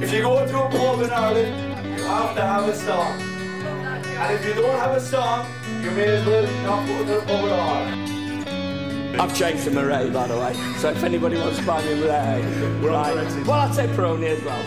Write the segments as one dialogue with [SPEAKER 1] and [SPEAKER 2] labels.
[SPEAKER 1] If you go to a pub in Ireland, you have to have a song. And if you don't have a song, you may as well not go to the pub at all.
[SPEAKER 2] I've changed to Murray, by the way. So if anybody wants to buy me Murray, right. Well, I'd say Peroni as well.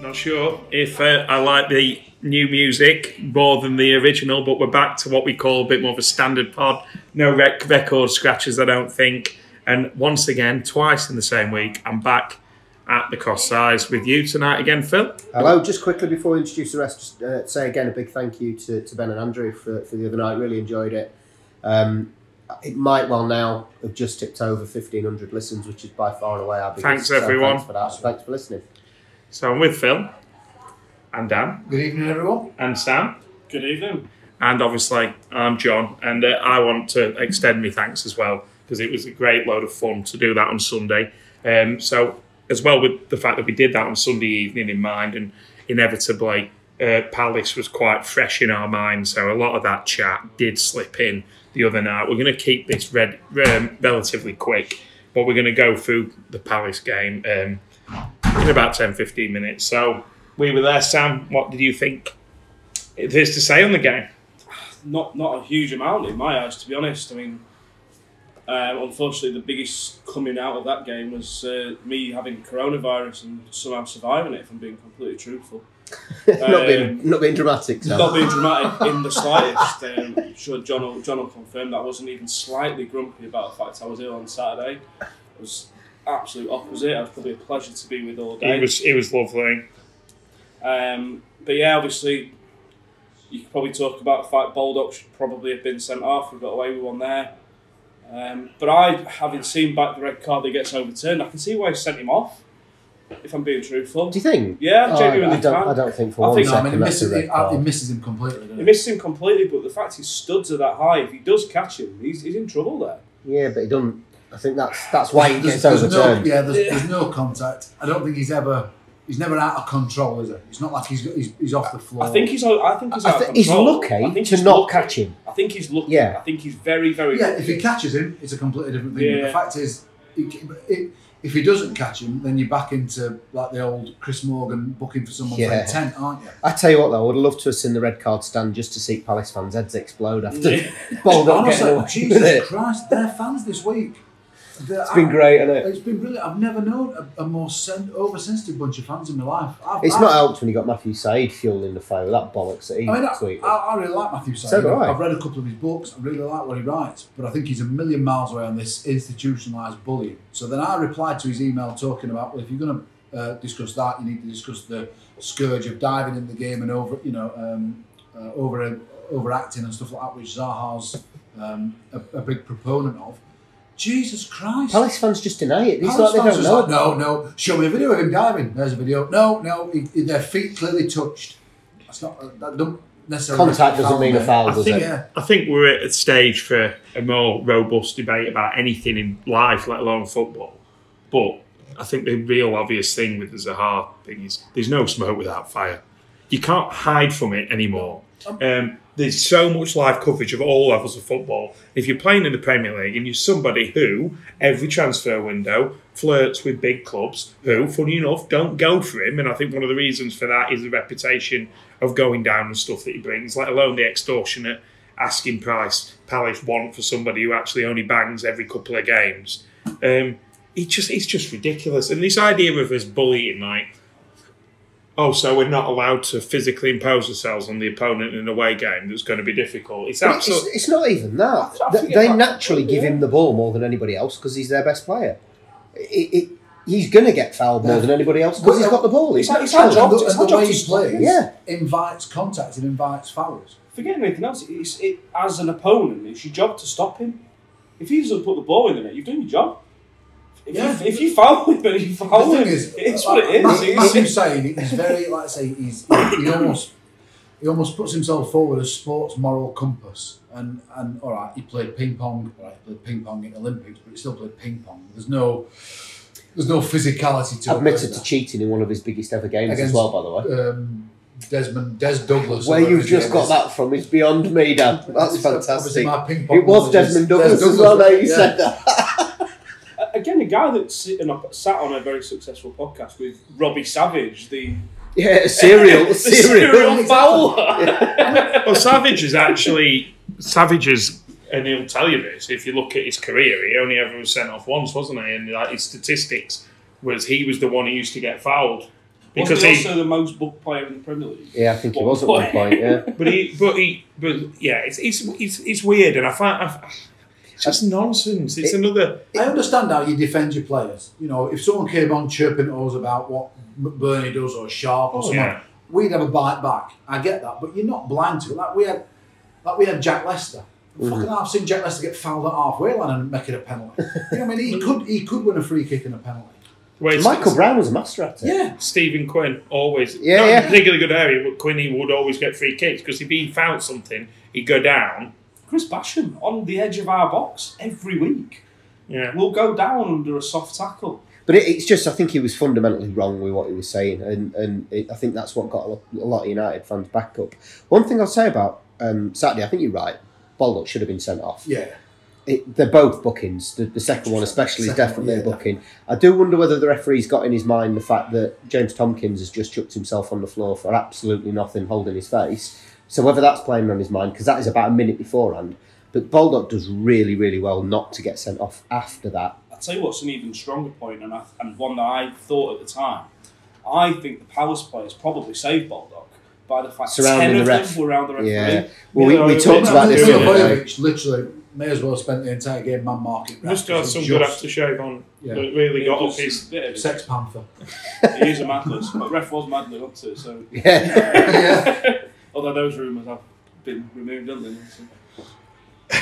[SPEAKER 3] Not sure if uh, I like the new music more than the original, but we're back to what we call a bit more of a standard pod. No rec- record scratches, I don't think. And once again, twice in the same week, I'm back at the cross size with you tonight again, Phil.
[SPEAKER 4] Hello, just quickly before we introduce the rest, just uh, say again a big thank you to, to Ben and Andrew for, for the other night. Really enjoyed it. Um, it might well now have just tipped over 1,500 listens, which is by far and away our biggest.
[SPEAKER 3] Thanks,
[SPEAKER 4] so
[SPEAKER 3] everyone.
[SPEAKER 4] Thanks for that. Thanks for listening.
[SPEAKER 3] So I'm with Phil and Dan
[SPEAKER 5] Good evening, everyone.
[SPEAKER 3] and Sam.
[SPEAKER 6] Good evening.
[SPEAKER 3] And obviously, I'm John, and uh, I want to extend my thanks as well because it was a great load of fun to do that on Sunday. Um, so, as well with the fact that we did that on Sunday evening in mind, and inevitably, uh, Palace was quite fresh in our minds. So, a lot of that chat did slip in the other night. We're going to keep this red, um, relatively quick, but we're going to go through the Palace game um, in about 10 15 minutes. So, we were there, Sam. What did you think there's to say on the game?
[SPEAKER 6] Not not a huge amount in my eyes, to be honest. I mean, uh, unfortunately, the biggest coming out of that game was uh, me having coronavirus and somehow surviving it. If I'm being completely truthful,
[SPEAKER 4] not being not being dramatic. Sam.
[SPEAKER 6] Um, not being dramatic in the slightest. Um, I'm sure John will, John will confirm that I wasn't even slightly grumpy about the fact I was ill on Saturday. It was absolute opposite. It was probably a pleasure to be with all day.
[SPEAKER 3] It was it was lovely.
[SPEAKER 6] Um, but yeah, obviously, you could probably talk about the fact Baldock should probably have been sent off. We got away with one there. Um, but I, having seen back the red card that gets overturned, I can see why he sent him off. If I'm being truthful,
[SPEAKER 4] Do you think?
[SPEAKER 6] Yeah,
[SPEAKER 4] Oh,
[SPEAKER 6] genuinely
[SPEAKER 4] I don't.
[SPEAKER 6] can.
[SPEAKER 4] I don't think for
[SPEAKER 6] I
[SPEAKER 4] one
[SPEAKER 6] think-
[SPEAKER 5] No, I mean, it
[SPEAKER 4] second that's a
[SPEAKER 5] misses,
[SPEAKER 4] red
[SPEAKER 5] it, uh, it
[SPEAKER 4] card.
[SPEAKER 5] misses him completely.
[SPEAKER 6] he
[SPEAKER 5] Doesn't it?
[SPEAKER 6] missed him completely. But the fact his studs are that high, if he does catch him, he's, he's in trouble there.
[SPEAKER 4] Yeah, but it doesn't. I think that's that's why it
[SPEAKER 5] There's,
[SPEAKER 4] gets
[SPEAKER 5] there's no,
[SPEAKER 4] overturned.
[SPEAKER 5] yeah, there's, there's no contact. I don't think he's ever. He's never out of control, is it? It's not like he's he's, he's off the floor.
[SPEAKER 6] I think he's. o- I think he's.
[SPEAKER 4] I
[SPEAKER 6] out of
[SPEAKER 4] think he's
[SPEAKER 6] control.
[SPEAKER 4] lucky
[SPEAKER 6] I think
[SPEAKER 4] to
[SPEAKER 6] he's
[SPEAKER 4] not
[SPEAKER 6] lucky.
[SPEAKER 4] catch him.
[SPEAKER 6] I think he's lucky.
[SPEAKER 4] Yeah.
[SPEAKER 6] I think he's very, very.
[SPEAKER 5] Yeah,
[SPEAKER 6] lucky.
[SPEAKER 5] if he catches him, it's a completely different thing. But
[SPEAKER 6] Yeah.
[SPEAKER 5] the fact is, he, c- it, if he doesn't catch him, then you're back into like the old Chris Morgan booking for someone
[SPEAKER 4] Yeah.
[SPEAKER 5] for intent, aren't you?
[SPEAKER 4] I tell you what, though, I would have loved to have seen the red card stand just to see Palace fans' heads explode after Baldock getting away
[SPEAKER 5] Honestly,
[SPEAKER 4] with
[SPEAKER 5] Jesus
[SPEAKER 4] it.
[SPEAKER 5] Christ, their fans this week.
[SPEAKER 4] It's been great, hasn't it?
[SPEAKER 5] It's been brilliant. I've never known a, a more sen- oversensitive bunch of fans in my life. I've,
[SPEAKER 4] It's
[SPEAKER 5] I've-
[SPEAKER 4] not helped when you got Matthew Said fueling the fire. That bollocks that he
[SPEAKER 5] I mean,
[SPEAKER 4] tweeted.
[SPEAKER 5] I, I, I really like Matthew Sayer.
[SPEAKER 4] So do I.
[SPEAKER 5] I've read a couple of his books. I really like what he writes, but I think he's a million miles away on this institutionalised bullying. So then I replied to his email talking about, well, if you're going to uh, discuss that, you need to discuss the scourge of diving in the game and over, you know, um, uh, over overacting and stuff like that, which Zaha's um, a, a big proponent of. Jesus Christ!
[SPEAKER 4] Palace fans just deny it. It's
[SPEAKER 5] Palace
[SPEAKER 4] like they
[SPEAKER 5] fans
[SPEAKER 4] don't
[SPEAKER 5] was
[SPEAKER 4] know.
[SPEAKER 5] like, no, no. Show me a video of him diving. There's a video. No, no. He, he- their feet clearly touched. That's not. That don't necessarily.
[SPEAKER 4] Contact doesn't mean a foul,
[SPEAKER 3] I
[SPEAKER 4] does
[SPEAKER 3] think
[SPEAKER 4] it?
[SPEAKER 5] Yeah.
[SPEAKER 3] I think we're at a stage for a more robust debate about anything in life, let alone football. But I think the real obvious thing with the Zaha thing is there's no smoke without fire. You can't hide from it anymore. Um, there's so much live coverage of all levels of football. If you're playing in the Premier League and you're somebody who, every transfer window, flirts with big clubs, who, funny enough, don't go for him, and I think one of the reasons for that is the reputation of going down and stuff that he brings, let alone the extortionate asking price Palace want for somebody who actually only bangs every couple of games. Um, it just it's just ridiculous. And this idea of us bullying like oh, so we're not allowed to physically impose ourselves on the opponent in a away game that's going to be difficult. It's
[SPEAKER 4] It's,
[SPEAKER 3] absolutely.
[SPEAKER 4] it's not even that.
[SPEAKER 6] I
[SPEAKER 4] They-
[SPEAKER 6] think
[SPEAKER 4] They
[SPEAKER 6] it's like-
[SPEAKER 4] naturally give him the ball more than anybody else because he's their best player. It, it, he's going to get fouled more than anybody else because he's got the ball. He's
[SPEAKER 6] like- it's
[SPEAKER 4] fouled.
[SPEAKER 6] our job
[SPEAKER 5] And
[SPEAKER 6] it's
[SPEAKER 5] the, and
[SPEAKER 6] our
[SPEAKER 5] the
[SPEAKER 6] job
[SPEAKER 5] way
[SPEAKER 6] to
[SPEAKER 5] he
[SPEAKER 6] stop it.
[SPEAKER 5] plays
[SPEAKER 4] Yeah.
[SPEAKER 5] invites contact and invites fouls.
[SPEAKER 6] forget anything else. It's it as an opponent. It's your job to stop him. If he doesn't put the ball in the net, you've done your job. If,
[SPEAKER 5] Yeah.
[SPEAKER 6] you, if you foul him, you
[SPEAKER 5] The
[SPEAKER 6] foul
[SPEAKER 5] thing
[SPEAKER 6] him.
[SPEAKER 5] is,
[SPEAKER 6] it's what it
[SPEAKER 5] Matt-
[SPEAKER 6] is.
[SPEAKER 5] Matthew
[SPEAKER 6] It's-
[SPEAKER 5] Sayer, he's very, like I say, he's he almost he almost puts himself forward as sports moral compass. And and all right, he played ping pong. All right, he played ping pong in Olympics, but he still played ping pong. There's no there's no physicality to it.
[SPEAKER 4] Admitted
[SPEAKER 5] is
[SPEAKER 4] to
[SPEAKER 5] there?
[SPEAKER 4] cheating in one of his biggest ever games as
[SPEAKER 5] Against-
[SPEAKER 4] well, by the way.
[SPEAKER 5] um, Desmond Des Douglas. or
[SPEAKER 4] Where
[SPEAKER 5] whatever
[SPEAKER 4] you've
[SPEAKER 5] his
[SPEAKER 4] just
[SPEAKER 5] name
[SPEAKER 4] got
[SPEAKER 5] is.
[SPEAKER 4] that from is beyond me, Dan. That's
[SPEAKER 5] Obviously,
[SPEAKER 4] fantastic.
[SPEAKER 5] my ping pong
[SPEAKER 4] It was
[SPEAKER 5] knowledge is
[SPEAKER 4] Desmond
[SPEAKER 5] Des
[SPEAKER 4] Douglas as
[SPEAKER 5] Douglas,
[SPEAKER 4] well. Now you
[SPEAKER 5] yeah.
[SPEAKER 4] said that.
[SPEAKER 6] A- Again, a guy that's sitting up, sat on a very successful podcast with Robbie Savage, the
[SPEAKER 4] yeah, serial,
[SPEAKER 6] the
[SPEAKER 4] serial.
[SPEAKER 6] fowler.
[SPEAKER 3] Well, Savage is actually Savage is, and he'll tell you this. If you look at his career, he only ever was sent off once, wasn't he? And like, his statistics was he was the one who used to get fouled because
[SPEAKER 6] Wasn't
[SPEAKER 3] he.
[SPEAKER 6] he also the most booked player in the Premier League.
[SPEAKER 4] Yeah, I think he
[SPEAKER 6] What
[SPEAKER 4] was at one
[SPEAKER 6] point?
[SPEAKER 4] point. Yeah,
[SPEAKER 3] but he, but he, but yeah, it's it's it's, it's weird, and I find. I, it's just nonsense. It's another.
[SPEAKER 5] I understand how you defend your players. You know, if someone came on chirping at us about what McBurney does or Sharp or someone,
[SPEAKER 3] yeah.
[SPEAKER 5] we'd have a bite back. I get that, but you're not blind to it. Like we had, like we had Jack Lester.
[SPEAKER 4] Mm-hmm.
[SPEAKER 5] Fucking, I've seen Jack Lester get fouled at halfway line and make it a penalty. you know, what I mean, he could, he could win a free kick and a penalty.
[SPEAKER 3] Where it's-
[SPEAKER 4] Michael Brown was a master at it.
[SPEAKER 5] Yeah,
[SPEAKER 3] Stephen Quinn always,
[SPEAKER 4] Yeah,
[SPEAKER 3] not
[SPEAKER 4] yeah.
[SPEAKER 3] in a particularly good area, but Quinn he would always get free kicks because if he found something, he'd go down.
[SPEAKER 6] Chris Basham on the edge of our box every week.
[SPEAKER 3] Yeah,
[SPEAKER 6] We'll go down under a soft tackle.
[SPEAKER 4] But it, it's just, I think he was fundamentally wrong with what he was saying, and and it, I think that's what got a lot, a lot of United fans back up. One thing I'll say about um, Saturday, I think you're right. Baldock should have been sent off.
[SPEAKER 5] yeah.
[SPEAKER 4] It, they're both bookings. The, the second one, especially, is
[SPEAKER 5] Second one,
[SPEAKER 4] definitely
[SPEAKER 5] yeah,
[SPEAKER 4] a booking. I do wonder whether the referee's got in his mind the fact that James Tompkins has just chucked himself on the floor for absolutely nothing, holding his face. So whether that's playing on his mind, because that is about a minute beforehand. But Baldock does really, really well not to get sent off after that.
[SPEAKER 6] I'll tell you what's an even stronger point, and, I, and one that I thought at the time. I think the Palace players probably saved Baldock by the fact
[SPEAKER 4] Surrounding
[SPEAKER 6] 10
[SPEAKER 4] the
[SPEAKER 6] of
[SPEAKER 4] ref.
[SPEAKER 6] them were around the referee.
[SPEAKER 4] Yeah. Well,
[SPEAKER 3] Yeah,
[SPEAKER 4] we,
[SPEAKER 3] I
[SPEAKER 4] we talked
[SPEAKER 3] mean,
[SPEAKER 4] about this the
[SPEAKER 3] yeah.
[SPEAKER 4] other day.
[SPEAKER 5] Milojevic literally may as well have spent the entire game man market.
[SPEAKER 3] must have had some good aftershave on
[SPEAKER 5] Yeah.
[SPEAKER 3] that really got up
[SPEAKER 6] Because
[SPEAKER 3] his.
[SPEAKER 6] he is-
[SPEAKER 5] Sex Panther.
[SPEAKER 6] He is a madless, but ref was madly up to it, so.
[SPEAKER 4] Yeah.
[SPEAKER 6] Although those rumours have been removed, haven't they? So-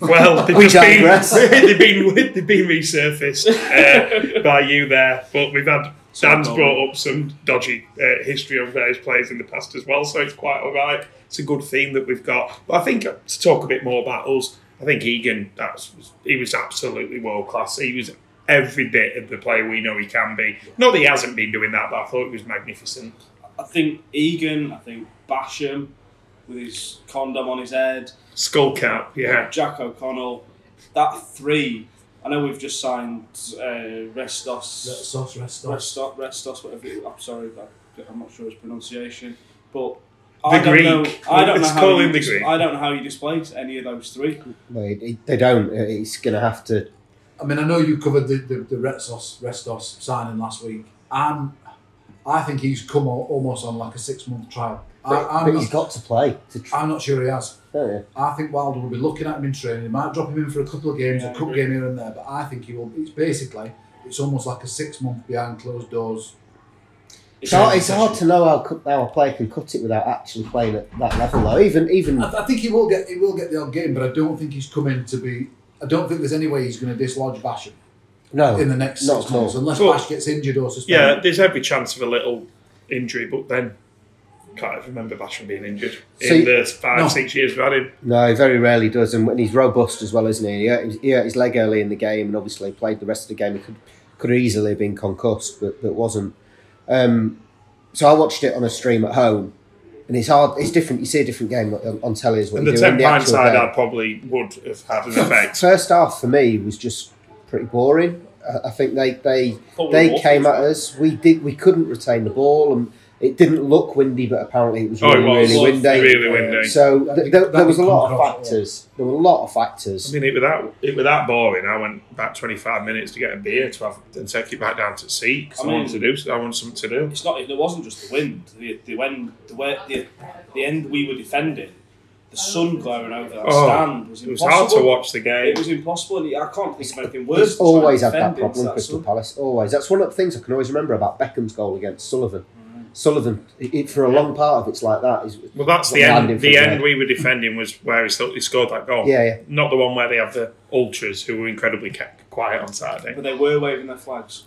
[SPEAKER 3] Well, they've
[SPEAKER 4] We
[SPEAKER 3] just been,
[SPEAKER 4] digress.
[SPEAKER 3] they've been they've been resurfaced uh, by you there, but we've had Dan's
[SPEAKER 6] Sorry.
[SPEAKER 3] brought up some dodgy uh, history of various players in the past as well, so it's quite all right. It's a good theme that we've got. But I think uh, to talk a bit more about us, I think Egan that's he was absolutely world class. He was every bit of the player we know he can be. Not that he hasn't been doing that, but I thought it was magnificent.
[SPEAKER 6] I think Egan, I think Basham with his condom on his head,
[SPEAKER 3] Skull cap, yeah.
[SPEAKER 6] Jack O'Connell, that three. I know we've just signed uh, Restos.
[SPEAKER 5] Sauce rest
[SPEAKER 6] Restos,
[SPEAKER 5] off.
[SPEAKER 6] Restos, whatever. it- I'm sorry, I- I'm not sure his pronunciation, but
[SPEAKER 3] The
[SPEAKER 6] I don't know.
[SPEAKER 3] Greek.
[SPEAKER 6] I don't know
[SPEAKER 3] Let's
[SPEAKER 6] how
[SPEAKER 3] call
[SPEAKER 6] you
[SPEAKER 3] him the
[SPEAKER 6] dis-
[SPEAKER 3] Greek.
[SPEAKER 6] I don't know how he displays any of those three.
[SPEAKER 4] Well, it- it- they don't. Uh, It's going to have to.
[SPEAKER 5] I mean, I know you covered the the, the Restos Restos signing last week. I'm, I think he's come al- almost on like a six month trial. I,
[SPEAKER 4] But,
[SPEAKER 5] I'm,
[SPEAKER 4] but he's
[SPEAKER 5] not,
[SPEAKER 4] got to play. To try,
[SPEAKER 5] I'm not sure he has.
[SPEAKER 4] yeah.
[SPEAKER 5] I think Wilder will be looking at him in training. He might drop him in for a couple of games,
[SPEAKER 6] Yeah,
[SPEAKER 5] a
[SPEAKER 6] I
[SPEAKER 5] cup
[SPEAKER 6] agree.
[SPEAKER 5] game here and there. But I think he will. It's basically it's almost like a six month behind closed doors.
[SPEAKER 4] It's, hard, it's hard to know how, cut- how a player can cut it without actually playing at that level, though. Even even
[SPEAKER 5] I, I think he will get he will get the odd game, but I don't think he's coming to be. I don't think there's any way he's going to dislodge Basham
[SPEAKER 4] no,
[SPEAKER 5] in the next
[SPEAKER 4] not
[SPEAKER 5] six
[SPEAKER 4] at all.
[SPEAKER 5] months unless
[SPEAKER 3] Well,
[SPEAKER 5] Bash gets injured or suspended.
[SPEAKER 4] Um,
[SPEAKER 3] Yeah, there's every chance of a little injury, but then can't even remember Basham being injured
[SPEAKER 4] So
[SPEAKER 3] in
[SPEAKER 4] you-
[SPEAKER 3] the five,
[SPEAKER 5] No.
[SPEAKER 3] six years we've had him.
[SPEAKER 4] No, he very rarely does, and when he's robust as well, isn't he? He hurt, his- he hurt his leg early in the game, and obviously played the rest of the game. He could could have easily have been concussed, but but wasn't. Um, so I watched it on a stream at home, and it's hard. It's different. You see a different game on, on telly as well.
[SPEAKER 3] And the
[SPEAKER 4] you do in
[SPEAKER 3] ten pound
[SPEAKER 4] actual
[SPEAKER 3] side,
[SPEAKER 4] game.
[SPEAKER 3] I probably would have had an effect.
[SPEAKER 4] first half for me was just pretty boring. I, I think they they
[SPEAKER 6] Thought we
[SPEAKER 4] they
[SPEAKER 6] were
[SPEAKER 4] came at
[SPEAKER 6] awful.
[SPEAKER 4] us. We did we couldn't retain the ball, and it didn't look windy, but apparently it was
[SPEAKER 3] Oh, it
[SPEAKER 4] really
[SPEAKER 3] was.
[SPEAKER 4] really
[SPEAKER 6] It was
[SPEAKER 4] windy.
[SPEAKER 3] really windy.
[SPEAKER 4] So th-
[SPEAKER 5] That'd be-
[SPEAKER 4] there- there
[SPEAKER 5] that'd
[SPEAKER 4] was a
[SPEAKER 5] be
[SPEAKER 4] lot of
[SPEAKER 5] come across,
[SPEAKER 4] factors. There were a lot of
[SPEAKER 3] I
[SPEAKER 4] factors.
[SPEAKER 3] mean, it was that it was that boring. I went about twenty five minutes to get a beer to have and take it back down to the seat 'cause
[SPEAKER 6] I
[SPEAKER 3] I,
[SPEAKER 6] mean-
[SPEAKER 3] wanted to do. So I wanted something to do.
[SPEAKER 6] it's not. It wasn't just the wind. The the wind. The way, the, the end we were defending. The sun glaring over that
[SPEAKER 3] Oh,
[SPEAKER 6] stand was
[SPEAKER 3] It was
[SPEAKER 6] impossible.
[SPEAKER 3] hard to watch the game.
[SPEAKER 6] It was impossible. and I can't think of anything worse.
[SPEAKER 4] It's
[SPEAKER 6] than trying to
[SPEAKER 4] always had that
[SPEAKER 6] defend against
[SPEAKER 4] problem, Crystal
[SPEAKER 6] sun.
[SPEAKER 4] Palace. Always. That's one of the things I can always remember about Beckham's goal against Sullivan.
[SPEAKER 6] Mm.
[SPEAKER 4] Sullivan, it, it- for a long part of it's like that. He's-
[SPEAKER 3] well, that's the
[SPEAKER 4] Landing
[SPEAKER 3] end.
[SPEAKER 4] from
[SPEAKER 3] The
[SPEAKER 4] there.
[SPEAKER 3] end we were defending was where he, still, he scored that goal.
[SPEAKER 4] Yeah, yeah.
[SPEAKER 3] Not the one where they have the ultras who were incredibly kept quiet on Saturday.
[SPEAKER 6] But they were waving their flags.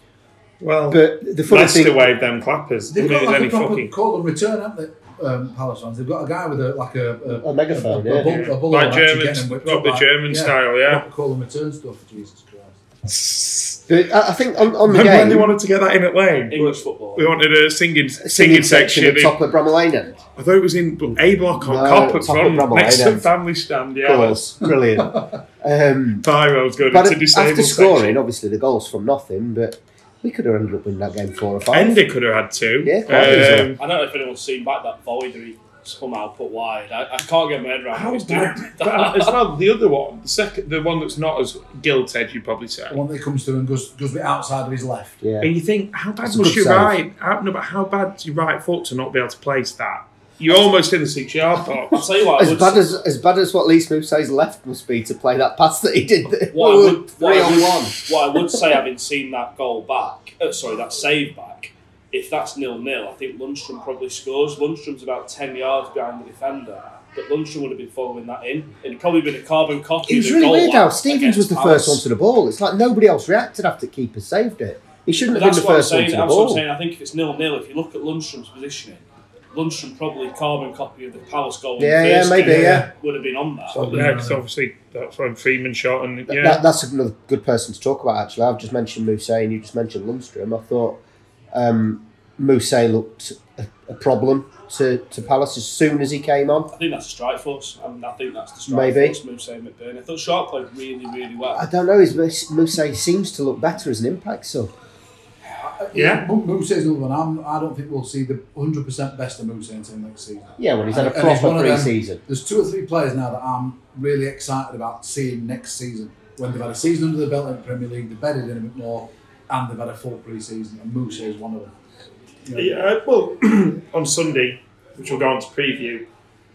[SPEAKER 3] Well,
[SPEAKER 4] But the funny
[SPEAKER 3] Leicester
[SPEAKER 4] thing,
[SPEAKER 3] waved them clappers.
[SPEAKER 5] They've
[SPEAKER 3] Didn't
[SPEAKER 5] got
[SPEAKER 3] do
[SPEAKER 5] like
[SPEAKER 3] any
[SPEAKER 5] a proper
[SPEAKER 3] fucking
[SPEAKER 5] call and return, haven't they? Um, Palace fans. They've got a guy with a like a
[SPEAKER 4] A megaphone,
[SPEAKER 5] a, a,
[SPEAKER 4] yeah.
[SPEAKER 5] bull- a bull-
[SPEAKER 3] Like
[SPEAKER 5] actually
[SPEAKER 3] Germans,
[SPEAKER 5] getting whipped
[SPEAKER 3] proper
[SPEAKER 5] up,
[SPEAKER 3] German style, yeah.
[SPEAKER 5] proper Call and return stuff. Jesus Christ.
[SPEAKER 4] But uh, I I think on, on
[SPEAKER 3] Remember
[SPEAKER 4] the
[SPEAKER 3] when
[SPEAKER 4] game,
[SPEAKER 3] they wanted to get that in at Lane?
[SPEAKER 6] English football.
[SPEAKER 3] We wanted a singing singing section.
[SPEAKER 4] at the top of Bramall Lane end.
[SPEAKER 3] I thought it was in A block on
[SPEAKER 4] No,
[SPEAKER 3] Copper
[SPEAKER 4] top of
[SPEAKER 3] front,
[SPEAKER 4] Bramall
[SPEAKER 3] next
[SPEAKER 4] Lane
[SPEAKER 3] to
[SPEAKER 4] end.
[SPEAKER 3] Family Stand. Yeah,
[SPEAKER 4] Of course, brilliant. um,
[SPEAKER 3] Pyro's going
[SPEAKER 4] but
[SPEAKER 3] into disabled
[SPEAKER 4] after scoring,
[SPEAKER 3] section.
[SPEAKER 4] obviously the goals from nothing, but we could have ended up winning that game four or five.
[SPEAKER 3] Ender could have had two.
[SPEAKER 4] Yeah, quite easily.
[SPEAKER 3] Um,
[SPEAKER 6] I don't know if anyone's seen back that void that he somehow put wide. I, I can't get my head around
[SPEAKER 3] How
[SPEAKER 6] how he's
[SPEAKER 3] is
[SPEAKER 6] doing
[SPEAKER 3] that? But as
[SPEAKER 6] that.
[SPEAKER 3] well, the other one, the second, the one that's not as guilted, you probably say.
[SPEAKER 5] The one that comes through and goes goes a bit outside of his left.
[SPEAKER 4] Yeah.
[SPEAKER 3] And you think, how bad
[SPEAKER 4] That's a
[SPEAKER 3] was
[SPEAKER 4] good
[SPEAKER 3] your
[SPEAKER 4] save.
[SPEAKER 3] right? How, no, but how bad your right foot to not be able to place that? You're almost in the six yard
[SPEAKER 6] I'll
[SPEAKER 3] box.
[SPEAKER 6] tell you what, I
[SPEAKER 4] As
[SPEAKER 6] would
[SPEAKER 4] bad
[SPEAKER 6] say-
[SPEAKER 4] as as bad as what Lee Smith says left must be to play that pass that he did. that-
[SPEAKER 6] what, I would, what,
[SPEAKER 4] three
[SPEAKER 6] I
[SPEAKER 4] on
[SPEAKER 6] would-
[SPEAKER 4] one.
[SPEAKER 6] what I would say, having seen that goal back, uh, sorry, that save back, if that's nil nil, I think Lundstrom probably scores. Lundstrom's about 10 yards behind the defender. But Lundstrom would have been following that in. It'd probably been a carbon copy.
[SPEAKER 4] It was
[SPEAKER 6] of the
[SPEAKER 4] really
[SPEAKER 6] goal
[SPEAKER 4] weird how
[SPEAKER 6] line
[SPEAKER 4] Stevens was
[SPEAKER 6] against
[SPEAKER 4] the first
[SPEAKER 6] Palace.
[SPEAKER 4] one to the ball. It's like nobody else reacted after the keeper saved it. He shouldn't
[SPEAKER 6] But
[SPEAKER 4] have
[SPEAKER 6] that's
[SPEAKER 4] been the
[SPEAKER 6] what I'm
[SPEAKER 4] first
[SPEAKER 6] saying.
[SPEAKER 4] one to the
[SPEAKER 6] That's what I'm
[SPEAKER 4] ball.
[SPEAKER 6] saying. I think if it's nil nil, if you look at Lundstrom's positioning, Lundstrom probably carbon copy of the Palace goal. in the
[SPEAKER 4] Yeah, yeah,
[SPEAKER 6] first
[SPEAKER 4] maybe,
[SPEAKER 6] game
[SPEAKER 4] yeah.
[SPEAKER 6] would have been on that.
[SPEAKER 3] yeah, because obviously that's when Freeman shot, and yeah,
[SPEAKER 4] That, that's another good person to talk about. Actually, I've just mentioned Moussa and you just mentioned Lundstrom. I thought um, Moussa looked a, a problem to, to Palace as soon as he came on.
[SPEAKER 6] I think that's a strike force. I, mean, I think that's the strike
[SPEAKER 4] Maybe.
[SPEAKER 6] force move saying McBurney. I thought Sharp played really, really well.
[SPEAKER 4] I don't know. His Moussa seems to look better as an impact sub.
[SPEAKER 3] Yeah.
[SPEAKER 5] Moose is another one. I'm, I don't think we'll see the 100% best of Moose until next season.
[SPEAKER 4] Yeah, well, he's had a
[SPEAKER 5] And- and it's
[SPEAKER 4] proper
[SPEAKER 5] one of them-
[SPEAKER 4] pre-season.
[SPEAKER 5] There's two or three players now that I'm really excited about seeing next season when they've had a season under the belt in the Premier League, they've bedded in a bit more, and they've had a full pre-season. And Moose is one of them. You know,
[SPEAKER 3] Yeah, uh, well, on Sunday, which we'll go on to preview,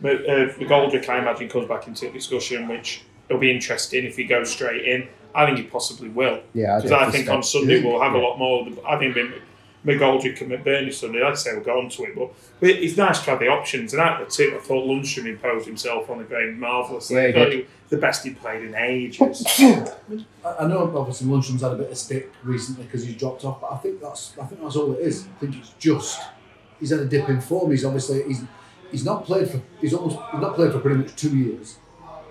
[SPEAKER 3] but, uh, McGoldrick, I imagine, comes back into the discussion, which will be interesting if he goes straight in. I think he possibly will.
[SPEAKER 4] Yeah, I
[SPEAKER 3] Because
[SPEAKER 4] don't
[SPEAKER 3] I, think on
[SPEAKER 4] suspect-
[SPEAKER 3] Sunday we'll have a lot more. of the- I think with McGoldrick and McBurney Sunday, I'd say we'll go on to it. But but it's nice to have the options. And out of the two, I thought Lundstrom imposed himself on the game marvellously.
[SPEAKER 4] Yeah, he
[SPEAKER 3] I thought
[SPEAKER 4] did.
[SPEAKER 3] he- the best he played in ages.
[SPEAKER 5] I I know obviously Luncham's had a bit of stick recently because he's dropped off, but I think that's I think that's all it is. I think it's just he's had a dip in form. He's obviously he's he's not played for he's almost he's not played for pretty much two years,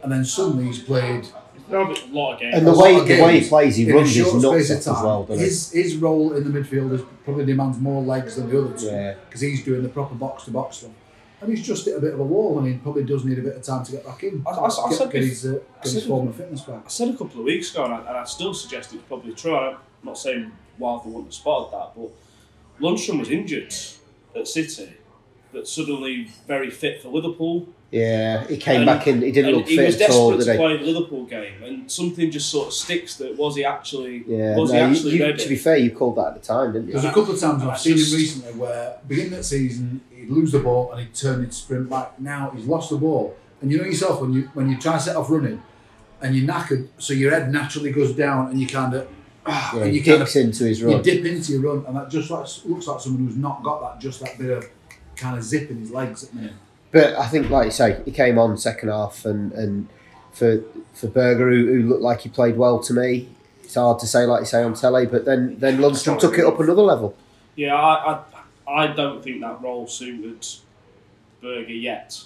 [SPEAKER 5] and then suddenly he's played
[SPEAKER 6] No, but a lot of games.
[SPEAKER 4] And the
[SPEAKER 5] a
[SPEAKER 4] way
[SPEAKER 5] lot of
[SPEAKER 4] the way he
[SPEAKER 5] games
[SPEAKER 4] plays, he
[SPEAKER 5] in a
[SPEAKER 4] runs his
[SPEAKER 5] short
[SPEAKER 4] nuts
[SPEAKER 5] space
[SPEAKER 4] off
[SPEAKER 5] of
[SPEAKER 4] as
[SPEAKER 5] time.
[SPEAKER 4] well, doesn't he?
[SPEAKER 5] his his role in the midfield is probably demands more legs than the other two
[SPEAKER 4] Yeah.
[SPEAKER 5] because he's doing the proper box to box stuff. And he's just hit a bit of a wall, and he probably does need a bit of time to get back in.
[SPEAKER 6] I- I- I
[SPEAKER 5] get,
[SPEAKER 6] said
[SPEAKER 5] get
[SPEAKER 6] bef-
[SPEAKER 5] his, uh, get
[SPEAKER 6] I
[SPEAKER 5] his
[SPEAKER 6] said-
[SPEAKER 5] form and fitness back.
[SPEAKER 6] I said a couple of weeks ago, and I, and I still suggest it's probably true. I'm not saying Wilder wouldn't have spotted that, but Lundstrom was injured at City, but suddenly very fit for Liverpool.
[SPEAKER 4] Yeah, he came
[SPEAKER 6] And-
[SPEAKER 4] back in. He didn't
[SPEAKER 6] and
[SPEAKER 4] look
[SPEAKER 6] he was
[SPEAKER 4] fit at
[SPEAKER 6] desperate
[SPEAKER 4] all,
[SPEAKER 6] to
[SPEAKER 4] did he?
[SPEAKER 6] play the Liverpool game, and something just sort of sticks that was he actually
[SPEAKER 4] Yeah,
[SPEAKER 6] was he
[SPEAKER 4] no, you-
[SPEAKER 6] actually
[SPEAKER 4] you-
[SPEAKER 6] ready?
[SPEAKER 4] to be fair, you called that at the time, didn't you?
[SPEAKER 5] There's a couple of times
[SPEAKER 6] And I
[SPEAKER 5] I've seen him
[SPEAKER 6] just-
[SPEAKER 5] recently where beginning of the season he'd lose the ball and he'd turn his sprint back. Now he's lost the ball, and you know yourself when you when you try to set off running, and you're knackered, so your head naturally goes down, and you kind of
[SPEAKER 4] Yeah,
[SPEAKER 5] and
[SPEAKER 4] he
[SPEAKER 5] you kind of
[SPEAKER 4] dips into his
[SPEAKER 5] you
[SPEAKER 4] run.
[SPEAKER 5] dip into your run, and that just like, looks like someone who's not got that just that bit of kind of zip in his legs at the minute.
[SPEAKER 4] But I think, like you say, he came on second half, and, and for for Berger, who, who looked like he played well to me, it's hard to say, like you say on telly. But then then Lundstrom took it up another level.
[SPEAKER 6] Yeah, I, I, I don't think that role suited Berger yet.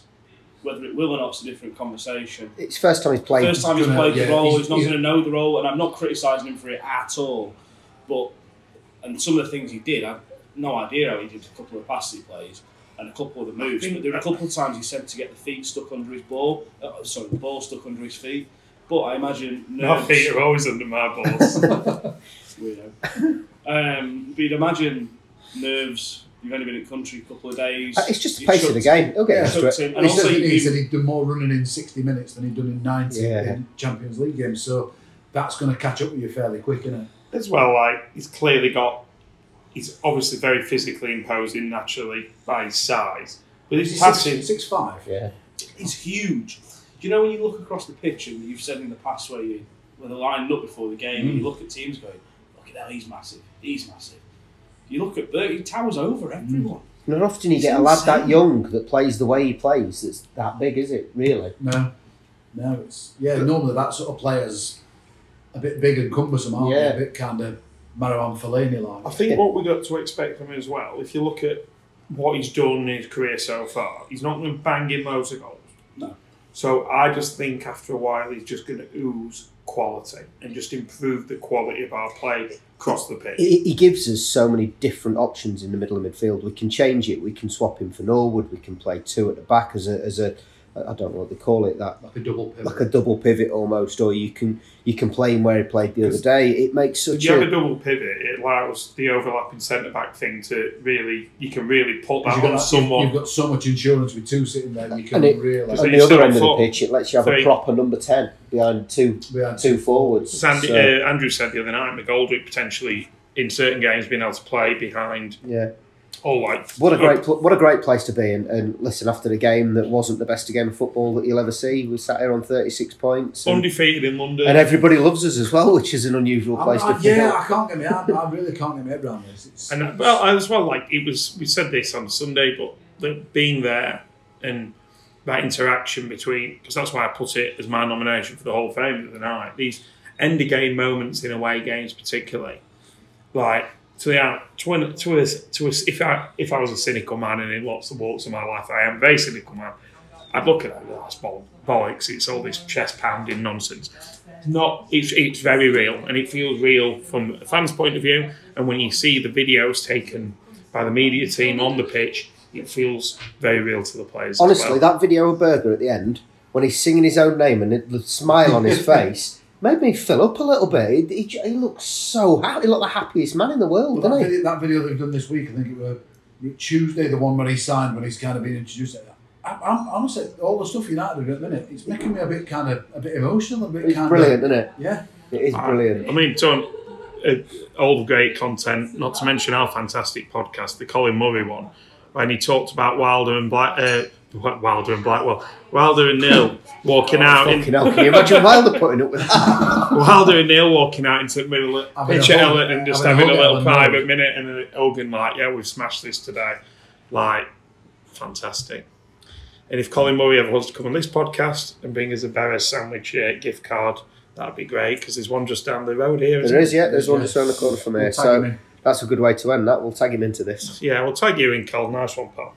[SPEAKER 6] Whether it will or not's a different conversation.
[SPEAKER 4] It's first time he's played.
[SPEAKER 6] First time he's
[SPEAKER 5] gonna-
[SPEAKER 6] played
[SPEAKER 5] yeah,
[SPEAKER 6] the role,
[SPEAKER 5] he's-
[SPEAKER 6] he's, not
[SPEAKER 5] he's-
[SPEAKER 6] going to know the role, and I'm not criticising him for it at all. But and some of the things he did, I've no idea how he did a couple of passes he played and a couple of the moves. But there were a couple of times he said to get the feet stuck under his ball. Uh, sorry, the ball stuck under his feet. But I imagine
[SPEAKER 3] My
[SPEAKER 6] nerves-
[SPEAKER 3] feet are always under my balls.
[SPEAKER 6] weirdo. um, but you'd imagine nerves. You've only been in country a couple of days.
[SPEAKER 4] It's just the
[SPEAKER 6] You're
[SPEAKER 4] pace of the
[SPEAKER 6] chucked-
[SPEAKER 4] game. He'll get
[SPEAKER 5] Yeah,
[SPEAKER 4] used to
[SPEAKER 6] chucked
[SPEAKER 4] it.
[SPEAKER 6] in.
[SPEAKER 5] And
[SPEAKER 6] And
[SPEAKER 5] he, said,
[SPEAKER 6] also,
[SPEAKER 5] he,
[SPEAKER 6] you-
[SPEAKER 5] said he'd done more running in 60 minutes than he'd done in 90
[SPEAKER 4] Yeah.
[SPEAKER 5] in Champions League games, so that's going to catch up with you fairly quick, isn't it?
[SPEAKER 3] as well. Like he's clearly got, he's obviously very physically imposing naturally by his size, but his passing,
[SPEAKER 5] Six, six five.
[SPEAKER 4] Yeah,
[SPEAKER 6] It's huge. Do you know when you look across the pitch and you've said in the past where you where they lined up before the game and you look at teams going, look at that, he's massive, he's massive. You look at Bert, he towers over everyone.
[SPEAKER 4] not often you
[SPEAKER 6] It's
[SPEAKER 4] get a lad that
[SPEAKER 6] insane.
[SPEAKER 4] young that plays the way he plays. That's that big, is it? Really?
[SPEAKER 5] No, no, it's yeah. Normally that sort of player's a bit big and cumbersome, aren't
[SPEAKER 4] Yeah.
[SPEAKER 5] they? A bit kind of Marouane Fellaini
[SPEAKER 3] I
[SPEAKER 5] like.
[SPEAKER 3] think what we got to expect from him as well, if you look at what he's done in his career so far, he's not going to bang in loads of goals.
[SPEAKER 6] No.
[SPEAKER 3] So I just think after a while he's just going to ooze quality and just improve the quality of our play across the pitch.
[SPEAKER 4] He, he gives us so many different options in the middle of midfield. We can change it. We can swap him for Norwood. We can play two at the back as a as a I don't know what they call it that
[SPEAKER 5] like a double pivot.
[SPEAKER 4] like a double pivot almost, or you can you can play him where he played the other day. It makes
[SPEAKER 3] If
[SPEAKER 4] such
[SPEAKER 3] you have a
[SPEAKER 4] a
[SPEAKER 3] double pivot, it allows the overlapping centre back thing to really you can really put that
[SPEAKER 5] Because you've,
[SPEAKER 3] on
[SPEAKER 5] got,
[SPEAKER 3] someone.
[SPEAKER 5] you've got so much insurance with two sitting there, you can
[SPEAKER 4] And it-
[SPEAKER 5] realise
[SPEAKER 3] So
[SPEAKER 4] on
[SPEAKER 3] you
[SPEAKER 4] the other
[SPEAKER 3] start
[SPEAKER 4] end of the
[SPEAKER 3] four,
[SPEAKER 4] pitch. It lets you have
[SPEAKER 3] three.
[SPEAKER 4] a proper number ten behind two
[SPEAKER 5] Behind
[SPEAKER 4] two forwards.
[SPEAKER 3] Sandy,
[SPEAKER 4] So,
[SPEAKER 3] uh, Andrew said the other night, McGoldrick potentially in certain games being able to play behind
[SPEAKER 4] yeah.
[SPEAKER 3] or like
[SPEAKER 4] What a great pl- what a great place to be and, and listen after the game that wasn't the best game of football that you'll ever see. We sat here on thirty six points and,
[SPEAKER 3] undefeated in London.
[SPEAKER 4] and everybody loves us as well, which is an unusual place
[SPEAKER 5] I, I,
[SPEAKER 4] to be.
[SPEAKER 5] yeah, I can't get my head, I really can't get my head around this. It's,
[SPEAKER 3] And uh, well, I- as well, like it was, we said this on Sunday, but the, being there and that interaction between, because that's why I put it as my nomination for the Hall of Fame of the night. These end of game moments in away games, particularly, like to the out to an, to us to us. If I if I was a cynical man, and in lots of walks of my life, I am a very cynical man. I'd look at that. Well, that's boll- bollocks. It's all this chest pounding nonsense. It's Not. It's it's very real, and it feels real from a fan's point of view. And when you see the videos taken by the media team on the pitch, it feels very real to the players. as
[SPEAKER 4] Honestly,
[SPEAKER 3] well.
[SPEAKER 4] that video of Berger at the end, when he's singing his own name and the- the smile on his face, made me fill up a little bit. He, he, he looked so happy. He looked the happiest man in the world,
[SPEAKER 5] Well, that,
[SPEAKER 4] didn't he?
[SPEAKER 5] video, that video that we've done this week, I think it was Tuesday, the one where he signed, when he's kind of been introduced. I, I'm honestly, all the stuff United are doing at the minute, it's making me a bit kind of a bit emotional, a bit
[SPEAKER 4] It's
[SPEAKER 5] kind
[SPEAKER 4] brilliant, isn't it?
[SPEAKER 5] of yeah.
[SPEAKER 4] It is brilliant.
[SPEAKER 3] I mean, Tom, uh, all great content, not to mention our fantastic podcast, the Colin Murray one, when he talked about Wilder and Black, uh, Wi- Wilder and Blackwell, Wilder and Neil walking out, in,
[SPEAKER 4] Fucking hell, can you imagine Wilder putting up with that?
[SPEAKER 3] Wilder and Neil walking out into the middle of
[SPEAKER 5] Having a
[SPEAKER 3] pitch
[SPEAKER 5] hug-
[SPEAKER 3] Elliot and just
[SPEAKER 5] having a
[SPEAKER 3] having a
[SPEAKER 5] hug
[SPEAKER 3] little
[SPEAKER 5] at Ellen
[SPEAKER 3] private
[SPEAKER 5] Road.
[SPEAKER 3] minute, and then Hogan like, yeah, we've smashed this today, like, fantastic. And if Colin Murray ever wants to come on this podcast and bring us a Barra's sandwich uh, gift card, that'd be great because there's one just down the road here. isn't
[SPEAKER 4] There is, yeah. There's one just around the corner from
[SPEAKER 5] We'll
[SPEAKER 4] here.
[SPEAKER 5] tag him
[SPEAKER 4] So
[SPEAKER 5] in.
[SPEAKER 4] that's a good way to end that. We'll tag him into this.
[SPEAKER 3] Yeah, we'll tag you in, Col. Nice one, pal.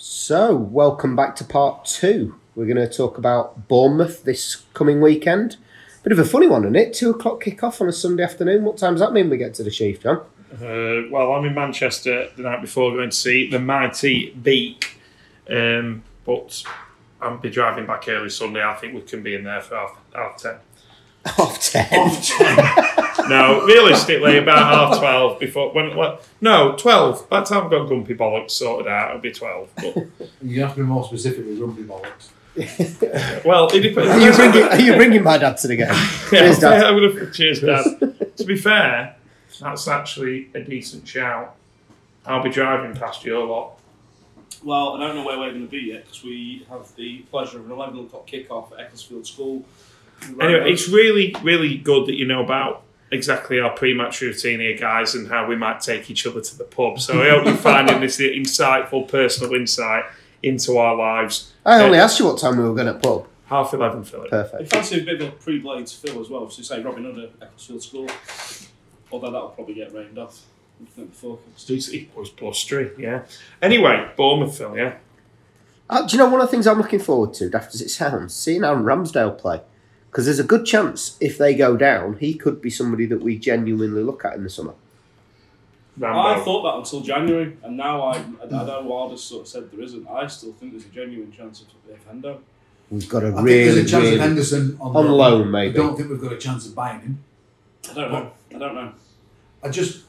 [SPEAKER 4] So, welcome back to part two. We're going to talk about Bournemouth this coming weekend. Bit of a funny one, isn't it? Two o'clock kick off on a Sunday afternoon. What time does that mean we get to the Sheaf, John?
[SPEAKER 3] Uh, well, I'm in Manchester the night before going to see the mighty Beak, um, but I'll be driving back early Sunday. I think we can be in there for half, half ten.
[SPEAKER 4] Half ten.
[SPEAKER 3] No, realistically, about half twelve before when. Well, no, twelve. By the time I've got Gumpy bollocks sorted out, it'll be twelve. But,
[SPEAKER 5] You have to be more specific with Rumpy Bollocks.
[SPEAKER 3] well, it
[SPEAKER 4] Are you
[SPEAKER 3] depends.
[SPEAKER 4] bringing, are you bringing my dad to the game? Cheers, Dad.
[SPEAKER 3] I'm gonna, cheers, Dad. to be fair, that's actually a decent shout. I'll be driving past your lot.
[SPEAKER 6] Well, I don't know where we're going to be yet because we have the pleasure of an 11 o'clock kick-off at Ecclesfield School.
[SPEAKER 3] Anyway, it's really, really good that you know about exactly our pre-match routine here, guys, and how we might take each other to the pub. So I hope you're finding this insightful, personal insight into our lives.
[SPEAKER 4] I only asked you what time we were going to pub.
[SPEAKER 3] Half eleven, Philip.
[SPEAKER 5] Uh,
[SPEAKER 6] uh, I
[SPEAKER 4] Perfect.
[SPEAKER 6] fancy a bit of a pre-blade fill as well, so say Robin Hood at Ecclesfield School. Although that'll probably get rained off. Looking at the forecast.
[SPEAKER 3] It's equals plus three, yeah. Anyway, Bournemouth, Phil, yeah.
[SPEAKER 4] Uh, do you know one of the things I'm looking forward to, daft as it sounds, seeing Aaron Ramsdale play? Because there's a good chance if they go down, he could be somebody that we genuinely look at in the summer.
[SPEAKER 3] Rambo.
[SPEAKER 6] I thought that until January, and now I, I know Wilder's sort of said there isn't. I still think there's a genuine chance of of Hendo.
[SPEAKER 4] We've got a
[SPEAKER 5] I think
[SPEAKER 4] really,
[SPEAKER 5] there's a chance of
[SPEAKER 4] really
[SPEAKER 5] Henderson on,
[SPEAKER 4] on loan,
[SPEAKER 5] I
[SPEAKER 4] maybe.
[SPEAKER 5] don't think we've got a chance of buying him.
[SPEAKER 6] I don't know. I don't know.
[SPEAKER 5] I just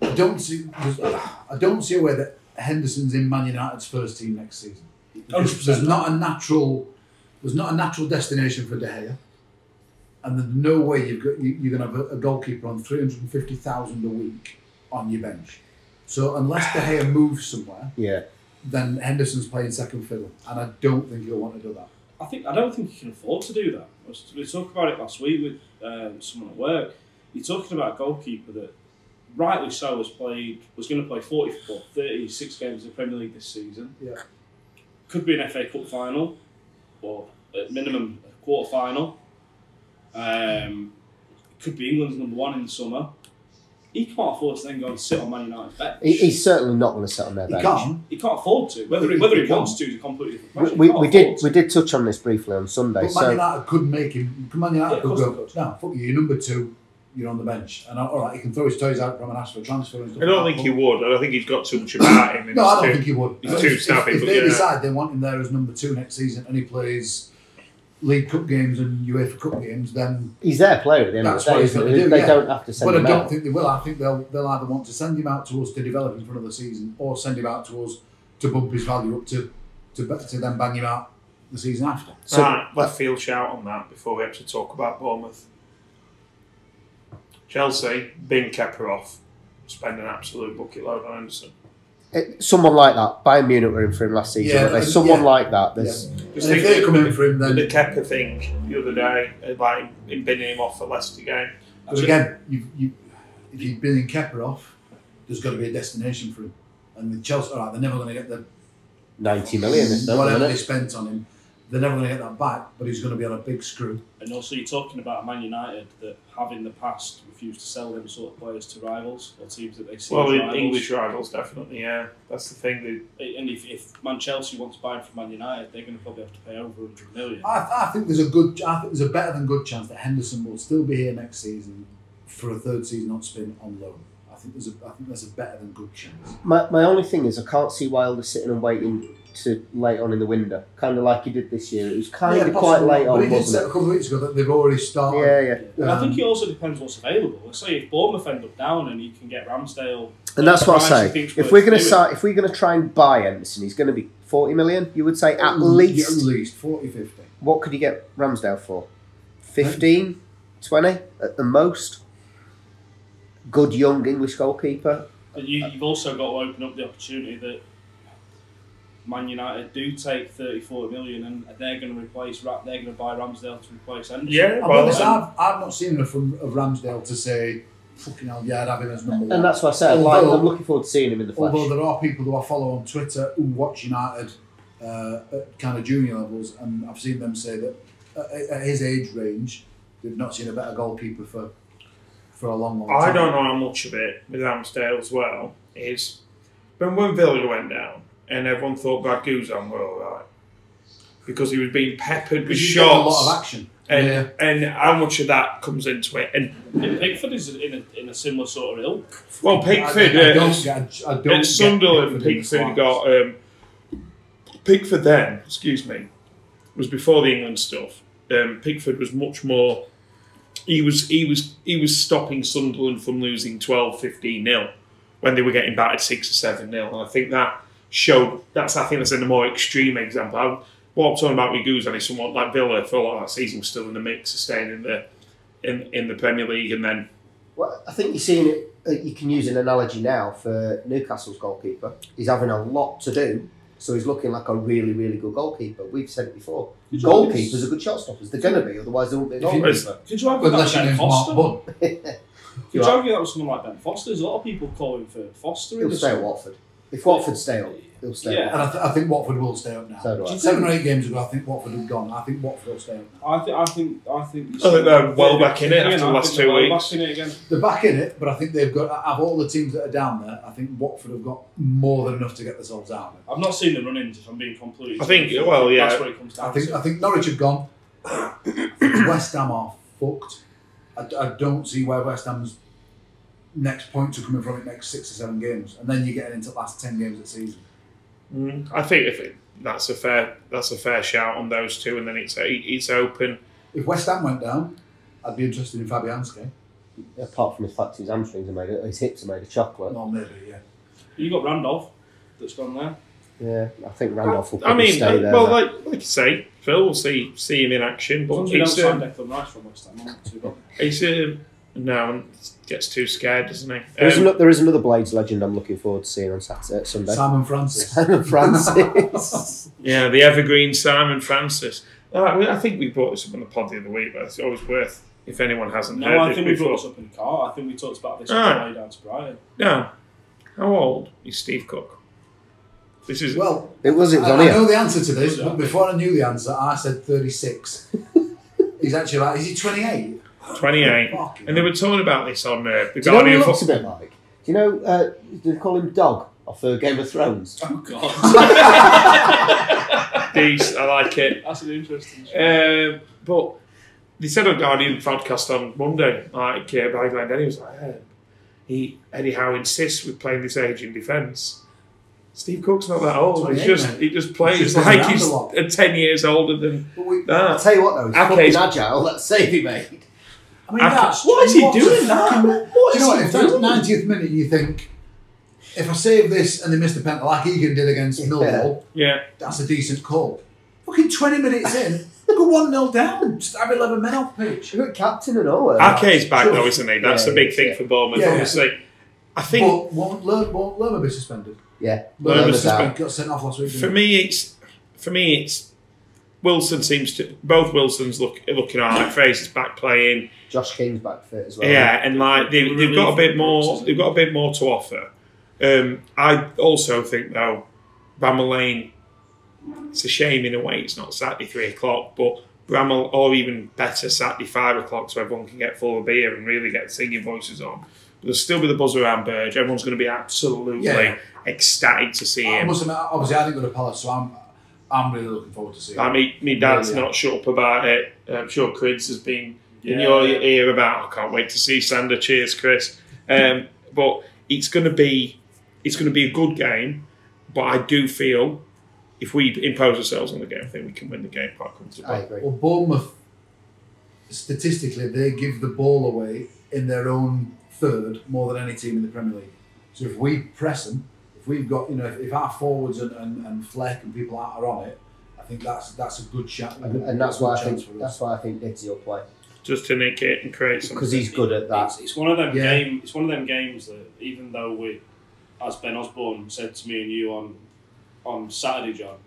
[SPEAKER 5] I don't see I don't see a way that Henderson's in Man United's first team next season. There's,
[SPEAKER 6] 100%.
[SPEAKER 5] there's not a natural there's not a natural destination for De Gea, and there's no way you've got you, you're going to have a, a goalkeeper on three hundred and fifty thousand a week on your bench. So unless De Gea moves somewhere,
[SPEAKER 4] Yeah.
[SPEAKER 5] then Henderson's playing second fiddle, and I don't think he'll want to do that.
[SPEAKER 6] I think I don't think you can afford to do that. I was- We talked about it last week with um, someone at work. You're talking about a goalkeeper that rightly so, has played was going to play 40, well, 36 games in the Premier League this season.
[SPEAKER 5] Yeah.
[SPEAKER 6] Could be an FA Cup final, or at minimum a quarter final. Um, could be England's number one in the summer. He can't afford to then go and sit on Man United's bench.
[SPEAKER 4] He, he's certainly not going to sit on their
[SPEAKER 5] He
[SPEAKER 4] bench.
[SPEAKER 5] can.
[SPEAKER 6] He can't afford to. Whether he, whether
[SPEAKER 5] He
[SPEAKER 6] he
[SPEAKER 5] can't.
[SPEAKER 6] wants to is a completely different
[SPEAKER 4] We,
[SPEAKER 6] question.
[SPEAKER 4] we,
[SPEAKER 6] He can't
[SPEAKER 4] we did
[SPEAKER 6] afford
[SPEAKER 4] we did touch on this briefly on Sunday.
[SPEAKER 5] But Man
[SPEAKER 4] so
[SPEAKER 5] United could make him. Man United
[SPEAKER 6] Yeah, of
[SPEAKER 5] could
[SPEAKER 6] course
[SPEAKER 5] go.
[SPEAKER 6] they could.
[SPEAKER 5] No, fuck you. You're number two. You're on the bench, and all right, he can throw his toys out from an ask for a transfer. And stuff
[SPEAKER 3] I don't
[SPEAKER 5] like
[SPEAKER 3] think he
[SPEAKER 5] that.
[SPEAKER 3] would. I don't think he's got too much about him.
[SPEAKER 5] No, I don't
[SPEAKER 3] It's
[SPEAKER 5] think he would.
[SPEAKER 3] he's too
[SPEAKER 5] If- if-
[SPEAKER 3] savvy,
[SPEAKER 5] If,
[SPEAKER 3] but
[SPEAKER 5] they
[SPEAKER 3] yeah.
[SPEAKER 5] decide they want him there as number two next season, and he plays League Cup games and UEFA Cup games, then
[SPEAKER 4] he's their player at the end of
[SPEAKER 5] That's
[SPEAKER 4] the
[SPEAKER 5] what
[SPEAKER 4] day.
[SPEAKER 5] he's
[SPEAKER 4] Isn't
[SPEAKER 5] going
[SPEAKER 4] he?
[SPEAKER 5] to do.
[SPEAKER 4] They
[SPEAKER 5] yeah.
[SPEAKER 4] don't have to send
[SPEAKER 5] But
[SPEAKER 4] him
[SPEAKER 5] I don't
[SPEAKER 4] out.
[SPEAKER 5] think they will. I think they'll they'll either want to send him out to us to develop him for another season, or send him out to us to bump his value up to to be- to then bang him out the season after.
[SPEAKER 4] So-
[SPEAKER 3] right, left field shout on that before we actually talk about Bournemouth. Chelsea, Bing Keperov, spend an absolute bucket load on Anderson.
[SPEAKER 4] It- someone like that. Bayern Munich were in for him last season.
[SPEAKER 5] Yeah,
[SPEAKER 4] weren't they?
[SPEAKER 5] and-
[SPEAKER 4] someone
[SPEAKER 5] yeah.
[SPEAKER 4] like that. There's
[SPEAKER 3] Just
[SPEAKER 5] And if
[SPEAKER 3] think
[SPEAKER 5] they
[SPEAKER 3] of-
[SPEAKER 5] come in for him, then
[SPEAKER 3] The Kepa thing the other day about him, him binning him off the Leicester game.
[SPEAKER 5] Because again, you, you, if you've been in Keperov, there's got to be a destination for him. And the Chelsea, all right, they're never going to get the
[SPEAKER 4] ninety million. Isn't there,
[SPEAKER 5] whatever
[SPEAKER 4] wasn't
[SPEAKER 5] they
[SPEAKER 4] it?
[SPEAKER 5] spent on him. They're never going to get that back, but he's going to be on a big screw.
[SPEAKER 6] And also, you're talking about Man United that have in the past refused to sell them sort of players to rivals or teams that they see
[SPEAKER 3] Well,
[SPEAKER 6] as
[SPEAKER 3] the
[SPEAKER 6] rivals.
[SPEAKER 3] English rivals, definitely, yeah. That's the thing. They,
[SPEAKER 6] And if, if Man Chelsea wants to buy him from Man United, they're going to probably have to pay over 100 million.
[SPEAKER 5] I, I think there's a good, I think there's a better than good chance that Henderson will still be here next season for a third season on spin on loan. I think there's a, I think there's a better than good chance.
[SPEAKER 4] My, my only thing is I can't see Wilder sitting and waiting to late on in the window, kind of like he did this year. It was kind of quite
[SPEAKER 5] possible.
[SPEAKER 4] late
[SPEAKER 5] but he
[SPEAKER 4] on,
[SPEAKER 5] did say a
[SPEAKER 4] wasn't
[SPEAKER 5] couple of weeks ago that they've already
[SPEAKER 4] it?
[SPEAKER 5] started.
[SPEAKER 4] Yeah, yeah.
[SPEAKER 6] And I
[SPEAKER 5] um,
[SPEAKER 6] think it also depends what's available. Let's say if Bournemouth end up down and he can get Ramsdale.
[SPEAKER 4] And that's what I
[SPEAKER 6] Price he
[SPEAKER 4] say.
[SPEAKER 6] thinks
[SPEAKER 4] If
[SPEAKER 6] worth
[SPEAKER 4] we're going to
[SPEAKER 6] doing.
[SPEAKER 4] start, if we're going to try and buy Emerson, he's going to be forty million. You would say
[SPEAKER 5] Mm,
[SPEAKER 4] at
[SPEAKER 5] at
[SPEAKER 4] least.
[SPEAKER 5] least 40, 50.
[SPEAKER 4] What could you get Ramsdale for? 15, 20 at the most. Good young English goalkeeper.
[SPEAKER 6] But you, you've also got to open up the opportunity that Man United do take 30, 40 million and they're going to replace, Ra- they're going to buy Ramsdale to replace Henderson.
[SPEAKER 3] yeah,
[SPEAKER 5] I've,
[SPEAKER 3] well,
[SPEAKER 5] honest, I've, I've not seen enough from of Ramsdale to say, fucking hell, yeah, I'd have him as number one.
[SPEAKER 4] And that's why I say I'm, like, I'm looking forward to seeing him in the
[SPEAKER 5] Although
[SPEAKER 4] flesh.
[SPEAKER 5] there are people who I follow on Twitter who watch United uh, at kind of junior levels, and I've seen them say that at, at his age range, they've not seen a better goalkeeper for for a long, long time.
[SPEAKER 3] I don't know how much of it with Ramsdale as well is when when Villa went down and everyone thought Brad Guzan were all right because he was being peppered with
[SPEAKER 5] Because you get a lot of
[SPEAKER 3] shots
[SPEAKER 5] action.
[SPEAKER 3] and
[SPEAKER 5] yeah.
[SPEAKER 3] and how much of that comes into it and
[SPEAKER 6] And Pickford is in a, in a similar sort of ilk.
[SPEAKER 3] well Pickford
[SPEAKER 5] I, I
[SPEAKER 3] uh,
[SPEAKER 5] don't, get- I don't
[SPEAKER 3] at Sunderland
[SPEAKER 5] get in the
[SPEAKER 3] Pickford
[SPEAKER 5] slightest.
[SPEAKER 3] got um, Pickford then excuse me was before the England stuff um, Pickford was much more he was he was he was stopping Sunderland from losing 12 15 nil when they were getting battered 6 or 7 nil and I think that showed that's I think that's in a more extreme example I, what I'm talking about with Guzan is somewhat like Villa for a lot of that season was still in the mix of staying in the in, in the Premier League and then
[SPEAKER 4] Well, I think you're seeing it. uh, You can use an analogy now for Newcastle's goalkeeper. He's having a lot to do, so he's looking like a really, really good goalkeeper. We've said it before. Goalkeepers are good shot stoppers. They're going to be, otherwise they won't be a
[SPEAKER 5] If you-
[SPEAKER 4] goalkeeper.
[SPEAKER 6] Could you argue that was
[SPEAKER 5] Unless you
[SPEAKER 6] Ben
[SPEAKER 5] name
[SPEAKER 6] Foster?
[SPEAKER 5] Mark
[SPEAKER 6] Could
[SPEAKER 5] Bunn.
[SPEAKER 6] you
[SPEAKER 4] Right.
[SPEAKER 6] argue that was someone like Ben Foster? There's a lot of people calling for Foster in
[SPEAKER 4] He'll
[SPEAKER 6] the
[SPEAKER 4] stay at
[SPEAKER 6] summer.
[SPEAKER 4] Watford. If Watford stay up, he'll stay.
[SPEAKER 6] Yeah.
[SPEAKER 4] At
[SPEAKER 5] And I, th- I think Watford will stay up now.
[SPEAKER 4] So do I.
[SPEAKER 5] Seven or eight games ago, I think Watford had gone. I think Watford will stay up.
[SPEAKER 6] I think I think I think
[SPEAKER 3] I think they're well back in it after the last two
[SPEAKER 6] well
[SPEAKER 3] weeks.
[SPEAKER 6] Back in it again.
[SPEAKER 5] They're back in it, but I think they've got out of all the teams that are down there. I think Watford have got more than enough to get themselves out. of it.
[SPEAKER 6] I've not seen the run-ins. If I'm being completely,
[SPEAKER 3] I think,
[SPEAKER 6] truthful.
[SPEAKER 3] well, yeah.
[SPEAKER 6] that's what it comes down
[SPEAKER 5] I think
[SPEAKER 6] to.
[SPEAKER 5] I think Norwich have gone. West Ham are fucked. I, I don't see where West Ham's next points are coming from in the next six or seven games, and then you're getting into the last ten games of the season.
[SPEAKER 3] Mm, I think if it, that's a fair that's a fair shout on those two, and then it's it's open.
[SPEAKER 5] If West Ham went down, I'd be interested in Fabianski.
[SPEAKER 4] Apart from the fact his hamstrings are made, of- his hips are made of chocolate.
[SPEAKER 5] Well, maybe yeah.
[SPEAKER 6] you got Randolph that's gone there.
[SPEAKER 4] Yeah, I think Randolph will
[SPEAKER 3] I
[SPEAKER 4] probably
[SPEAKER 3] mean, uh,
[SPEAKER 4] stay there.
[SPEAKER 3] well,
[SPEAKER 4] though.
[SPEAKER 3] like like you say, Phil, we'll see see him in action,
[SPEAKER 6] As
[SPEAKER 3] but
[SPEAKER 6] long as we don't
[SPEAKER 3] he's
[SPEAKER 6] sign
[SPEAKER 3] um,
[SPEAKER 6] Declan Rice from West Ham, I'm not too bad.
[SPEAKER 3] he's um, no gets too scared, doesn't he?
[SPEAKER 4] there, is
[SPEAKER 3] Um,
[SPEAKER 4] ano- there is another Blades legend I'm looking forward to seeing on Saturday, Sunday.
[SPEAKER 5] Simon Francis.
[SPEAKER 4] Simon Francis.
[SPEAKER 3] yeah, Oh, the evergreen Simon Francis. All right, well, I think we brought this up on the pod the other week, but it's always worth If anyone hasn't
[SPEAKER 6] No,
[SPEAKER 3] heard
[SPEAKER 6] I
[SPEAKER 3] this
[SPEAKER 6] think we
[SPEAKER 3] before.
[SPEAKER 6] brought this up in the car. I think we talked about this on
[SPEAKER 3] Right.
[SPEAKER 6] the way down to Brighton.
[SPEAKER 3] No. How old is Steve Cook? This is
[SPEAKER 5] Well,
[SPEAKER 4] It was, it was
[SPEAKER 5] I,
[SPEAKER 4] on
[SPEAKER 5] I
[SPEAKER 4] here.
[SPEAKER 5] know the answer to this, but before I knew the answer, I said 36. He's actually like, is he 28?
[SPEAKER 3] 28.
[SPEAKER 5] Fucking
[SPEAKER 3] And they were talking about this on uh, The
[SPEAKER 4] Do you know what he
[SPEAKER 3] Guardian.
[SPEAKER 4] looks a
[SPEAKER 3] Fo-
[SPEAKER 4] bit like? Do you know, uh, do they call him Dog off uh, Game of Thrones?
[SPEAKER 6] Oh God,
[SPEAKER 3] These, I like it.
[SPEAKER 6] that's an interesting. Show.
[SPEAKER 3] Um, but they said on Guardian podcast on Monday, like uh, Barry Glendenny was like, "Eh, he Eddie Howe insists with playing this age in defence. Steve Cook's not that old. He's
[SPEAKER 5] 28,
[SPEAKER 3] just
[SPEAKER 5] mate.
[SPEAKER 3] he just plays
[SPEAKER 5] He's just been
[SPEAKER 3] like
[SPEAKER 5] around
[SPEAKER 3] he's
[SPEAKER 5] a lot.
[SPEAKER 3] uh, ten years older than
[SPEAKER 5] But we,
[SPEAKER 4] I'll
[SPEAKER 3] that.
[SPEAKER 4] tell you what, though, he's
[SPEAKER 3] Okay.
[SPEAKER 4] fucking agile. That save he made.
[SPEAKER 5] I mean,
[SPEAKER 3] I
[SPEAKER 5] that's,
[SPEAKER 3] can- what is he
[SPEAKER 5] what a
[SPEAKER 3] doing now?
[SPEAKER 5] fucking-
[SPEAKER 3] What
[SPEAKER 5] do
[SPEAKER 3] is
[SPEAKER 5] you
[SPEAKER 3] he
[SPEAKER 5] know what? If that's
[SPEAKER 3] doing?
[SPEAKER 5] 90th minute, you think, if I save this and they missed a penalty like Egan did against Millwall,
[SPEAKER 3] Yeah,
[SPEAKER 5] that's a decent call. Fucking 20 minutes in, look at 1 0 down. Just have 11 men off pitch.
[SPEAKER 4] You're a captain and all. uh,
[SPEAKER 3] Ake's back
[SPEAKER 5] Sure.
[SPEAKER 3] though, isn't he? That's
[SPEAKER 4] Yeah,
[SPEAKER 3] the big
[SPEAKER 4] yeah,
[SPEAKER 3] thing
[SPEAKER 4] yeah.
[SPEAKER 3] for Bournemouth,
[SPEAKER 5] Yeah.
[SPEAKER 3] obviously. I think
[SPEAKER 5] But won't Lerma, won't Lerma be suspended?
[SPEAKER 4] Yeah.
[SPEAKER 3] Well,
[SPEAKER 4] Lerma's
[SPEAKER 3] it was just
[SPEAKER 4] out.
[SPEAKER 5] He got sent off last week. didn't
[SPEAKER 3] For
[SPEAKER 5] he?
[SPEAKER 3] me, it's for me, it's Wilson seems to both Wilsons look looking all right. Fraser's back playing,
[SPEAKER 4] Josh King's back fit as well.
[SPEAKER 3] yeah, and like they, they've got a bit more. They've got a bit more to offer. Um, I also think though, Bramall Lane. It's a shame in a way it's not Saturday three o'clock, but Bramall or even better Saturday five o'clock, so everyone can get full of beer and really get singing voices on. There'll still be the buzz around Burge. Everyone's going to be absolutely
[SPEAKER 5] Yeah.
[SPEAKER 3] ecstatic to see
[SPEAKER 5] I
[SPEAKER 3] him.
[SPEAKER 5] must admit, obviously, I didn't go to Palace, so I'm, I'm really looking forward to seeing
[SPEAKER 3] I
[SPEAKER 5] it.
[SPEAKER 3] mean, my dad's
[SPEAKER 5] Yeah.
[SPEAKER 3] not shut up about it. I'm sure Chris has been in
[SPEAKER 6] Yeah.
[SPEAKER 3] your ear about. I can't wait to see Sander. Cheers, Chris. Um, but it's going to be it's going to be a good game. But I do feel if we impose ourselves on the game, I think we can win the game quite
[SPEAKER 4] I
[SPEAKER 3] comfortably.
[SPEAKER 4] agree.
[SPEAKER 5] Well, Bournemouth, statistically, they give the ball away in their own third more than any team in the Premier League. So if we press them, if we've got, you know, if, if our forwards and, and, and Fleck and people out are on it, I think that's that's a good shot.
[SPEAKER 4] And, and that's why I think that's why I think Diggs will play
[SPEAKER 3] Just to nick it and create something.
[SPEAKER 4] because he's good at that.
[SPEAKER 6] It's, it's one of them
[SPEAKER 5] Yeah.
[SPEAKER 6] game. It's one of them games that even though we, as Ben Osborne said to me and you on, on Saturday, John,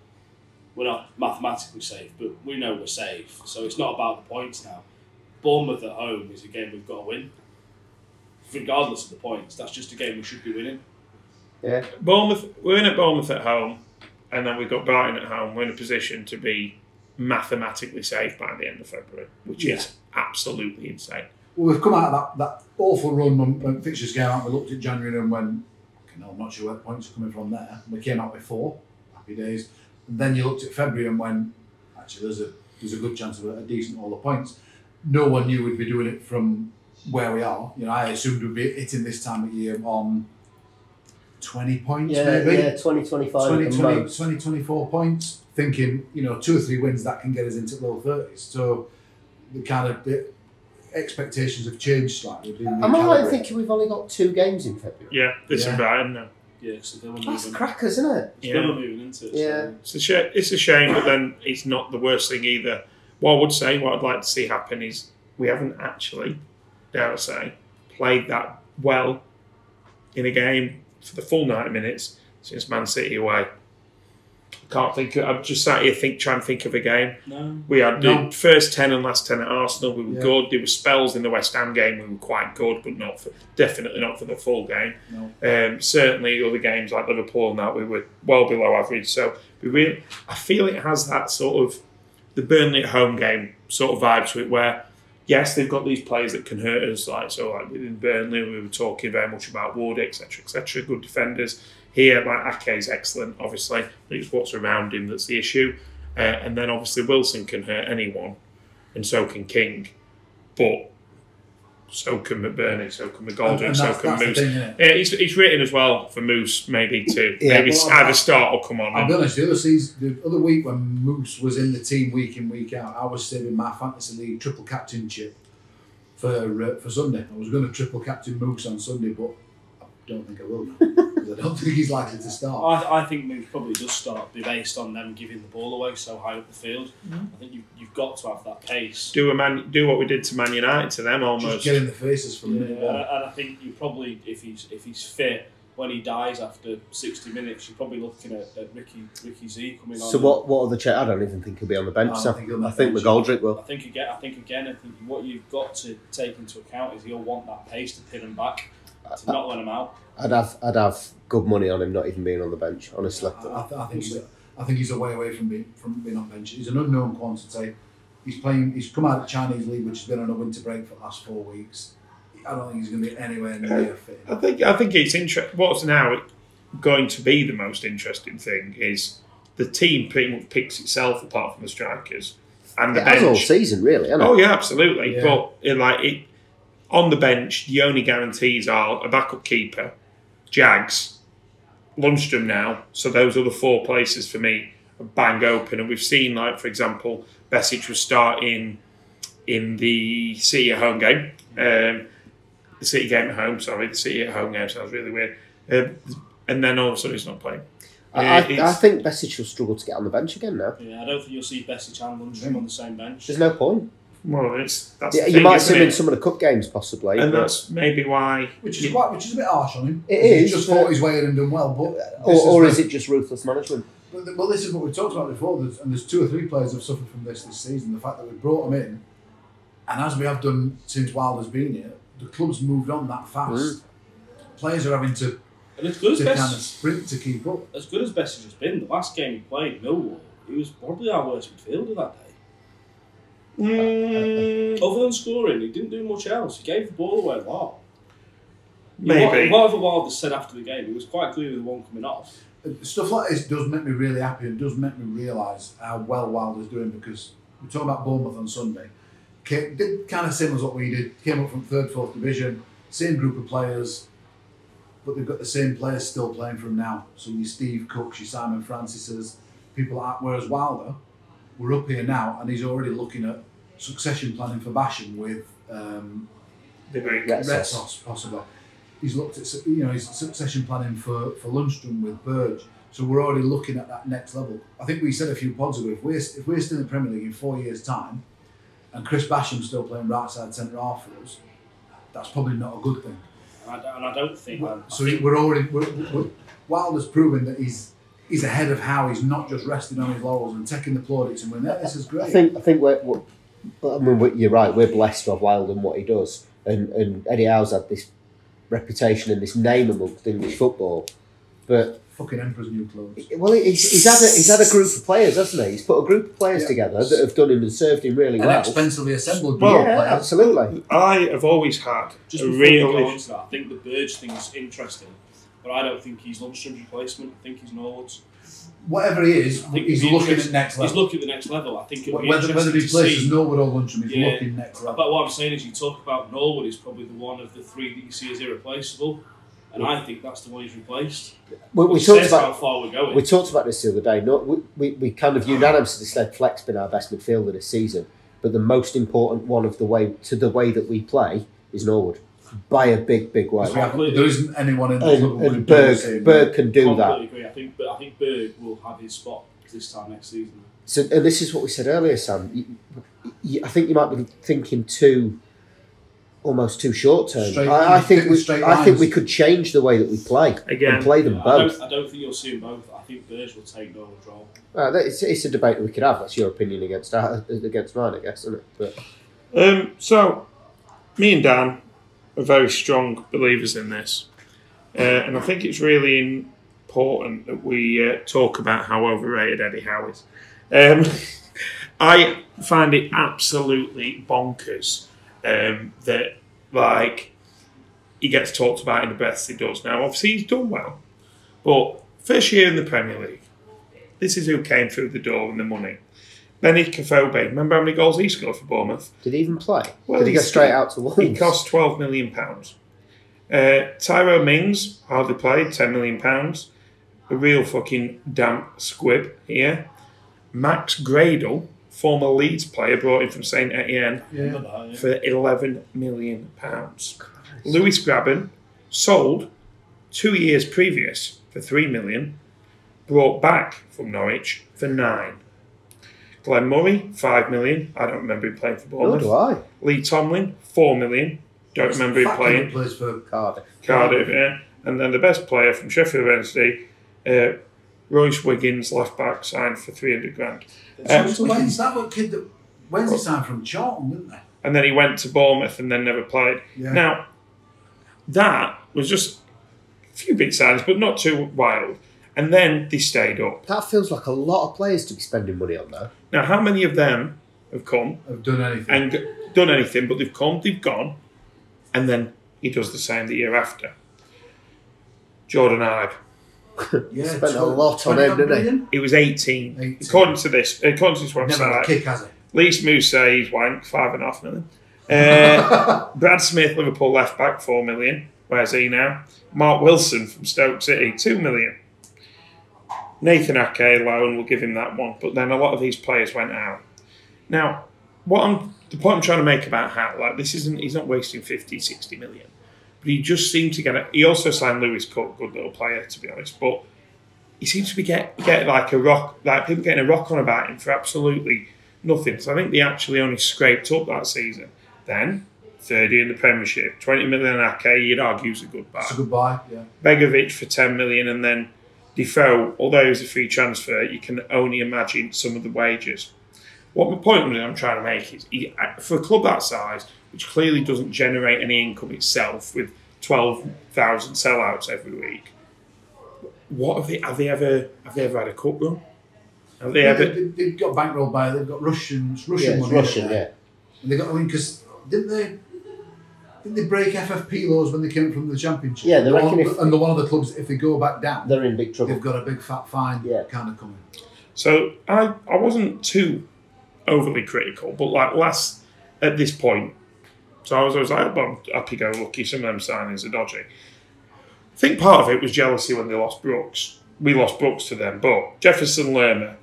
[SPEAKER 6] we're not mathematically safe, but we know we're safe. So it's not about the points now. Bournemouth at home is a game we've got to win, regardless of the points. That's just a game we should be winning.
[SPEAKER 4] Yeah,
[SPEAKER 3] Bournemouth, we're in at Bournemouth at home, and then we've got Brighton at home. We're in a position to be mathematically safe by the end of February, which is absolutely insane.
[SPEAKER 5] Well, we've come out of that, that awful run when, when fixtures came out. We looked at January and when, you know, I'm not sure where the points are coming from there. We came out before, happy days. And then you looked at February and when, actually, there's a there's a good chance of a, a decent haul of points. No one knew we'd be doing it from where we are. You know, I assumed we'd be hitting this time of year on 20 points,
[SPEAKER 4] yeah,
[SPEAKER 5] maybe.
[SPEAKER 4] yeah. Twenty twenty five.
[SPEAKER 5] 20, 20, 20, 24 points, thinking, you know, two or three wins that can get us into low 30s. So the kind of the expectations have changed slightly. Being
[SPEAKER 4] Am I right in
[SPEAKER 5] recalibrated.
[SPEAKER 4] thinking we've only got two games in February?
[SPEAKER 3] Yeah, this
[SPEAKER 5] Yeah.
[SPEAKER 3] and Brighton now.
[SPEAKER 6] Yeah, because they're
[SPEAKER 4] That's
[SPEAKER 6] moving.
[SPEAKER 4] crack, isn't it?
[SPEAKER 6] They're
[SPEAKER 3] Yeah.
[SPEAKER 6] moving into it.
[SPEAKER 4] Yeah.
[SPEAKER 3] It's
[SPEAKER 6] So.
[SPEAKER 3] a, sh- it's a shame, but then it's not the worst thing either. What I would say, what I'd like to see happen is we haven't actually, dare I say, played that well in a game for the full 90 minutes since Man City away. Can't think. Of, I'm just sat here think, trying to think of a game.
[SPEAKER 6] No.
[SPEAKER 3] We had
[SPEAKER 5] No.
[SPEAKER 3] the first ten and last ten at Arsenal. We were
[SPEAKER 5] Yeah.
[SPEAKER 3] good. There were spells in the West Ham game. We were quite good, but not for, definitely not for the full game.
[SPEAKER 5] No.
[SPEAKER 3] Um, certainly, other games like Liverpool and that we were well below average. So we really, I feel it has that sort of the Burnley at home game sort of vibe to it, where yes, they've got these players that can hurt us. Like so, like in Burnley, we were talking very much about Ward, etc., etc. Good defenders here. Like Ake is excellent, obviously. It's what's around him that's the issue, uh, and then obviously Wilson can hurt anyone, and so can King, but so can McBurney, so can
[SPEAKER 5] And,
[SPEAKER 3] McGoldrick,
[SPEAKER 5] and
[SPEAKER 3] so
[SPEAKER 5] that's,
[SPEAKER 3] can
[SPEAKER 5] that's the
[SPEAKER 3] Moose.
[SPEAKER 5] thing, innit?
[SPEAKER 3] Yeah, it's, it's written as well for Moose, maybe to
[SPEAKER 4] Yeah,
[SPEAKER 3] maybe
[SPEAKER 5] well,
[SPEAKER 3] either start or come on.
[SPEAKER 5] I'll be
[SPEAKER 3] And
[SPEAKER 5] honest, the other, season, the other week when Moose was in the team week in, week out, I was saving my Fantasy League triple captainship for uh, for Sunday. I was going to triple captain Moose on Sunday, but I don't think I will now. 'cause I don't think he's likely to start.
[SPEAKER 6] I, I think Moose probably does start be based on them giving the ball away so high up the field. I think you, you've got to have that pace.
[SPEAKER 3] do a man, do what we did to Man United to them
[SPEAKER 5] Just
[SPEAKER 3] almost.
[SPEAKER 5] get in the faces from
[SPEAKER 6] Yeah,
[SPEAKER 5] minute one.
[SPEAKER 6] and I think you probably, if he's if he's fit, when he dies after 60 minutes, you're probably looking at, at Ricky Ricky Z coming on.
[SPEAKER 4] So what? What other check? I don't even think he'll be on the bench.
[SPEAKER 5] I don't
[SPEAKER 4] so I
[SPEAKER 5] think
[SPEAKER 4] think,
[SPEAKER 5] he'll be on the bench.
[SPEAKER 4] McGoldrick
[SPEAKER 6] I
[SPEAKER 4] will.
[SPEAKER 6] think again. I think again. I think what you've got to take into account is he'll want that pace to pin him back,
[SPEAKER 4] Uh,
[SPEAKER 6] to not let him out.
[SPEAKER 4] I'd have I'd have good money on him not even being on the bench. Honestly,
[SPEAKER 5] I, I think he's a, I think he's a way away from being from being on bench. He's an unknown quantity. He's playing. He's come out of the Chinese league, which has been on a winter break for the last four weeks. I don't think he's going to be anywhere near fit.
[SPEAKER 3] I think I think it's interesting. What's now going to be the most interesting thing is the team pretty much picks itself apart from the strikers and the
[SPEAKER 4] it has all
[SPEAKER 3] bench.
[SPEAKER 4] season really. Hasn't it?
[SPEAKER 3] Oh yeah, absolutely.
[SPEAKER 5] Yeah.
[SPEAKER 3] But it, like it, on the bench, the only guarantees are a backup keeper, Jags, Lundstrom now. So those are the four places for me are bang open. And we've seen like for example, Besic was starting in the City at home game, um, the City game at home. Sorry, the City at home game sounds really weird. Um, and then all of a sudden he's not playing.
[SPEAKER 4] I, I,
[SPEAKER 3] It's-
[SPEAKER 4] I think Besic will struggle to get on the bench again now.
[SPEAKER 6] Yeah, I don't think you'll see Bessie and
[SPEAKER 4] Mm.
[SPEAKER 6] Lundstrom on the same bench.
[SPEAKER 4] There's no point.
[SPEAKER 3] Well, it's that's
[SPEAKER 4] Yeah,
[SPEAKER 3] the
[SPEAKER 4] you
[SPEAKER 3] thing,
[SPEAKER 4] might
[SPEAKER 3] isn't
[SPEAKER 4] see him in
[SPEAKER 3] it?
[SPEAKER 4] some of the cup games possibly.
[SPEAKER 3] and
[SPEAKER 4] but-
[SPEAKER 3] that's maybe why
[SPEAKER 5] which
[SPEAKER 3] you-
[SPEAKER 5] is quite, which is a bit harsh on him.
[SPEAKER 4] It
[SPEAKER 5] He's
[SPEAKER 4] is,
[SPEAKER 5] just
[SPEAKER 4] but-
[SPEAKER 5] fought his way in and done well, but
[SPEAKER 4] or,
[SPEAKER 5] this
[SPEAKER 4] or
[SPEAKER 5] the-
[SPEAKER 4] is it just ruthless management?
[SPEAKER 5] But th- Well, this is what we've talked about before, there's, and there's two or three players have suffered from this this season. The fact that we brought them in, and as we have done since Wilder's been here, the club's moved on that fast.
[SPEAKER 4] Mm.
[SPEAKER 5] Players are having to,
[SPEAKER 6] And as good as
[SPEAKER 5] to kind of
[SPEAKER 6] Bessie,
[SPEAKER 5] sprint to keep up.
[SPEAKER 6] as good as Bessie has been, the last game he played, Millwall, he was probably our worst midfielder that day.
[SPEAKER 5] Mm.
[SPEAKER 6] Other than scoring, he didn't do much else. He gave the ball away a lot.
[SPEAKER 3] maybe.
[SPEAKER 6] Whatever Wilder said after the game, he was quite clear with the one coming off.
[SPEAKER 5] And Stuff like this does make me really happy and does make me realise how well Wilder's doing because we talk about Bournemouth on Sunday. Came, did kind of same as what we did. Came up from third, fourth division, same group of players, but they've got the same players still playing from now. So you Steve Cooks, you Simon Francis's, people like whereas Wilder, we're up here now and he's already looking at succession planning for Basham with um,
[SPEAKER 3] Maybe.
[SPEAKER 4] Red
[SPEAKER 5] Red
[SPEAKER 4] Sox.
[SPEAKER 5] Sox, possibly. He's looked at su- you know his succession planning for for Lundstrom with Burge, so we're already looking at that next level. I think we said a few pods ago if we're if we're still in the Premier League in four years' time, and Chris Basham's still playing right side centre half for us, that's probably not a good thing.
[SPEAKER 6] And I, and I don't think. I
[SPEAKER 5] So
[SPEAKER 6] think-
[SPEAKER 5] we're already we're, we're, Wilder's proven that he's he's ahead of how he's not just resting on his laurels and taking the plaudits and when this is great.
[SPEAKER 4] I think I think we're, we're I mean we you're right. We're blessed to have Wild and what he does, and and Eddie Howe's had this reputation and this name amongst English football. But
[SPEAKER 5] Fucking Emperor's new clothes.
[SPEAKER 4] well, he's, he's had a, he's had a group of players, hasn't he? He's put a group of players
[SPEAKER 5] Yeah.
[SPEAKER 4] together that have done him and served him really
[SPEAKER 5] An
[SPEAKER 4] well.
[SPEAKER 5] expensively assembled
[SPEAKER 3] Well,
[SPEAKER 5] group of
[SPEAKER 4] yeah,
[SPEAKER 5] players.
[SPEAKER 4] absolutely.
[SPEAKER 3] I have always had
[SPEAKER 6] Just
[SPEAKER 3] a
[SPEAKER 6] before we
[SPEAKER 3] real
[SPEAKER 6] go on
[SPEAKER 3] issue.
[SPEAKER 6] to that, I think the Burge thing is interesting, but I don't think he's Lundstrom's replacement. I think he's Norwood's.
[SPEAKER 5] Whatever he is,
[SPEAKER 6] I think
[SPEAKER 5] he's
[SPEAKER 6] it'd be
[SPEAKER 5] looking at
[SPEAKER 6] interest-
[SPEAKER 5] next level.
[SPEAKER 6] He's looking at the next level. I think it'll be
[SPEAKER 5] Whether, whether he
[SPEAKER 6] interesting to
[SPEAKER 5] plays
[SPEAKER 6] see.
[SPEAKER 5] as Norwood or Lundstrom, he's
[SPEAKER 6] Yeah.
[SPEAKER 5] looking next level.
[SPEAKER 6] But what I'm saying is, you talk about Norwood is probably the one of the three that you see as irreplaceable, and I think that's the one he's replaced.
[SPEAKER 4] We, we
[SPEAKER 6] Which
[SPEAKER 4] talked
[SPEAKER 6] says
[SPEAKER 4] about
[SPEAKER 6] how far we're going.
[SPEAKER 4] We talked about this the other day. No, we, we, we kind of unanimously said Fleck's been our best midfielder this season, but the most important one of the way to the way that we play is Norwood by a big, big way.
[SPEAKER 5] Because we haven't- there isn't anyone in the club
[SPEAKER 4] And,
[SPEAKER 5] who
[SPEAKER 4] and
[SPEAKER 5] could do the
[SPEAKER 4] Berg,
[SPEAKER 5] same.
[SPEAKER 4] Berg can do
[SPEAKER 6] Completely
[SPEAKER 4] that.
[SPEAKER 6] agree. I think, but I think Berg will have his spot this time next season.
[SPEAKER 4] So, and this is what we said earlier, Sam. You, you, I think you might be thinking too, almost too short term.
[SPEAKER 5] Straight
[SPEAKER 4] I, I think
[SPEAKER 5] lines, thinking
[SPEAKER 4] we,
[SPEAKER 5] straight
[SPEAKER 4] I think
[SPEAKER 5] lines.
[SPEAKER 4] we could change the way that we play
[SPEAKER 3] Again,
[SPEAKER 4] and play them
[SPEAKER 6] I
[SPEAKER 4] both.
[SPEAKER 6] don't, I don't think you'll see them both. I think Burge will take Norwood's role.
[SPEAKER 4] Uh, that- it's, it's a debate that we could have. That's your opinion against our, against mine, I guess, isn't it? But
[SPEAKER 3] Um, so, me and Dan are very strong believers in this, uh, and I think it's really important that we uh, talk about how overrated Eddie Howe is. Um, I find it absolutely bonkers um, that, like, he gets talked about in the best he does. Now, obviously, he's done well, but first year in the Premier League, this is who came through the door and the money. Benny Kafobe, remember how many goals he scored for Bournemouth?
[SPEAKER 4] did he even play?
[SPEAKER 3] Well,
[SPEAKER 4] did he go
[SPEAKER 3] he's-
[SPEAKER 4] straight out to Wolves?
[SPEAKER 3] He cost twelve million pounds. Uh, Tyro Mings hardly played, ten million pounds. A real fucking damp squib here. Max Gradle, former Leeds player, brought in from Saint Etienne
[SPEAKER 5] Yeah.
[SPEAKER 3] for eleven million pounds. Louis Graben sold two years previous for three million, brought back from Norwich for nine. Glenn Murray, five million. I don't remember him playing for
[SPEAKER 4] Nor
[SPEAKER 3] Bournemouth.
[SPEAKER 4] do I.
[SPEAKER 3] Lee Tomlin, four million. Don't remember him
[SPEAKER 5] Fucking
[SPEAKER 3] playing.
[SPEAKER 5] Plays for
[SPEAKER 4] Cardiff.
[SPEAKER 3] Cardiff, yeah. And then the best player from Sheffield Wednesday, uh, Royce Wiggins, left back, signed for 300 grand.
[SPEAKER 5] So
[SPEAKER 3] Um,
[SPEAKER 5] it's Wednesday, that little kid that Wednesday signed from Charlton, didn't they?
[SPEAKER 3] and then he went to Bournemouth and then never played.
[SPEAKER 5] Yeah.
[SPEAKER 3] Now, that was just a few big signings, but not too wild. And then they stayed up.
[SPEAKER 4] That feels like a lot of players to be spending money on, though.
[SPEAKER 3] Now, how many of them have come
[SPEAKER 5] Have done anything.
[SPEAKER 3] and g- done anything, but they've come, they've gone, and then he does the same the year after. Jordan Ibe.
[SPEAKER 5] yeah,
[SPEAKER 4] spent a
[SPEAKER 5] tw-
[SPEAKER 4] lot on him,
[SPEAKER 5] 21
[SPEAKER 4] didn't they?
[SPEAKER 5] million?
[SPEAKER 3] He was 18.
[SPEAKER 5] 18.
[SPEAKER 3] According to this, according to this
[SPEAKER 5] Never had a
[SPEAKER 3] website,
[SPEAKER 5] kick, has he?
[SPEAKER 3] Lees Moussa, he's wank, five and a half million. Uh, Brad Smith, Liverpool left back, four million. Where's he now? Mark Wilson from Stoke City, two million. Nathan Ake loan, we'll give him that one. But then a lot of these players went out. Now, what I'm the point I'm trying to make about how like this isn't he's not wasting 50, 60 million. But he just seemed to get it. He also signed Lewis Cook, good little player to be honest, but he seems to be get get like a rock like people getting a rock on about him for absolutely nothing. So I think they actually only scraped up that season. Then third year in the Premiership, twenty million Ake, you'd argue is a good buy.
[SPEAKER 5] It's a goodbye, yeah.
[SPEAKER 3] Begovic for 10 million and then Defoe, although he's a free transfer, you can only imagine some of the wages. What my point that I'm trying to make is he, uh, for a club that size, which clearly doesn't generate any income itself with 12,000 sellouts every week, what have they, have they ever have they ever had a cup run? Have they
[SPEAKER 5] Yeah,
[SPEAKER 3] ever?
[SPEAKER 5] they, they, have got bankrolled by they've got Russians,
[SPEAKER 4] Yeah,
[SPEAKER 5] Russian
[SPEAKER 4] it's
[SPEAKER 5] money.
[SPEAKER 4] Russian,
[SPEAKER 5] haven't they?
[SPEAKER 4] yeah.
[SPEAKER 5] And they got I mean, because didn't they? Didn't they break FFP laws when they came from the championship?
[SPEAKER 4] Yeah, they
[SPEAKER 5] One-
[SPEAKER 4] reckon if-
[SPEAKER 5] and the one of the clubs if they go back down,
[SPEAKER 4] They're in big trouble.
[SPEAKER 5] they've got a big fat fine
[SPEAKER 4] Yeah.
[SPEAKER 5] kind of coming.
[SPEAKER 3] So I, I wasn't too overly critical, but like last at this point, so I was always like, well, happy go lucky. Some of them signings are dodgy. I think part of it was jealousy when they lost Brooks. We lost Brooks to them, but Jefferson Lerma,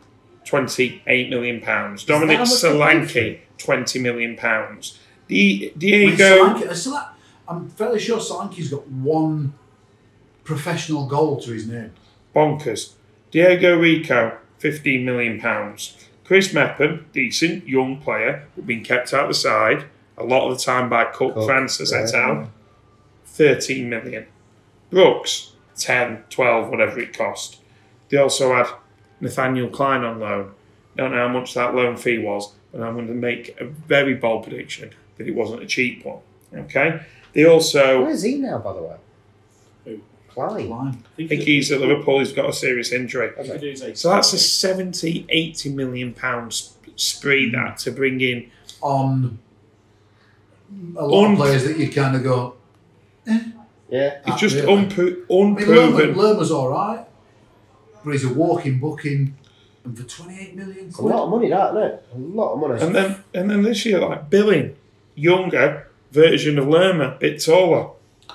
[SPEAKER 3] twenty-eight million pounds. Dominic
[SPEAKER 5] much they paid for
[SPEAKER 3] Solanke, twenty million pounds. Di-
[SPEAKER 5] With
[SPEAKER 3] Diego,
[SPEAKER 5] Solanke, uh, Solan- I'm fairly sure Solanke's got one professional goal to his name.
[SPEAKER 3] bonkers. Diego Rico, fifteen million pounds. Chris Meppen, decent young player, but being kept out the side a lot of the time by Cook,
[SPEAKER 4] Cook,
[SPEAKER 3] Francis et
[SPEAKER 4] yeah.
[SPEAKER 3] al. Thirteen million. Brooks, 10, 12, whatever it cost. They also had Nathaniel Klein on loan. Don't know how much that loan fee was, but I'm going to make a very bold prediction that it wasn't a cheap one. Okay. They also,
[SPEAKER 4] Where's he now, by the way?
[SPEAKER 6] Who?
[SPEAKER 4] Klein.
[SPEAKER 5] Line.
[SPEAKER 3] I think he's at Liverpool. He's got a serious injury. So that's a 70, 80 million pounds spree that to bring in.
[SPEAKER 5] On a lot
[SPEAKER 3] Un-
[SPEAKER 5] of players that you kind of go,
[SPEAKER 4] Yeah.
[SPEAKER 3] It's just unpro-
[SPEAKER 5] Absolutely. I mean, Lerma,
[SPEAKER 3] unproven.
[SPEAKER 5] Lerma's all right, but he's a walking booking, and for 28 million
[SPEAKER 4] It's a lot
[SPEAKER 5] quid.
[SPEAKER 4] of money, that, isn't it? A lot of money.
[SPEAKER 3] And then and then this year, like Billing, younger version of Lerma, bit taller,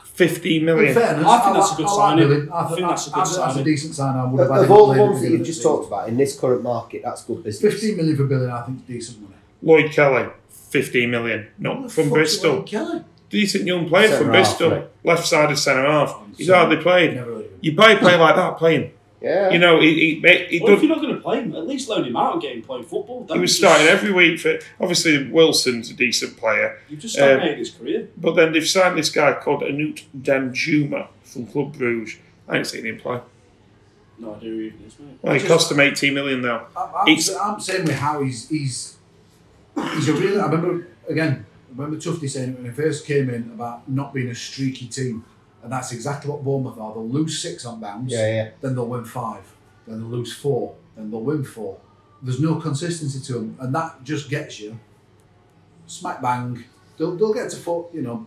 [SPEAKER 3] 15
[SPEAKER 5] In
[SPEAKER 3] million.
[SPEAKER 5] fairness,
[SPEAKER 6] I think
[SPEAKER 5] li-
[SPEAKER 6] that's a good
[SPEAKER 5] I like
[SPEAKER 6] signing.
[SPEAKER 5] Billing.
[SPEAKER 6] I think that's a good
[SPEAKER 5] I think That's a
[SPEAKER 6] signing.
[SPEAKER 5] decent sign. I would
[SPEAKER 4] of,
[SPEAKER 5] have added
[SPEAKER 4] of all the
[SPEAKER 5] Billing
[SPEAKER 4] ones
[SPEAKER 5] at
[SPEAKER 4] that
[SPEAKER 5] the
[SPEAKER 4] you've just
[SPEAKER 5] end of
[SPEAKER 4] talked about in this current market, that's good
[SPEAKER 5] the
[SPEAKER 4] business.
[SPEAKER 5] season. 15 million for Billing, I think, is decent money.
[SPEAKER 3] Lloyd Kelly, 15 million, not
[SPEAKER 5] Who the
[SPEAKER 3] from
[SPEAKER 5] fuck's
[SPEAKER 3] Bristol.
[SPEAKER 5] Wayne Kelly?
[SPEAKER 3] Decent young player
[SPEAKER 4] Centre
[SPEAKER 3] from
[SPEAKER 4] half,
[SPEAKER 3] Bristol,
[SPEAKER 4] mate.
[SPEAKER 3] left sided centre half. He's
[SPEAKER 5] sorry.
[SPEAKER 3] hardly played.
[SPEAKER 5] Never heard of him.
[SPEAKER 3] You play a player like that, playing.
[SPEAKER 4] Yeah.
[SPEAKER 3] You know, he, he, he,
[SPEAKER 6] Well, if
[SPEAKER 3] does,
[SPEAKER 6] you're not going to play him, at least loan him out and get him playing football.
[SPEAKER 3] he was starting every week for. Obviously, Wilson's a decent player.
[SPEAKER 6] You just
[SPEAKER 3] Um,
[SPEAKER 6] stagnated his career.
[SPEAKER 3] But then they've signed this guy called Anout Danjuma from Club Bruges. I ain't seen him play.
[SPEAKER 6] No idea who he even is, mate.
[SPEAKER 3] Well, it
[SPEAKER 5] Just-
[SPEAKER 3] cost them 18 million though.
[SPEAKER 5] I'm, I'm,
[SPEAKER 3] It's-
[SPEAKER 5] sa- I'm saying with how he's he's he's a real. I remember again. I remember Tufty saying it when he first came in about not being a streaky team, and that's exactly what Bournemouth are. They'll lose six on bounce,
[SPEAKER 4] Yeah, yeah.
[SPEAKER 5] then they'll win five, then they'll lose four, then they'll win four. There's no consistency to them, and that just gets you smack bang. They'll, they'll get to four. You know,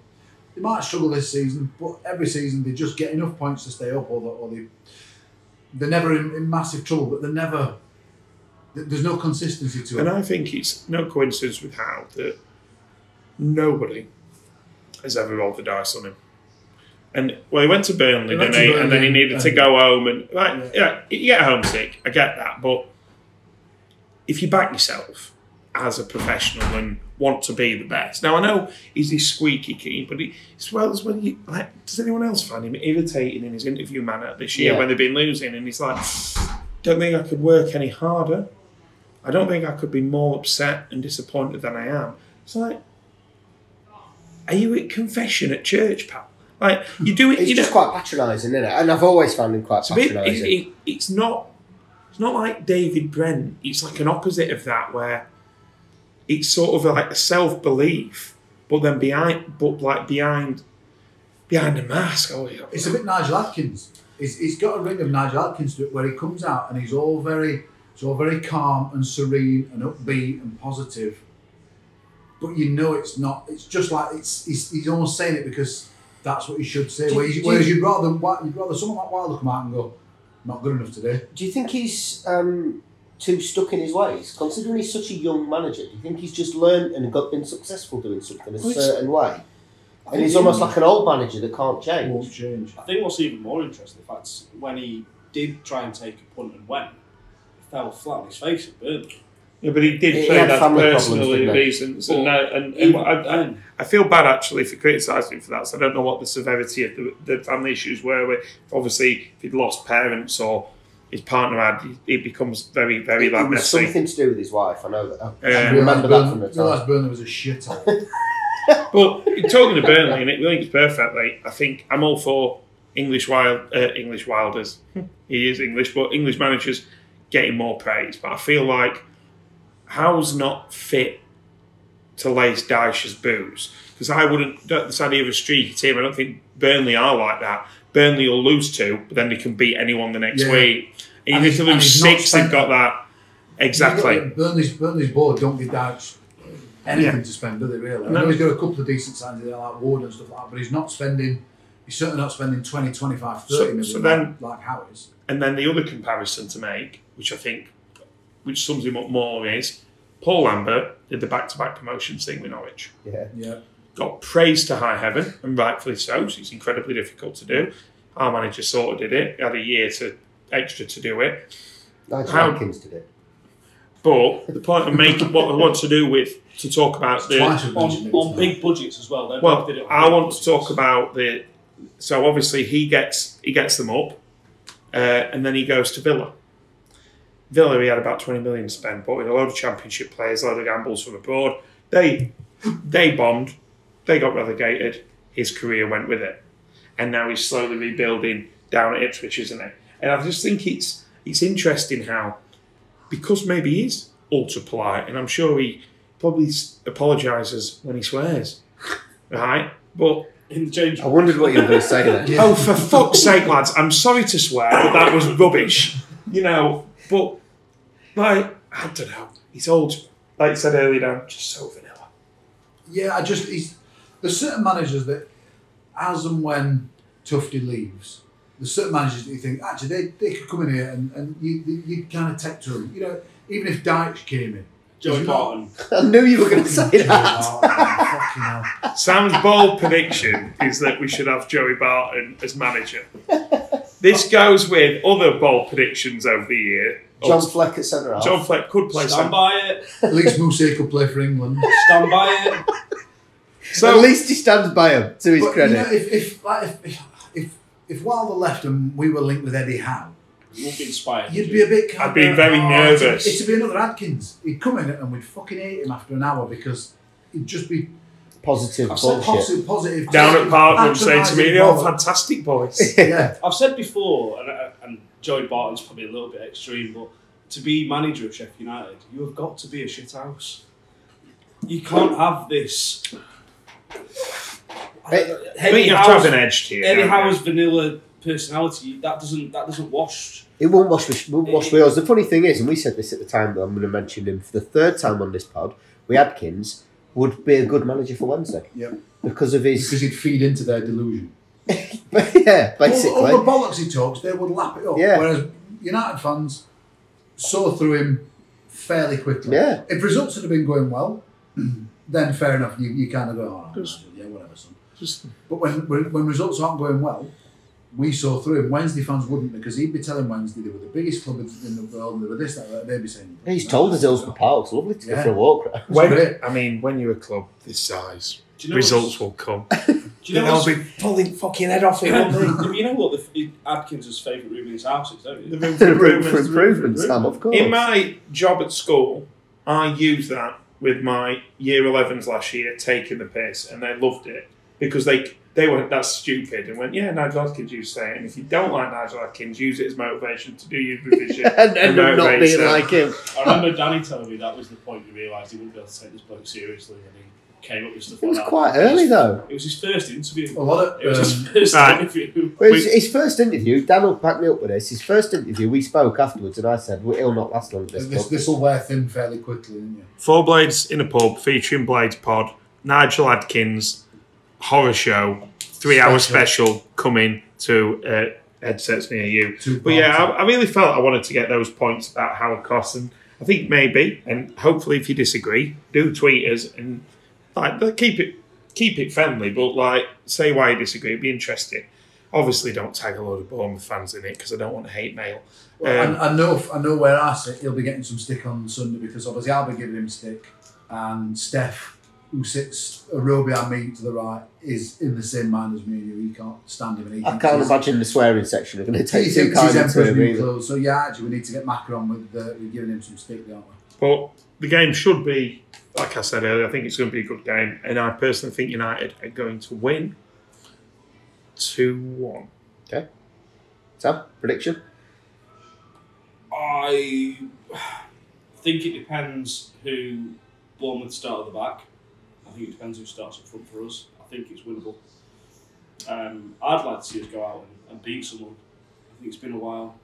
[SPEAKER 5] they might struggle this season, but every season they just get enough points to stay up, or, they- or they they're never in, in massive trouble, but they're never. th- There's no consistency to
[SPEAKER 3] And
[SPEAKER 5] it.
[SPEAKER 3] I think it's no coincidence with how that nobody has ever rolled the dice on him. And well, he went to Burnley,
[SPEAKER 5] He went
[SPEAKER 3] didn't
[SPEAKER 5] to
[SPEAKER 3] he? and then he
[SPEAKER 5] Burnley,
[SPEAKER 3] needed to
[SPEAKER 5] and-
[SPEAKER 3] go home. And like, yeah, you get homesick. I get that, but if you back yourself as a professional and want to be the best, now I know he's this squeaky keen, but he, as well as when you like, does anyone else find him irritating in his interview manner this year
[SPEAKER 4] Yeah.
[SPEAKER 3] when they've been losing? And he's like, don't think I could work any harder. I don't think I could be more upset and disappointed than I am. It's like, are you at confession at church, pal? Like you do it.
[SPEAKER 4] He's
[SPEAKER 3] you
[SPEAKER 4] just
[SPEAKER 3] know,
[SPEAKER 4] quite patronising, isn't it? And I've always found him quite
[SPEAKER 3] it's, a bit-
[SPEAKER 4] patronising.
[SPEAKER 3] it's- it- it's not. It's not like David Brent. It's like an opposite of that, where it's sort of like a self belief, but then behind, but like behind, behind a mask. Oh, yeah.
[SPEAKER 5] It's a bit Nigel Atkins. He's, he's got a ring of Nigel Atkins to it where he comes out and he's all very, he's all very calm and serene and upbeat and positive. But you know it's not. It's just like it's. He's, he's almost saying it because that's what he should say.
[SPEAKER 4] Do-
[SPEAKER 5] whereas
[SPEAKER 4] do
[SPEAKER 5] whereas
[SPEAKER 4] you-
[SPEAKER 5] you'd rather Wi- you'd rather someone like Wilder come out and go, not good enough today.
[SPEAKER 4] Do you think he's um, too stuck in his ways? Considering he's such a young manager, do you think he's just learned and got been successful doing something a
[SPEAKER 6] it's-
[SPEAKER 4] certain way? And he's almost like an old manager that can't
[SPEAKER 5] Won't
[SPEAKER 4] change.
[SPEAKER 5] change.
[SPEAKER 6] I think what's even more interesting, in fact, is when he did try and take a punt and went, he fell flat on his face at Burnley.
[SPEAKER 3] Yeah, but he did
[SPEAKER 4] He
[SPEAKER 3] say
[SPEAKER 4] had
[SPEAKER 3] that
[SPEAKER 4] family
[SPEAKER 3] personal
[SPEAKER 4] problems, didn't he?
[SPEAKER 3] reasons, and, I, and, and
[SPEAKER 6] Even
[SPEAKER 3] I, I,
[SPEAKER 6] then,
[SPEAKER 3] I feel bad actually for criticising him for that. So I don't know what the severity of the, the family issues were. With obviously, if he'd lost parents or his partner had, it becomes very, very
[SPEAKER 4] It
[SPEAKER 3] like
[SPEAKER 4] was
[SPEAKER 3] messy.
[SPEAKER 4] something to do with his wife. I know that. I,
[SPEAKER 3] Yeah.
[SPEAKER 4] I remember that from the time.
[SPEAKER 5] Realised Burnley was a shithole.
[SPEAKER 3] But talking to Burnley, and it links perfectly. I think I'm all for English wild, uh, English Wilders. he is English, but English managers getting more praise. But I feel like Howe's not fit to lace Dyche's boots because I wouldn't. that- This idea of a streaky team, I don't think Burnley are like that. Burnley will lose two, but then they can beat anyone the next
[SPEAKER 5] Yeah.
[SPEAKER 3] week. And even if
[SPEAKER 5] And he's-
[SPEAKER 3] they
[SPEAKER 5] and
[SPEAKER 3] lose
[SPEAKER 5] he's not
[SPEAKER 3] six, they've
[SPEAKER 5] spent-
[SPEAKER 3] got that. Exactly.
[SPEAKER 5] Burnley's Burnley's board don't give Douch anything
[SPEAKER 3] Yeah.
[SPEAKER 5] to spend, do they really? I
[SPEAKER 3] No.
[SPEAKER 5] know he's got a couple of decent signs in there like Ward and stuff like that, but he's not spending he's certainly not spending 20, 25, 30
[SPEAKER 3] So-
[SPEAKER 5] million
[SPEAKER 3] so then-
[SPEAKER 5] like, like Howe is.
[SPEAKER 3] And then the other comparison to make, which I think, which sums him up more, is Paul Lambert did the back-to-back promotions thing with Norwich.
[SPEAKER 4] Yeah.
[SPEAKER 5] Yeah.
[SPEAKER 3] Got praised to high heaven, and rightfully so. 'cause It's incredibly difficult to do. Our manager sort of did it. Had a year to extra to do it.
[SPEAKER 4] Nigel
[SPEAKER 3] How-
[SPEAKER 4] Atkins did it.
[SPEAKER 3] But the point I'm making, what I want to do with to talk about the
[SPEAKER 5] Twice we've
[SPEAKER 6] on,
[SPEAKER 5] mentioned it,
[SPEAKER 6] on
[SPEAKER 5] so.
[SPEAKER 6] big budgets as well. They
[SPEAKER 3] well,
[SPEAKER 6] did it on
[SPEAKER 3] I
[SPEAKER 6] big
[SPEAKER 3] want to
[SPEAKER 6] budgets.
[SPEAKER 3] talk about the. So obviously he gets he gets them up, uh, and then he goes to Villa. Villa, he had about twenty million spent, but with a load of Championship players, a load of gambles from abroad. They they bombed, they got relegated. His career went with it, and now he's slowly rebuilding down at Ipswich, isn't he? And I just think it's it's interesting how because maybe he is ultra polite, and I'm sure he probably s- apologises when he swears, right? But
[SPEAKER 6] in the change.
[SPEAKER 4] I wondered what you were going to say there.
[SPEAKER 5] Yeah.
[SPEAKER 3] oh, for fuck's sake, lads! I'm sorry to swear, but that was rubbish, you know. But like, I don't know. He's old, like you said earlier, Dan, just so vanilla.
[SPEAKER 5] Yeah, I just he's, there's certain managers that, as and when Tufty leaves, there's certain managers that you think actually they, they could come in here and, and you you- you kind of take to them. You know, even if Deitch came in,
[SPEAKER 6] Joey
[SPEAKER 5] he's not-
[SPEAKER 6] Barton.
[SPEAKER 4] I knew you were going to say
[SPEAKER 5] Joey
[SPEAKER 4] that.
[SPEAKER 5] Barton, fucking hell.
[SPEAKER 3] Sam's bold prediction is that we should have Joey Barton as manager. This goes with other bold predictions over the year. Oh,
[SPEAKER 4] John Fleck at centre half.
[SPEAKER 3] John Fleck could play
[SPEAKER 6] Stand
[SPEAKER 3] Sam.
[SPEAKER 6] by it.
[SPEAKER 5] At least Moussa could play for England.
[SPEAKER 6] Stand by it.
[SPEAKER 4] At least he stands by him to his
[SPEAKER 5] But,
[SPEAKER 4] credit.
[SPEAKER 5] You know, if, if, like, if, if, if Wilder left and we were linked with Eddie Howe,
[SPEAKER 6] You won't be inspired.
[SPEAKER 5] You'd
[SPEAKER 6] would
[SPEAKER 5] be
[SPEAKER 6] you?
[SPEAKER 5] a bit. oh, Kind
[SPEAKER 3] I'd be very nervous.
[SPEAKER 5] It'd, be another Adkins. He'd come in and we'd fucking hate him after an hour because he'd just be
[SPEAKER 4] Positive
[SPEAKER 5] I've said
[SPEAKER 4] bullshit.
[SPEAKER 5] positive, positive.
[SPEAKER 3] Down at
[SPEAKER 5] positive,
[SPEAKER 3] Parkland saying to me,
[SPEAKER 5] patronising
[SPEAKER 3] oh,
[SPEAKER 5] bollocks."
[SPEAKER 3] fantastic boys.
[SPEAKER 5] yeah,
[SPEAKER 6] I've said before, and, I- and Joey Barton's probably a little bit extreme, but to be manager of Sheffield United, you have got to be a shit house. You can't have this.
[SPEAKER 4] It-
[SPEAKER 3] I think
[SPEAKER 6] Eddie
[SPEAKER 3] you have to have
[SPEAKER 6] Howe's,
[SPEAKER 3] an edge to you.
[SPEAKER 6] Eddie
[SPEAKER 3] don't you?
[SPEAKER 6] Howe's vanilla personality that doesn't that doesn't wash.
[SPEAKER 4] It won't wash, with- won't wash with us. The funny thing is, and we said this at the time, but I'm going to mention him for the third time on this pod. We Adkins would be a good manager for Wednesday.
[SPEAKER 5] Yep.
[SPEAKER 4] Because of his,
[SPEAKER 5] because he'd feed into their delusion.
[SPEAKER 4] yeah, basically.
[SPEAKER 5] All, all the bollocks he talks, they would lap it up.
[SPEAKER 4] Yeah.
[SPEAKER 5] Whereas United fans saw through him fairly quickly.
[SPEAKER 4] Yeah.
[SPEAKER 5] If results had been going well, then fair enough. You, you kind of go, oh, no, yeah, whatever, son.
[SPEAKER 3] Just-
[SPEAKER 5] But when, when when results aren't going well, we saw through him. Wednesday fans wouldn't because he'd be telling Wednesday they were the biggest club in the world and they were this, that, that. They'd be saying.
[SPEAKER 4] He's told us Hillsborough Park's lovely to go
[SPEAKER 5] oh. Yeah.
[SPEAKER 4] for a walk round.
[SPEAKER 3] When,
[SPEAKER 5] great.
[SPEAKER 3] I mean, when you're a club this size,
[SPEAKER 6] Do you know
[SPEAKER 3] results will come.
[SPEAKER 6] what's- Do you know
[SPEAKER 3] They'll
[SPEAKER 6] what's,
[SPEAKER 3] be pulling fucking head off him.
[SPEAKER 6] you know what the, Adkins' favourite room in his house is, don't you?
[SPEAKER 4] The room for improvement, Sam, of course.
[SPEAKER 3] In my job at school, I used that with my year 11s last year, taking the piss, and they loved it because they They went, that's stupid, and went, yeah, Nigel Adkins used to say it. And if you don't like Nigel Adkins, use it as motivation to do your revision.
[SPEAKER 4] and, and not
[SPEAKER 3] motivate
[SPEAKER 4] being
[SPEAKER 3] yourself.
[SPEAKER 4] like him.
[SPEAKER 7] I remember Danny telling me that was the point he realised he wouldn't be able to take this bloke seriously when he came up with stuff
[SPEAKER 4] It was
[SPEAKER 7] like that.
[SPEAKER 4] quite early though. Oh,
[SPEAKER 7] It was his first interview.
[SPEAKER 5] A lot
[SPEAKER 7] It was
[SPEAKER 5] of um,
[SPEAKER 7] his first
[SPEAKER 8] right.
[SPEAKER 7] interview.
[SPEAKER 4] Well, his, his first interview, Dan will pack me up with this. His first interview, we spoke afterwards, and I said, well, "It'll not last long." This,
[SPEAKER 5] this
[SPEAKER 4] book."
[SPEAKER 5] this will wear thin fairly quickly, isn't you?
[SPEAKER 3] Four Blades in a Pub featuring Blades Pod, Nigel Adkins, horror show, three hour
[SPEAKER 5] Special.
[SPEAKER 3] special coming to uh, headsets near you.
[SPEAKER 5] Two
[SPEAKER 3] But yeah,
[SPEAKER 5] parts.
[SPEAKER 3] I, I really felt I wanted to get those points about Howard Cost, and I think maybe, and hopefully, if you disagree, do tweet us and like but keep it keep it friendly, but like say why you disagree. It'd be interesting. Obviously, don't tag a load of Bournemouth fans in it because I don't want hate mail. Um,
[SPEAKER 5] I, I know I know where I sit. He'll be getting some stick on Sunday because obviously I'll be giving him stick, and Steph, who sits a row behind me to the right, is in the same mind as me. and you. He can't stand him, and he
[SPEAKER 4] I
[SPEAKER 5] thinks
[SPEAKER 4] can't
[SPEAKER 5] he's-
[SPEAKER 4] imagine the swearing section are going to
[SPEAKER 5] He
[SPEAKER 4] take too
[SPEAKER 5] thinks he's
[SPEAKER 4] kindly to
[SPEAKER 5] emperor's
[SPEAKER 4] him
[SPEAKER 5] new
[SPEAKER 4] either.
[SPEAKER 5] clothes. So yeah, actually, we need to get Macron with the, we're giving him some stick, aren't we?
[SPEAKER 3] But the game should be, like I said earlier, I think it's going to be a good game. And I personally think United are going to win 2 1.
[SPEAKER 4] Sam, prediction?
[SPEAKER 6] I think it depends who Bournemouth start at the back. I think it depends who starts up front for us. I think it's winnable. Um, I'd like to see us go out and, and beat someone. I think it's been a while.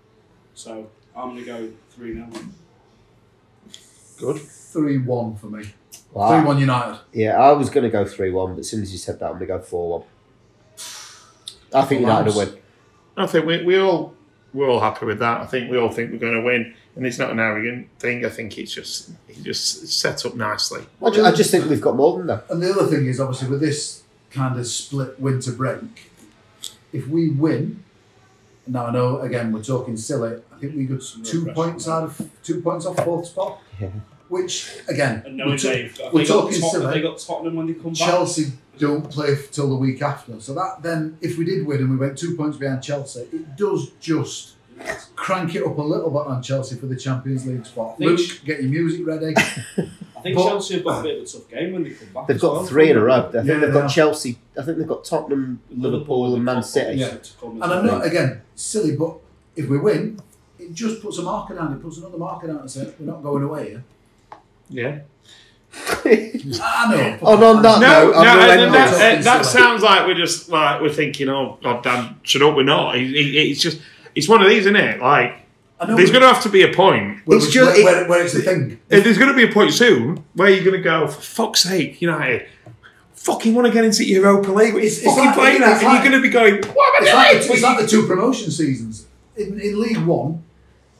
[SPEAKER 6] So I'm going to go 3 0.
[SPEAKER 5] Three one for me. Three
[SPEAKER 4] Wow.
[SPEAKER 5] one United.
[SPEAKER 4] Yeah, I was going to go 3 1, but as soon as you said that, I'm going to go 4 1. I think United will win.
[SPEAKER 3] I think we, we all, we're all happy with that. I think we all think we're going to win. And it's not an arrogant thing. I think it's just it's just set up nicely.
[SPEAKER 4] I ju- I just, think we've got more than them.
[SPEAKER 5] And the other thing is, obviously, with this kind of split winter break, if we win, now I know again we're talking silly. I think we got two
[SPEAKER 6] pressure
[SPEAKER 5] points out of two points off fourth spot, which again
[SPEAKER 6] And knowing
[SPEAKER 5] we're ta-
[SPEAKER 6] they've got,
[SPEAKER 5] we're
[SPEAKER 6] they got,
[SPEAKER 5] talking
[SPEAKER 6] Tot-
[SPEAKER 5] silly.
[SPEAKER 6] they got Tottenham when they come
[SPEAKER 5] Chelsea don't play f- till the week after. So that then, if we did win and we went two points behind Chelsea, it does just crank it up a little bit on Chelsea for the Champions League spot.
[SPEAKER 6] Think-
[SPEAKER 5] Luke, get your music ready.
[SPEAKER 6] back. I think
[SPEAKER 5] But-
[SPEAKER 6] Chelsea have got a bit of a tough game when they come back.
[SPEAKER 4] They've
[SPEAKER 6] as well.
[SPEAKER 4] got three in a row. I think
[SPEAKER 5] Yeah,
[SPEAKER 4] they've
[SPEAKER 5] yeah.
[SPEAKER 4] got Chelsea. I think they've got Tottenham, Liverpool, and Man City.
[SPEAKER 5] Yeah.
[SPEAKER 6] To come
[SPEAKER 5] and
[SPEAKER 6] as
[SPEAKER 5] I
[SPEAKER 6] well.
[SPEAKER 5] know again, silly, but if we win, it just puts a marker down. It puts another marker down and says we're not going away. Here.
[SPEAKER 3] Yeah.
[SPEAKER 5] I know.
[SPEAKER 4] And on that
[SPEAKER 3] No,
[SPEAKER 4] note,
[SPEAKER 3] no,
[SPEAKER 4] I'm gonna
[SPEAKER 3] and
[SPEAKER 4] end
[SPEAKER 3] then
[SPEAKER 4] this.
[SPEAKER 3] that, uh, that
[SPEAKER 5] Silly.
[SPEAKER 3] sounds like we're just like, we're thinking, oh, God damn, shut up, we're not. It- it- it's just, it's one of these, isn't it? Like,
[SPEAKER 5] I know.
[SPEAKER 3] there's going to have to be a point
[SPEAKER 5] where,
[SPEAKER 4] It's
[SPEAKER 5] where-
[SPEAKER 4] ju- it-
[SPEAKER 5] where- where it's the thing.
[SPEAKER 3] If there's going to be a point soon where you're going to go, for fuck's sake, United, fucking want to get into Europa League. It's,
[SPEAKER 5] It's
[SPEAKER 3] fucking
[SPEAKER 5] like-
[SPEAKER 3] playing that.
[SPEAKER 5] it's
[SPEAKER 3] And
[SPEAKER 5] like-
[SPEAKER 3] you're going to be going, what am
[SPEAKER 5] It's
[SPEAKER 3] I
[SPEAKER 5] like,
[SPEAKER 3] doing?
[SPEAKER 5] the- it's like the two promotion seasons. In, in League One,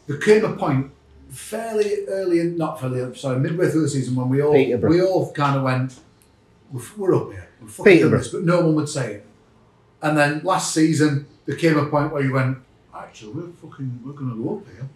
[SPEAKER 5] there came a point fairly early, in, not fairly, early, sorry, midway through the season when we all
[SPEAKER 4] Peterborough.
[SPEAKER 5] we all kind of went, we're, f- we're up here, we're fucking doing
[SPEAKER 4] Peterborough.
[SPEAKER 5] this, but no one would say it. And then last season, there came a point where you went, actually, we're fucking, we're going to go up here.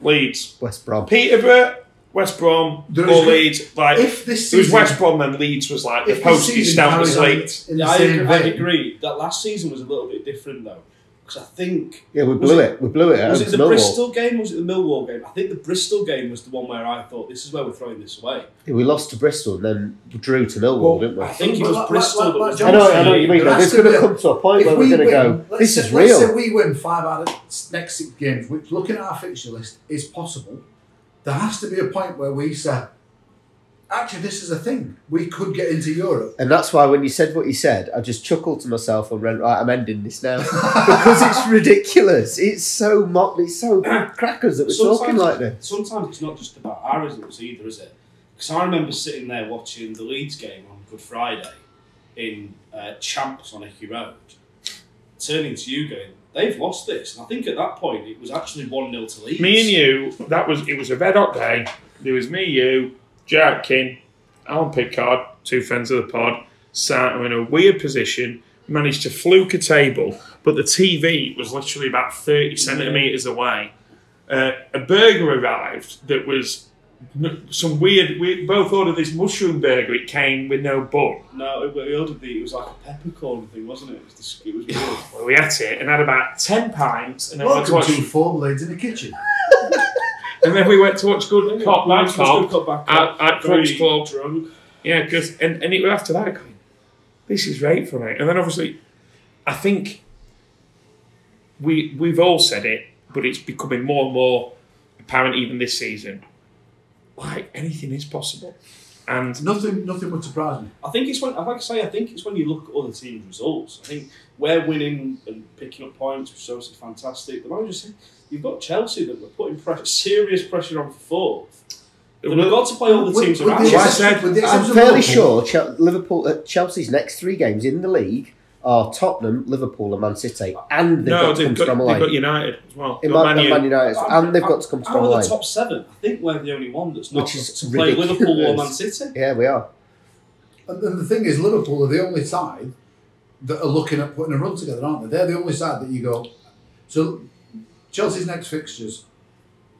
[SPEAKER 3] Leeds.
[SPEAKER 4] West Brom.
[SPEAKER 3] Peterborough, West Brom,
[SPEAKER 5] There
[SPEAKER 3] or
[SPEAKER 5] is-
[SPEAKER 3] Leeds. Like,
[SPEAKER 5] If this
[SPEAKER 3] it was
[SPEAKER 5] season-
[SPEAKER 3] West Brom, then Leeds was like, the
[SPEAKER 5] If this
[SPEAKER 3] postage
[SPEAKER 5] season
[SPEAKER 3] stamp was
[SPEAKER 5] carries on
[SPEAKER 3] late.
[SPEAKER 5] in the
[SPEAKER 6] Yeah, I,
[SPEAKER 5] same
[SPEAKER 6] agree, I
[SPEAKER 5] vein-
[SPEAKER 6] agree. That last season was a little bit different though, because I think
[SPEAKER 4] Yeah, we
[SPEAKER 6] Was
[SPEAKER 4] blew
[SPEAKER 6] it-
[SPEAKER 4] it. We blew it. at
[SPEAKER 6] was
[SPEAKER 4] home
[SPEAKER 6] it
[SPEAKER 4] to
[SPEAKER 6] the
[SPEAKER 4] Uh, Millwall.
[SPEAKER 6] Bristol game? Was it the Millwall game? I think the Bristol game was the one where I thought this is where we're throwing this away.
[SPEAKER 4] Yeah, we lost to Bristol and then we drew to Millwall, didn't we?
[SPEAKER 6] I think it
[SPEAKER 5] Well,
[SPEAKER 6] was
[SPEAKER 5] like-
[SPEAKER 6] Bristol
[SPEAKER 5] like-
[SPEAKER 6] that was.
[SPEAKER 5] like-
[SPEAKER 4] I know, I know what you mean. There's
[SPEAKER 5] That's the
[SPEAKER 4] going to
[SPEAKER 5] bit.
[SPEAKER 4] come to a point
[SPEAKER 5] If
[SPEAKER 4] where we're
[SPEAKER 5] we
[SPEAKER 4] going to
[SPEAKER 5] win-
[SPEAKER 4] go,
[SPEAKER 5] let's
[SPEAKER 4] this
[SPEAKER 5] say-
[SPEAKER 4] is
[SPEAKER 5] let's say
[SPEAKER 4] real.
[SPEAKER 5] we win five out of s- next six games, which looking at our fixture list is possible. There has to be a point where we say, actually, this is a thing. We could get into Europe.
[SPEAKER 4] And that's why when you said what you said, I just chuckled to myself and went, right, I'm ending this now. because it's ridiculous. It's so mock, it's so crackers that we're talking like this.
[SPEAKER 6] Sometimes it's not just about our results either, is it? Because I remember sitting there watching the Leeds game on Good Friday in uh, Champs on Hickey Road, turning to you going, they've lost this. And I think at that point it was actually 1 0 to Leeds.
[SPEAKER 3] Me and you, that was, it was a red hot day. There was me, you, Jack King, Alan Pickard, two friends of the pod, sat in a weird position, managed to fluke a table, but the TV was literally about 30 centimetres away. Uh, a burger arrived that was n- some weird, we both ordered this mushroom burger. It came with no bun.
[SPEAKER 6] No, it, we ordered the, it was like a peppercorn thing, wasn't it? It was, dis- it was weird.
[SPEAKER 3] Well, we ate it and had about 10 pints, and then, we went, to
[SPEAKER 5] Welcome
[SPEAKER 3] watch,
[SPEAKER 5] to form leads in the kitchen.
[SPEAKER 3] and then we went to watch Good Cop, Bad
[SPEAKER 6] Manchester
[SPEAKER 3] Cop.
[SPEAKER 6] cut back
[SPEAKER 3] at-
[SPEAKER 6] up,
[SPEAKER 3] at
[SPEAKER 6] very
[SPEAKER 3] Crunch Club.
[SPEAKER 6] drunk.
[SPEAKER 3] Yeah, because and, and it was after that I going, this is right for me. And then obviously I think we we've all said it, but it's becoming more and more apparent even this season. Like anything is possible, and
[SPEAKER 5] Nothing, nothing would surprise me.
[SPEAKER 6] I think it's when, like I say, I think it's when you look at other teams' results. I think we're winning and picking up points, which is obviously fantastic. The manager said, you've got Chelsea that were putting pressure, serious pressure on for fourth. They've
[SPEAKER 3] Well-
[SPEAKER 6] got to play all the
[SPEAKER 5] With-
[SPEAKER 6] teams
[SPEAKER 5] with
[SPEAKER 6] around
[SPEAKER 5] the
[SPEAKER 6] you.
[SPEAKER 3] I
[SPEAKER 5] exception-
[SPEAKER 3] said-
[SPEAKER 5] with the
[SPEAKER 4] I'm
[SPEAKER 5] exception of
[SPEAKER 4] fairly
[SPEAKER 5] Liverpool,
[SPEAKER 4] sure Chel- Liverpool, uh, Chelsea's next three games in the league are Tottenham, Liverpool, and Man City, and they've
[SPEAKER 3] no,
[SPEAKER 4] got to come
[SPEAKER 3] they've
[SPEAKER 4] to
[SPEAKER 3] got,
[SPEAKER 4] Bramall
[SPEAKER 3] they've got
[SPEAKER 4] Lane.
[SPEAKER 3] United as well.
[SPEAKER 4] In
[SPEAKER 3] Got
[SPEAKER 4] Man,
[SPEAKER 3] Man U.
[SPEAKER 4] Man United, and they've got to come to
[SPEAKER 6] Out of
[SPEAKER 4] Bramall
[SPEAKER 6] the
[SPEAKER 4] Lane.
[SPEAKER 6] top seven, I think we're the only one that's not
[SPEAKER 4] Which is
[SPEAKER 6] to play
[SPEAKER 4] ridiculous.
[SPEAKER 6] Liverpool or Man City.
[SPEAKER 4] Yeah, we are.
[SPEAKER 5] And then the thing is, Liverpool are the only side that are looking at putting a run together, aren't they? They're the only side that you go. So Chelsea's next fixtures: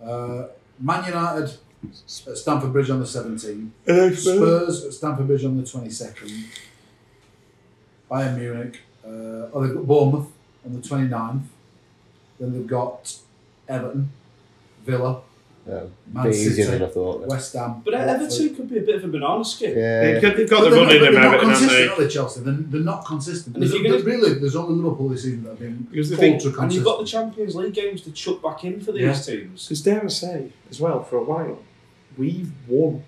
[SPEAKER 5] uh, Man United at Stamford Bridge on the seventeenth, Spurs at Stamford Bridge on the twenty second, Bayern Munich. Uh, oh, they've got Bournemouth on the 29th. Then they've got Everton, Villa,
[SPEAKER 4] Yeah,
[SPEAKER 5] Man
[SPEAKER 4] be
[SPEAKER 5] City,
[SPEAKER 4] easier than I thought.
[SPEAKER 5] West Ham.
[SPEAKER 6] But
[SPEAKER 5] Watford.
[SPEAKER 6] Everton could be a bit of a banana skin.
[SPEAKER 4] Yeah,
[SPEAKER 3] They've got, they've got
[SPEAKER 5] But
[SPEAKER 3] the
[SPEAKER 5] they're
[SPEAKER 3] running them
[SPEAKER 5] not, they're not
[SPEAKER 3] Everton, haven't
[SPEAKER 5] consistent,
[SPEAKER 3] they?
[SPEAKER 5] are they, Chelsea? They're, they're not consistent.
[SPEAKER 6] And if
[SPEAKER 5] There's,
[SPEAKER 6] you're gonna-
[SPEAKER 5] there- really, there's only Liverpool this season that have been
[SPEAKER 3] Because the
[SPEAKER 5] ultra
[SPEAKER 3] thing-
[SPEAKER 5] consistent.
[SPEAKER 6] And you've got the Champions League games to chuck back in for these teams.
[SPEAKER 3] Because dare I say, as well, for a while, we've won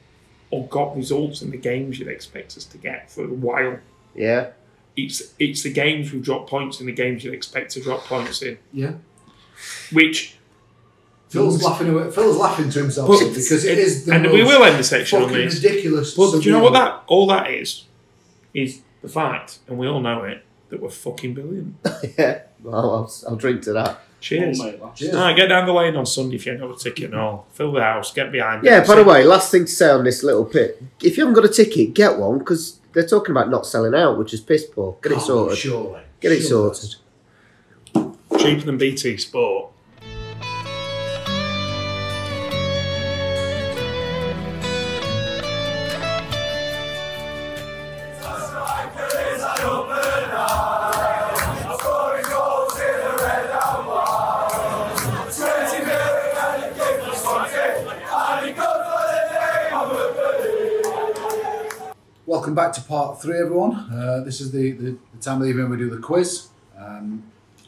[SPEAKER 3] or got results in the games you'd expect us to get for a while.
[SPEAKER 4] yeah.
[SPEAKER 3] It's it's the games we drop points in the games you'd expect to drop points in.
[SPEAKER 5] yeah.
[SPEAKER 3] Which
[SPEAKER 5] Phil's laughing away. Phil's laughing to himself
[SPEAKER 3] But-
[SPEAKER 5] so, because it is the
[SPEAKER 3] and
[SPEAKER 5] most
[SPEAKER 3] we will end the section on
[SPEAKER 5] fucking
[SPEAKER 3] this.
[SPEAKER 5] ridiculous.
[SPEAKER 3] But do you know what
[SPEAKER 5] scenario.
[SPEAKER 3] that all that is? Is the fact, and we all know it, that we're fucking brilliant.
[SPEAKER 4] yeah. Well, I'll, I'll drink to that.
[SPEAKER 3] Cheers.
[SPEAKER 6] Oh, mate, that's-
[SPEAKER 5] Cheers.
[SPEAKER 3] Alright, get down the lane on Sunday if you ain't got a ticket and all. Fill the house, get behind
[SPEAKER 4] Yeah,
[SPEAKER 3] it.
[SPEAKER 4] by the way, last thing to say on this little bit if you haven't got a ticket, get one because they're talking about not selling out, which is piss poor. Get it
[SPEAKER 5] Oh,
[SPEAKER 4] sorted.
[SPEAKER 5] Surely.
[SPEAKER 4] Get it
[SPEAKER 5] Surely.
[SPEAKER 4] sorted.
[SPEAKER 3] cheaper than BT Sport.
[SPEAKER 5] Welcome back to part three, everyone. Uh, this is the, the, the time of the evening we do the quiz. Um,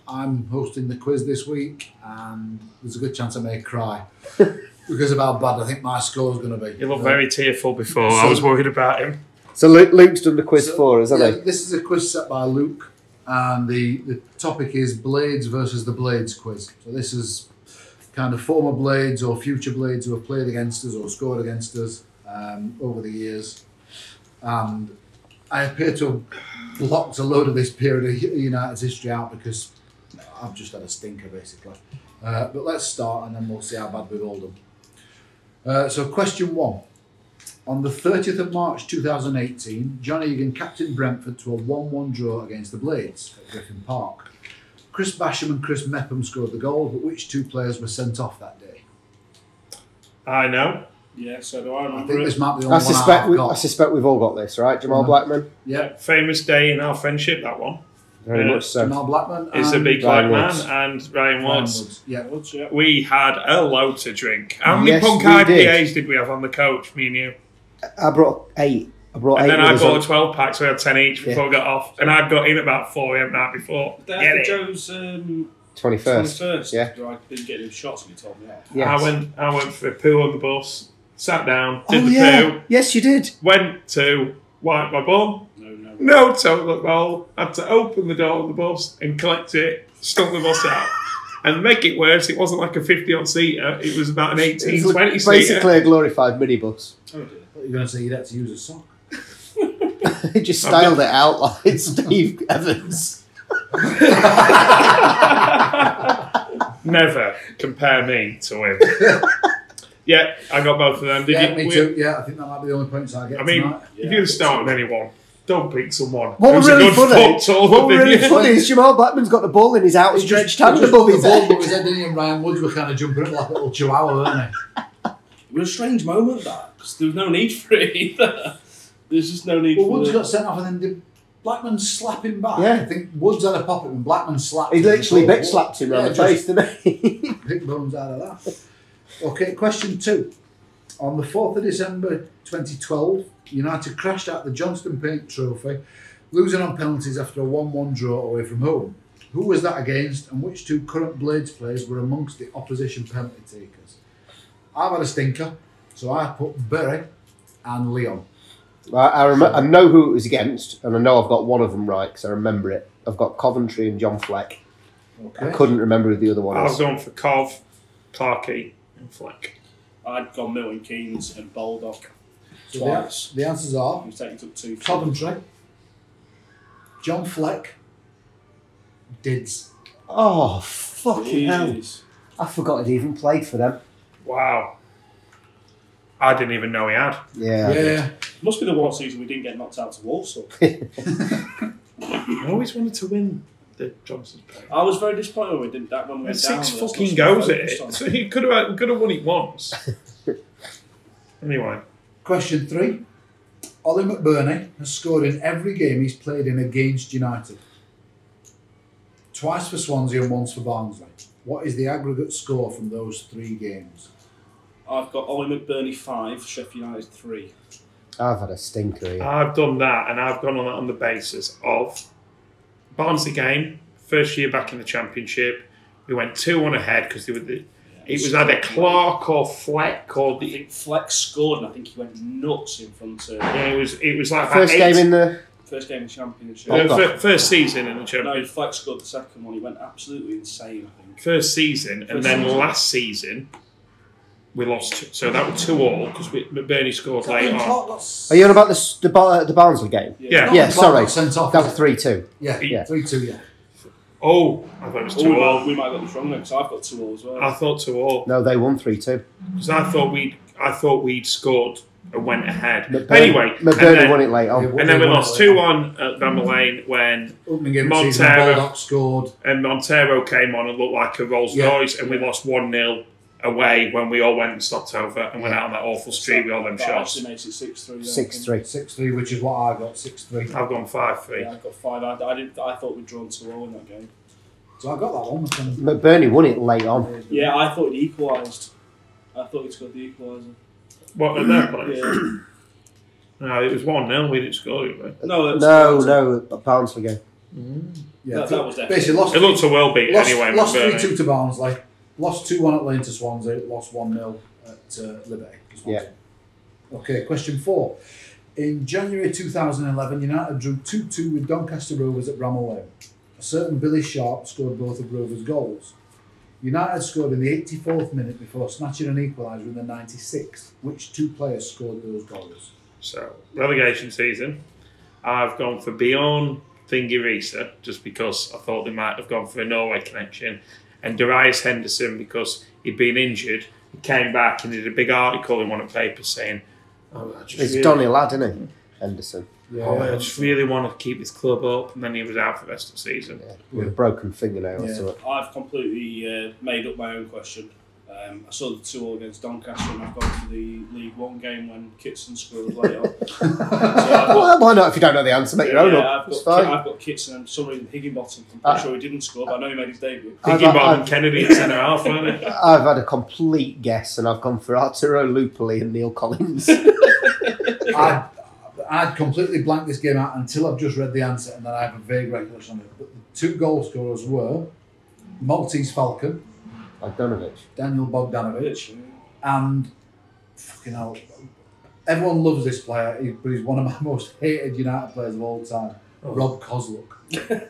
[SPEAKER 5] I'm hosting the quiz this week, and there's a good chance I may cry because of how bad I think my score is going to be.
[SPEAKER 3] He looked very tearful before. I was worried about him.
[SPEAKER 4] So Luke, Luke's done the quiz
[SPEAKER 5] So,
[SPEAKER 4] for us, hasn't
[SPEAKER 5] yeah, This is a quiz set by Luke, and the, the topic is Blades versus the Blades quiz. So this is kind of former Blades or future Blades who have played against us or scored against us um, over the years. And I appear to have blocked a load of this period of United's history out because I've just had a stinker basically. Uh, but let's start and then we'll see how bad we've all done. Uh, so, question one. On the 30th of March 2018, John Egan captained Brentford to a 1 1 draw against the Blades at Griffin Park. Chris Basham and Chris Mepham scored the goal, but which two players were sent off that day?
[SPEAKER 3] I know.
[SPEAKER 6] Yeah, so do I
[SPEAKER 5] I
[SPEAKER 6] remember
[SPEAKER 5] think
[SPEAKER 6] it.
[SPEAKER 5] this might be the
[SPEAKER 4] he? I
[SPEAKER 5] only one
[SPEAKER 4] suspect
[SPEAKER 5] I've
[SPEAKER 4] we,
[SPEAKER 5] got.
[SPEAKER 4] I suspect we've all got this, right? Jamal Blackman,
[SPEAKER 5] yeah,
[SPEAKER 3] Famous day in our friendship, that one.
[SPEAKER 4] very
[SPEAKER 3] Yeah.
[SPEAKER 4] much so.
[SPEAKER 5] Jamal Blackman
[SPEAKER 3] Is a
[SPEAKER 5] and
[SPEAKER 3] big
[SPEAKER 4] Ryan
[SPEAKER 3] black man
[SPEAKER 4] Woods.
[SPEAKER 3] and Ryan
[SPEAKER 5] Um, Ryan
[SPEAKER 3] Woods.
[SPEAKER 5] Yeah,
[SPEAKER 6] Woods, yeah.
[SPEAKER 3] We had a load to drink. How many
[SPEAKER 4] Yes,
[SPEAKER 3] punk
[SPEAKER 4] we
[SPEAKER 3] IPAs
[SPEAKER 4] did.
[SPEAKER 3] did. we have on the coach, me and you?
[SPEAKER 4] I brought eight. I brought
[SPEAKER 3] And
[SPEAKER 4] eight.
[SPEAKER 3] then
[SPEAKER 4] with
[SPEAKER 3] I
[SPEAKER 4] us
[SPEAKER 3] bought
[SPEAKER 4] on-
[SPEAKER 3] a 12 pack, so we had 10 each before we got off. And I got in about 4 a.m. the night before.
[SPEAKER 6] They
[SPEAKER 3] Get
[SPEAKER 6] had
[SPEAKER 3] it.
[SPEAKER 6] Joe's um,
[SPEAKER 4] 21st.
[SPEAKER 6] 21st.
[SPEAKER 4] Yeah.
[SPEAKER 6] I've been getting him shots and he told me that.
[SPEAKER 4] Yes.
[SPEAKER 3] I, went, I went for a poo on the bus, sat down, did
[SPEAKER 4] Oh,
[SPEAKER 3] the
[SPEAKER 4] yeah.
[SPEAKER 3] poo,
[SPEAKER 4] Yes, you did.
[SPEAKER 3] went to wipe my bum.
[SPEAKER 6] No, no.
[SPEAKER 3] No toilet roll. Had to open the door on the bus and collect it, stunk the bus out. And to make it worse, it wasn't like a 50 odd seater, it was about an 18,
[SPEAKER 4] It's like
[SPEAKER 3] 20 seater.
[SPEAKER 4] basically a glorified minibus.
[SPEAKER 5] you're going to say you'd have to use a sock.
[SPEAKER 4] They just styled it out like Steve Evans.
[SPEAKER 3] Never compare me to him. yeah, I got both of them. Did
[SPEAKER 5] yeah,
[SPEAKER 3] you,
[SPEAKER 5] me
[SPEAKER 3] we-
[SPEAKER 5] too. Yeah, I think that might be the only points I get
[SPEAKER 3] I mean,
[SPEAKER 5] tonight.
[SPEAKER 3] if you're starting anyone, don't pick someone
[SPEAKER 4] What
[SPEAKER 3] who's
[SPEAKER 4] was really
[SPEAKER 3] a good
[SPEAKER 4] funny?
[SPEAKER 3] foot taller
[SPEAKER 4] What was
[SPEAKER 3] than
[SPEAKER 4] really
[SPEAKER 3] you.
[SPEAKER 4] funny is Jamal Blackman's got the ball in his outstretched hand
[SPEAKER 5] Just
[SPEAKER 4] above
[SPEAKER 5] put
[SPEAKER 4] his
[SPEAKER 5] the ball above
[SPEAKER 4] head.
[SPEAKER 5] his head, didn't he? And Ryan Woods were kind of jumping up like a little chihuahua, weren't
[SPEAKER 6] It was a strange moment that because there was no need for it either. There's just no need
[SPEAKER 5] they? Well,
[SPEAKER 6] for
[SPEAKER 5] Woods
[SPEAKER 6] it.
[SPEAKER 5] got sent off, and then did Blackman slap him back?
[SPEAKER 4] Yeah.
[SPEAKER 5] I think Woods had a pop at him, Blackman slapped
[SPEAKER 4] He
[SPEAKER 5] him.
[SPEAKER 4] literally
[SPEAKER 5] Oh,
[SPEAKER 4] bit slapped him
[SPEAKER 5] yeah,
[SPEAKER 4] round the face,
[SPEAKER 5] just
[SPEAKER 4] didn't he?
[SPEAKER 5] Pick bones out of that. Okay, question two. On the 4th of December 2012, United crashed out the Johnston Paint Trophy Losing on penalties after a 1 1 draw away from home. Who was that against, and which two current Blades players were amongst the opposition penalty takers? I've had a stinker, so I put Berry and Leon.
[SPEAKER 4] I, I, rem- I know who it was against, and I know I've got one of them right because I remember it. I've got Coventry and John Fleck. I
[SPEAKER 5] Okay.
[SPEAKER 4] couldn't remember who the other one
[SPEAKER 3] I've
[SPEAKER 4] was.
[SPEAKER 3] gone for Cov, Clarkey, and Fleck.
[SPEAKER 6] I'd gone Milton Keynes and Baldock
[SPEAKER 5] So the,
[SPEAKER 6] twice.
[SPEAKER 5] ans- the answers are
[SPEAKER 6] He was taken up two.
[SPEAKER 5] Coventry, John Fleck, Dids.
[SPEAKER 4] Oh, fucking hell.
[SPEAKER 6] Jeez.
[SPEAKER 4] I forgot he'd even played for them.
[SPEAKER 3] Wow. I didn't even know he had.
[SPEAKER 4] Yeah.
[SPEAKER 5] yeah.
[SPEAKER 6] Must be the one season we didn't get knocked out to Walsall.
[SPEAKER 3] I always wanted to win the Johnson's Pay.
[SPEAKER 6] I was very disappointed when we didn't that when we went down.
[SPEAKER 3] Six
[SPEAKER 6] That's not
[SPEAKER 3] fucking
[SPEAKER 6] something I
[SPEAKER 3] goes at
[SPEAKER 6] focused on.
[SPEAKER 3] it. So he could have could have won it once. anyway,
[SPEAKER 5] Question three. Ollie McBurney has scored in every game he's played in against United. Twice for Swansea and once for Barnsley. What is the aggregate score from those three games?
[SPEAKER 6] I've got Ollie McBurney five, Sheffield United three.
[SPEAKER 4] I've had a stinker here.
[SPEAKER 3] I've done that and I've gone on that on the basis of Barnsley game, first year back in the championship. We went two one ahead because they were the, it was either Clark or Fleck or
[SPEAKER 6] I
[SPEAKER 3] the
[SPEAKER 6] think Fleck scored, and I think he went nuts in front of
[SPEAKER 3] Yeah, it was it was like
[SPEAKER 4] First
[SPEAKER 3] that
[SPEAKER 4] game
[SPEAKER 3] eight-
[SPEAKER 4] in the.
[SPEAKER 6] first game of championship.
[SPEAKER 3] No,
[SPEAKER 4] Hold
[SPEAKER 3] fir- first season in the
[SPEAKER 6] No,
[SPEAKER 3] championship.
[SPEAKER 6] Fleck scored the second one. He went absolutely insane. I think.
[SPEAKER 3] First season, and
[SPEAKER 6] First
[SPEAKER 3] then
[SPEAKER 6] season.
[SPEAKER 3] last season we lost. Two, so that was two all because McBurney scored late on.
[SPEAKER 5] That's-
[SPEAKER 4] Are you on about the s- the, Bar- the Barnsley game?
[SPEAKER 3] Yeah.
[SPEAKER 4] Oh, Yeah,
[SPEAKER 5] Clark
[SPEAKER 4] sorry.
[SPEAKER 5] got sent off,
[SPEAKER 4] that
[SPEAKER 5] was
[SPEAKER 4] was 3 2.
[SPEAKER 5] Yeah,
[SPEAKER 3] Yeah.
[SPEAKER 5] three two. Yeah,
[SPEAKER 3] Oh, I thought it was
[SPEAKER 6] Oh, we,
[SPEAKER 3] two
[SPEAKER 6] might,
[SPEAKER 3] all.
[SPEAKER 6] we might have got this wrong then, because I've got two all as well.
[SPEAKER 3] I thought two all
[SPEAKER 4] No, they won 3 2.
[SPEAKER 3] because I thought we I thought we'd scored and went ahead.
[SPEAKER 4] McBurney,
[SPEAKER 3] anyway, and
[SPEAKER 4] McBurney
[SPEAKER 3] then,
[SPEAKER 4] won it late on.
[SPEAKER 3] and then we lost two one at Bramall Lane when
[SPEAKER 5] Opening game of the season,
[SPEAKER 3] Montero.
[SPEAKER 5] Baldock scored.
[SPEAKER 3] and Montero came on and looked like a Rolls
[SPEAKER 5] Yeah.
[SPEAKER 3] Royce, and we lost one 0 away when we all went and stopped over and went out on that awful street with all them
[SPEAKER 6] that
[SPEAKER 3] shots.
[SPEAKER 6] actually makes it six three.
[SPEAKER 4] 6 3.
[SPEAKER 5] Six three, which is what I got. Six three.
[SPEAKER 3] I've gone five three.
[SPEAKER 6] Yeah, I've got five. I, I, didn't, I thought we'd drawn two all in that game.
[SPEAKER 5] So I got that one. With them.
[SPEAKER 4] McBurney won it late on.
[SPEAKER 6] Yeah, I thought it equalised. I thought it scored the equaliser.
[SPEAKER 3] What at that point?
[SPEAKER 6] Yeah.
[SPEAKER 3] No, it was one 0 We didn't score it. Mate.
[SPEAKER 6] No, that's
[SPEAKER 4] No, no, Barnsley game.
[SPEAKER 5] Yeah,
[SPEAKER 6] That- that was definitely-
[SPEAKER 5] basically lost.
[SPEAKER 3] It looked a well beat
[SPEAKER 5] lost,
[SPEAKER 3] anyway.
[SPEAKER 5] Lost
[SPEAKER 3] McBurney.
[SPEAKER 5] three two to Barnsley. Lost two one at Lane to Swansea. Lost one 0 at uh, Liberty. to Swansea. Okay, question four. In January 2011, United drew 2 2 with Doncaster Rovers at Bramall Lane. A certain Billy Sharp scored both of Rovers' goals. United scored in the 84th minute before snatching an equaliser in the 96th. Which two players scored those goals?
[SPEAKER 3] So relegation season. I've gone for Bjorn Thingirisa just because I thought they might have gone for a Norway connection, and Darius Henderson because he'd been injured. He came back and did a big article in one of the papers saying, "Oh, I just
[SPEAKER 4] It's
[SPEAKER 3] really,
[SPEAKER 4] Donny Ladd, isn't he? Henderson.
[SPEAKER 3] oh, I just really want to keep this club up," and then he was out for the rest of the season.
[SPEAKER 4] With a broken fingernail or
[SPEAKER 5] Yeah.
[SPEAKER 4] something.
[SPEAKER 6] I've completely uh, made up my own question. Um, I saw the two all against Doncaster, and I've gone for the League One game when Kitson scored later. on. so I've got,
[SPEAKER 4] Well, why not? If you don't know the answer, make your own
[SPEAKER 6] yeah,
[SPEAKER 4] up.
[SPEAKER 6] I've
[SPEAKER 4] It's
[SPEAKER 6] got, Ki-
[SPEAKER 4] fine.
[SPEAKER 6] I've got Kitson and for some reason Higginbottom. I'm pretty
[SPEAKER 4] Ah.
[SPEAKER 6] sure he didn't score, but I know he made his debut.
[SPEAKER 4] I've-
[SPEAKER 3] Thinking about
[SPEAKER 4] I've-
[SPEAKER 3] Kennedy at centre half, weren't it?
[SPEAKER 4] I've had a complete guess, and I've gone for Arturo Lupoli and Neil Collins.
[SPEAKER 5] I'd, I'd completely blanked this game out until I've just read the answer and then I have a vague recollection of it. But the two goal scorers were Maltese Falcon,
[SPEAKER 4] Bogdanovich.
[SPEAKER 5] Daniel Bogdanovic, and fucking hell, everyone loves this player, he- but he's one of my most hated United players of all time,
[SPEAKER 6] Oh.
[SPEAKER 5] Rob Coslook.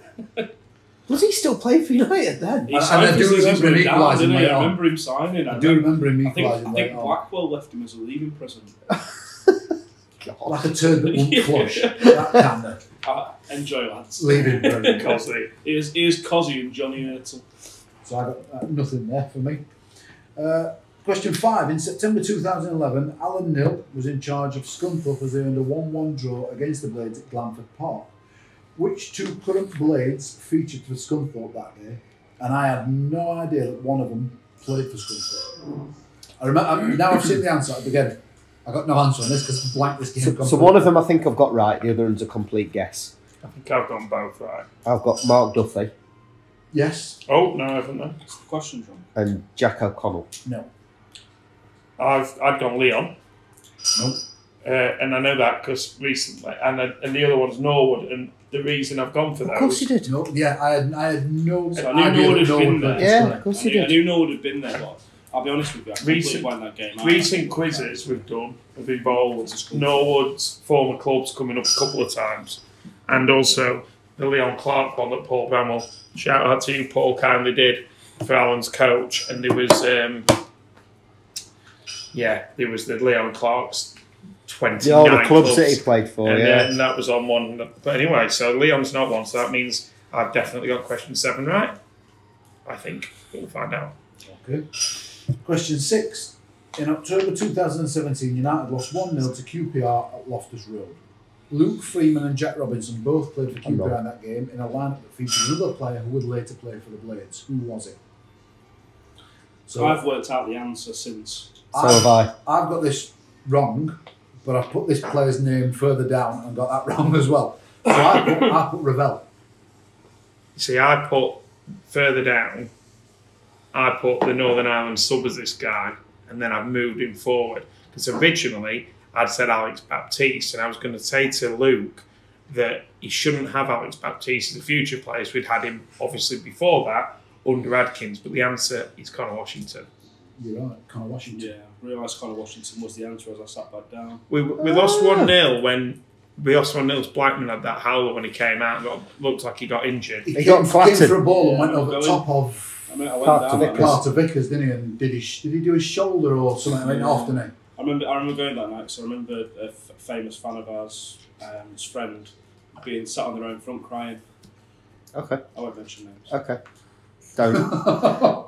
[SPEAKER 4] Was he still playing for United then?
[SPEAKER 6] He
[SPEAKER 5] And-
[SPEAKER 6] signed
[SPEAKER 5] and I do
[SPEAKER 6] his season
[SPEAKER 5] remember
[SPEAKER 6] with
[SPEAKER 5] him
[SPEAKER 6] Down,
[SPEAKER 5] equalising
[SPEAKER 6] didn't he?
[SPEAKER 5] later
[SPEAKER 6] I
[SPEAKER 5] on.
[SPEAKER 6] remember him signing.
[SPEAKER 5] I do remember him
[SPEAKER 6] I think, I
[SPEAKER 5] equalising
[SPEAKER 6] think
[SPEAKER 5] later on.
[SPEAKER 6] Blackwell left him as a leaving present.
[SPEAKER 5] Like a turd that won't
[SPEAKER 6] Yeah.
[SPEAKER 5] flush. That kind of
[SPEAKER 6] Uh, enjoy, lads.
[SPEAKER 5] leaving. brilliant.
[SPEAKER 3] Because they-
[SPEAKER 6] Here's, here's Cozzy and Johnny Ertel.
[SPEAKER 5] So I got uh, nothing there for me. Uh, question five. In September 2011, Alan Nil was in charge of Scunthorpe as they earned a 1 1 draw against the Blades at Glanford Park. Which two current Blades featured for Scunthorpe that day? And I had no idea that one of them played for Scunthorpe. I remember, now I've seen the answer again. I got no answer on this because I blanked this game
[SPEAKER 4] So, so
[SPEAKER 5] completely.
[SPEAKER 4] one of them I think I've got right, the other one's a complete guess.
[SPEAKER 3] I think I've gone both right.
[SPEAKER 4] I've got Mark Duffy
[SPEAKER 5] Yes.
[SPEAKER 3] Oh no, I haven't. Then.
[SPEAKER 6] It's the question, John.
[SPEAKER 4] and Jack O'Connell.
[SPEAKER 5] No.
[SPEAKER 3] I've I've gone Leon.
[SPEAKER 5] Nope.
[SPEAKER 3] Uh, Uh, and I know that because recently, and then- and the other one's Norwood, and the reason I've gone for those.
[SPEAKER 4] Of course you did.
[SPEAKER 5] No, yeah, I had, I had no
[SPEAKER 6] So I knew
[SPEAKER 5] idea
[SPEAKER 6] Norwood
[SPEAKER 5] that
[SPEAKER 6] had
[SPEAKER 5] no
[SPEAKER 6] been
[SPEAKER 5] one
[SPEAKER 6] there.
[SPEAKER 4] Yeah, of course
[SPEAKER 6] I
[SPEAKER 4] you
[SPEAKER 6] knew, I
[SPEAKER 4] did.
[SPEAKER 6] knew Norwood had been there, but I'll be honest with you, I completely
[SPEAKER 3] Recent-
[SPEAKER 6] won that game. out.
[SPEAKER 3] Recent quizzes we've done have involved Norwood's former clubs coming up a couple of times, and also the Leon Clark one that Paul Bramwell, shout out to you, Paul, kindly did for Alan's coach. And there was, um, yeah, there was the Leon Clark's 29
[SPEAKER 4] The older clubs that he
[SPEAKER 3] clubs.
[SPEAKER 4] played for,
[SPEAKER 3] and
[SPEAKER 4] yeah.
[SPEAKER 3] then that was on one. But anyway, so Leon's not one, so that means I've definitely got question seven right. I think we'll find out.
[SPEAKER 5] Okay. Question six. In October 2017, United lost 1 0 to QPR at Loftus Road. Luke Freeman and Jack Robinson both played for
[SPEAKER 4] I'm
[SPEAKER 5] QPR in that game in a lineup that featured another player who would later play for the Blades. Who was it? So
[SPEAKER 6] I've worked out the answer since.
[SPEAKER 4] So have I.
[SPEAKER 5] I've got this wrong, but I've put this player's name further down and got that wrong as well. So I put, I put Ravel.
[SPEAKER 3] You see, I put further down, I put the Northern Ireland sub as this guy, and then I've moved him forward. Because originally, I'd said Alex Baptiste, and I was going to say to Luke that he shouldn't have Alex Baptiste as a future player, so we'd had him obviously before that under Adkins, but the answer is Connor Washington.
[SPEAKER 5] You're right, Connor Washington.
[SPEAKER 6] Yeah, I realised Connor Washington was the answer as I sat back down.
[SPEAKER 3] We, we lost 1 0 when. We lost one 0 Blackman had that howler when he came out and got, looked like he got injured.
[SPEAKER 4] He got
[SPEAKER 5] came-
[SPEAKER 4] flattened.
[SPEAKER 5] came for a ball and went
[SPEAKER 6] Yeah,
[SPEAKER 5] over the
[SPEAKER 6] going-
[SPEAKER 5] top of
[SPEAKER 6] I, mean, I went
[SPEAKER 4] Park to
[SPEAKER 6] down. that
[SPEAKER 4] Vickers.
[SPEAKER 6] night.
[SPEAKER 5] Carter Vickers, didn't he? And did he sh- did he do his shoulder or something? I mean, off, didn't he?
[SPEAKER 6] I remember, I remember going that night, so I remember a f- famous fan of ours, um, his friend, being sat on their own front crying.
[SPEAKER 4] Okay,
[SPEAKER 6] I won't mention names.
[SPEAKER 4] okay. Don't.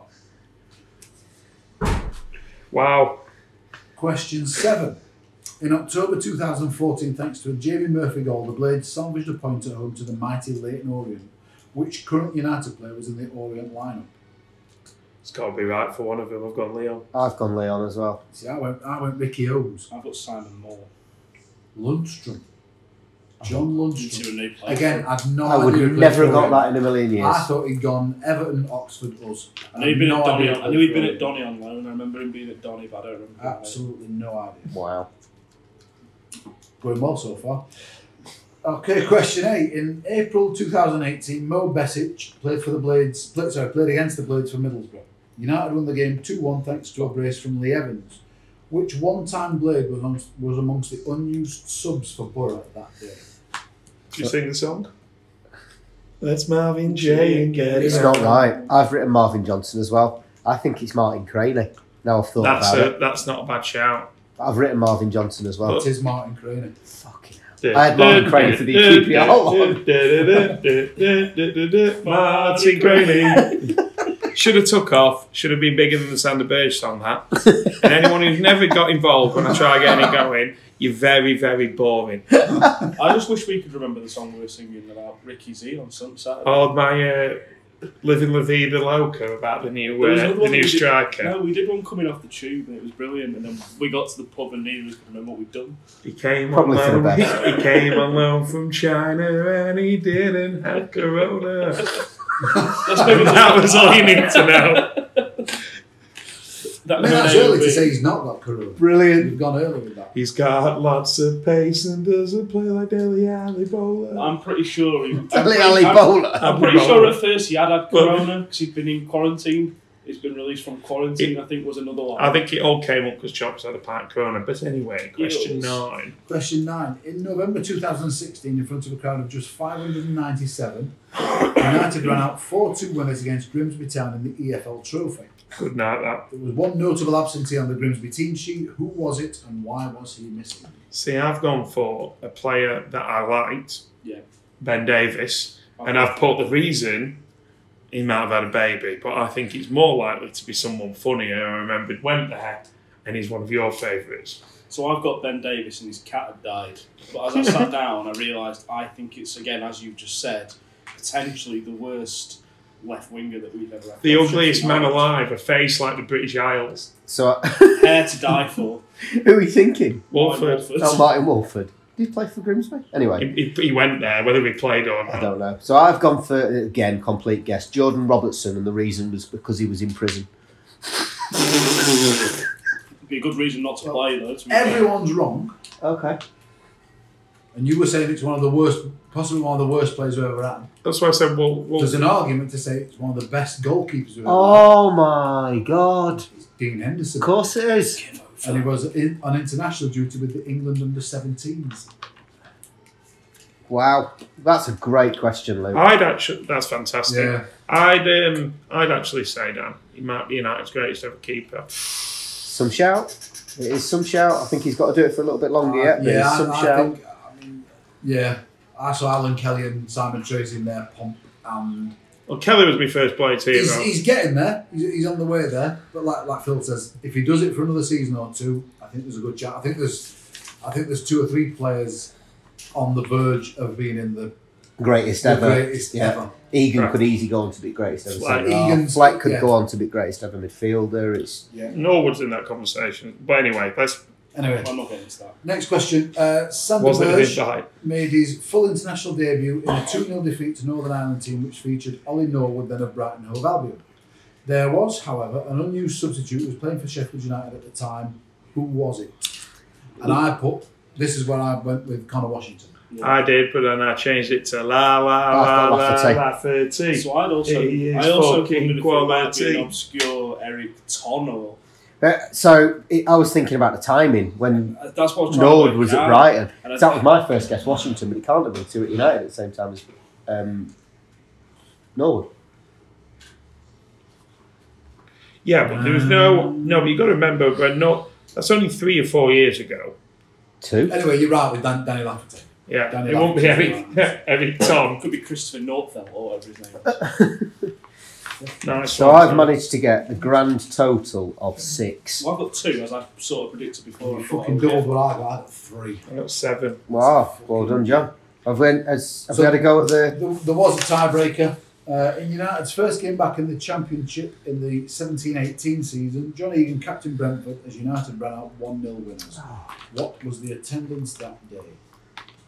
[SPEAKER 3] Wow.
[SPEAKER 5] Question seven. In October 2014, thanks to a Jamie Murphy goal, the Blades salvaged a point at home to the mighty Leighton Orient. Which current United player was in the Orient lineup?
[SPEAKER 3] It's got to be right for one of them. I've gone Leon.
[SPEAKER 4] I've gone Leon as well.
[SPEAKER 5] See, I went, I went Ricky Owens,
[SPEAKER 6] I've got Simon Moore.
[SPEAKER 5] Lundstrom, John
[SPEAKER 6] Into a
[SPEAKER 5] Lundstrom.
[SPEAKER 6] new player.
[SPEAKER 5] Again, I'd no
[SPEAKER 4] I
[SPEAKER 5] idea
[SPEAKER 4] would
[SPEAKER 5] who played
[SPEAKER 4] never have
[SPEAKER 5] for
[SPEAKER 4] got
[SPEAKER 5] him.
[SPEAKER 4] that in a million years.
[SPEAKER 5] I thought he'd gone Everton, Oxford, us.
[SPEAKER 6] I knew he'd been
[SPEAKER 5] no
[SPEAKER 6] at Donny.
[SPEAKER 5] idea
[SPEAKER 6] On, I
[SPEAKER 5] who
[SPEAKER 6] knew he'd been
[SPEAKER 5] played
[SPEAKER 6] at
[SPEAKER 5] for him.
[SPEAKER 6] Donny on loan. I remember him being at Donny, but I don't remember. the name.
[SPEAKER 5] Absolutely no idea.
[SPEAKER 4] Wow.
[SPEAKER 5] Going well so far. Okay, question eight. In April 2018, Mo Besic played for the Blades. Played, sorry, played against the Blades for Middlesbrough. United won the game 2-1 thanks to a brace from Lee Evans. Which one-time Blade was, amongst, was amongst the unused subs for Borough that day?
[SPEAKER 3] Do you sing the song? Let's Marvin J and get
[SPEAKER 4] It's not right. I've written Marvin Johnson as well. I think it's Martin Craney. Now I've thought
[SPEAKER 3] That's
[SPEAKER 4] about it.
[SPEAKER 3] a, that's not a bad shout.
[SPEAKER 4] I've written Marvin Johnson as well.
[SPEAKER 5] It is Martin Craney.
[SPEAKER 4] Fucking hell. I had Martin Craney for the
[SPEAKER 3] QPR. Martin Craney. Should have took off. Should have been bigger than the Sander Burge song. That. And anyone who's never got involved when I try getting it going, you're very very boring.
[SPEAKER 6] I just wish we could remember the song we were singing about Ricky Z on some Saturday.
[SPEAKER 3] Oh my, uh, living la vida loca about the new
[SPEAKER 6] There was
[SPEAKER 3] uh,
[SPEAKER 6] another
[SPEAKER 3] the
[SPEAKER 6] one we
[SPEAKER 3] new
[SPEAKER 6] did-
[SPEAKER 3] striker.
[SPEAKER 6] No, we did one coming off the tube and it was brilliant. And then we got to the pub and neither of us could remember what we'd done.
[SPEAKER 3] He came
[SPEAKER 4] Probably for the
[SPEAKER 3] alone.
[SPEAKER 4] best.
[SPEAKER 3] He came alone from China and he didn't have corona.
[SPEAKER 6] Let's move on to-
[SPEAKER 3] that was all you need to know.
[SPEAKER 5] I
[SPEAKER 6] That
[SPEAKER 5] mean, that's
[SPEAKER 6] video
[SPEAKER 5] early to
[SPEAKER 6] bit.
[SPEAKER 5] say he's not got Corona.
[SPEAKER 3] Brilliant.
[SPEAKER 5] You've gone early with that.
[SPEAKER 3] He's got lots of pace and doesn't play like Deli Ali Bola.
[SPEAKER 6] I'm pretty sure. He, I'm,
[SPEAKER 4] Ali
[SPEAKER 6] pretty,
[SPEAKER 4] Ali
[SPEAKER 6] I'm-
[SPEAKER 4] Bowler.
[SPEAKER 6] I'm pretty sure at first he had had corona because he'd been in quarantine. He's been released from quarantine. I think was another one.
[SPEAKER 3] I think it all came up because Chops had a pint corona. But anyway, question
[SPEAKER 6] Yes.
[SPEAKER 3] nine.
[SPEAKER 5] Question nine. In November 2016, in front of a crowd of just 597, United ran out 4 2 winners against Grimsby Town in the EFL Trophy.
[SPEAKER 3] Good night, that.
[SPEAKER 5] There was one notable absentee on the Grimsby team sheet. Who was it and why was he missing?
[SPEAKER 3] See, I've gone for a player that I liked,
[SPEAKER 6] Yeah.
[SPEAKER 3] Ben Davis, and I've put the reason he might have had a baby, but I think it's more likely to be someone funnier. I remembered went there, and he's one of your favourites.
[SPEAKER 6] So I've got Ben Davis and his cat had died. But as I sat down, I realised I think it's again, as you've just said, potentially the worst left winger that we've ever had.
[SPEAKER 3] The ugliest man alive, a face like the British Isles.
[SPEAKER 4] So,
[SPEAKER 6] Hair to die for.
[SPEAKER 4] who are you thinking?
[SPEAKER 3] Walford.
[SPEAKER 4] Oh, Martin Wolford. Did he play for Grimsby? Anyway,
[SPEAKER 3] He, he- he went there, whether he played or
[SPEAKER 4] I
[SPEAKER 3] not.
[SPEAKER 4] don't know. So I've gone for, again, complete guess. Jordan Robertson, and the reason was because he was in prison.
[SPEAKER 6] be a good reason not to
[SPEAKER 5] Well,
[SPEAKER 6] play though. To be fair.
[SPEAKER 5] Everyone's wrong,
[SPEAKER 4] Okay.
[SPEAKER 5] and you were saying it's one of the worst, possibly one of the worst players we've ever had.
[SPEAKER 3] That's why I said, well, well
[SPEAKER 5] There's an argument to say it's one of the best goalkeepers we've ever had.
[SPEAKER 4] Oh my god.
[SPEAKER 5] It's Dean Henderson.
[SPEAKER 4] Of course it is.
[SPEAKER 5] And he was in, on international duty with the England under 17s.
[SPEAKER 4] Wow. That's a great question, Luke.
[SPEAKER 3] I'd actually that's fantastic.
[SPEAKER 5] Yeah.
[SPEAKER 3] I'd um, I'd actually say Dan, he might be United's greatest ever keeper.
[SPEAKER 4] Some shout. It is some shout. I think he's got to do it for a little bit longer yet. But
[SPEAKER 5] yeah,
[SPEAKER 4] it's
[SPEAKER 5] I,
[SPEAKER 4] some
[SPEAKER 5] I
[SPEAKER 4] shout.
[SPEAKER 5] think. I mean, yeah, I saw Alan Kelly and Simon Tracy in their pomp, and
[SPEAKER 3] Well, Kelly was my first Blades
[SPEAKER 5] he's,
[SPEAKER 3] hero.
[SPEAKER 5] he's getting there. He's, he's on the way there. But like like Phil says, if he does it for another season or two, I think there's a good chance. I think there's, I think there's two or three players on the verge of being in the,
[SPEAKER 4] Greatest
[SPEAKER 5] the
[SPEAKER 4] ever.
[SPEAKER 5] greatest
[SPEAKER 4] yeah.
[SPEAKER 5] ever.
[SPEAKER 4] Egan
[SPEAKER 3] Right.
[SPEAKER 4] could easily go on to be greatest ever.
[SPEAKER 3] Fleck.
[SPEAKER 4] centre-half.
[SPEAKER 5] Egan's-
[SPEAKER 4] Fleck could
[SPEAKER 5] yeah.
[SPEAKER 4] go on to be greatest ever midfielder. It's
[SPEAKER 3] Norwood's in that conversation. But anyway, that's
[SPEAKER 5] Anyway,
[SPEAKER 6] I'm not getting into that.
[SPEAKER 5] next question. Uh, Sander
[SPEAKER 3] was it
[SPEAKER 5] Berge-
[SPEAKER 3] his height?
[SPEAKER 5] made his full international debut in a 2 0 defeat to Northern Ireland team, which featured Ollie Norwood, then of Brighton Hove Albion. There was, however, an unused substitute who was playing for Sheffield United at the time. Who was it? And I put this is where I went with Connor Washington.
[SPEAKER 3] I did, but then I changed it to la la la
[SPEAKER 4] I've got
[SPEAKER 3] la
[SPEAKER 4] Lafferty.
[SPEAKER 3] Lafferty.
[SPEAKER 6] So I'd also,
[SPEAKER 3] He is
[SPEAKER 6] I also
[SPEAKER 3] fucking
[SPEAKER 6] wondered if it might be
[SPEAKER 3] quality.
[SPEAKER 6] an obscure Eric Tonno.
[SPEAKER 4] Uh, so it, I was thinking about the timing when
[SPEAKER 6] Uh, That's what I was trying to
[SPEAKER 4] Norwood
[SPEAKER 6] work
[SPEAKER 4] was at
[SPEAKER 6] out.
[SPEAKER 4] Brighton.
[SPEAKER 6] And I-
[SPEAKER 4] That was my first guess, Washington, but it can't have been two at United at the same time as um, Norwood.
[SPEAKER 3] Yeah, but there was no no. But you got to remember, but not that's only three or four years ago.
[SPEAKER 4] Two.
[SPEAKER 5] Anyway, you're right with Dan, Danny Lafferty.
[SPEAKER 3] Yeah,
[SPEAKER 5] Danny
[SPEAKER 3] it won't be every every Tom.
[SPEAKER 6] Could be Christopher Northfeld or whatever his name. is.
[SPEAKER 3] Nice
[SPEAKER 4] So
[SPEAKER 3] one.
[SPEAKER 4] I've managed to get the grand total of six.
[SPEAKER 6] Well, I've got two, as I sort of predicted before.
[SPEAKER 5] You
[SPEAKER 6] Oh, I thought
[SPEAKER 5] fucking
[SPEAKER 6] I would
[SPEAKER 5] doubled what I got. I got three.
[SPEAKER 3] I got seven.
[SPEAKER 4] Wow, well done, John. I've went as have
[SPEAKER 5] So-
[SPEAKER 4] we had a go at the
[SPEAKER 5] There, there was a tiebreaker. Uh, in United's first game back in the Championship in the 17 18 season, John Egan captained Brentford as United ran out 1 0 winners. What was the attendance that day?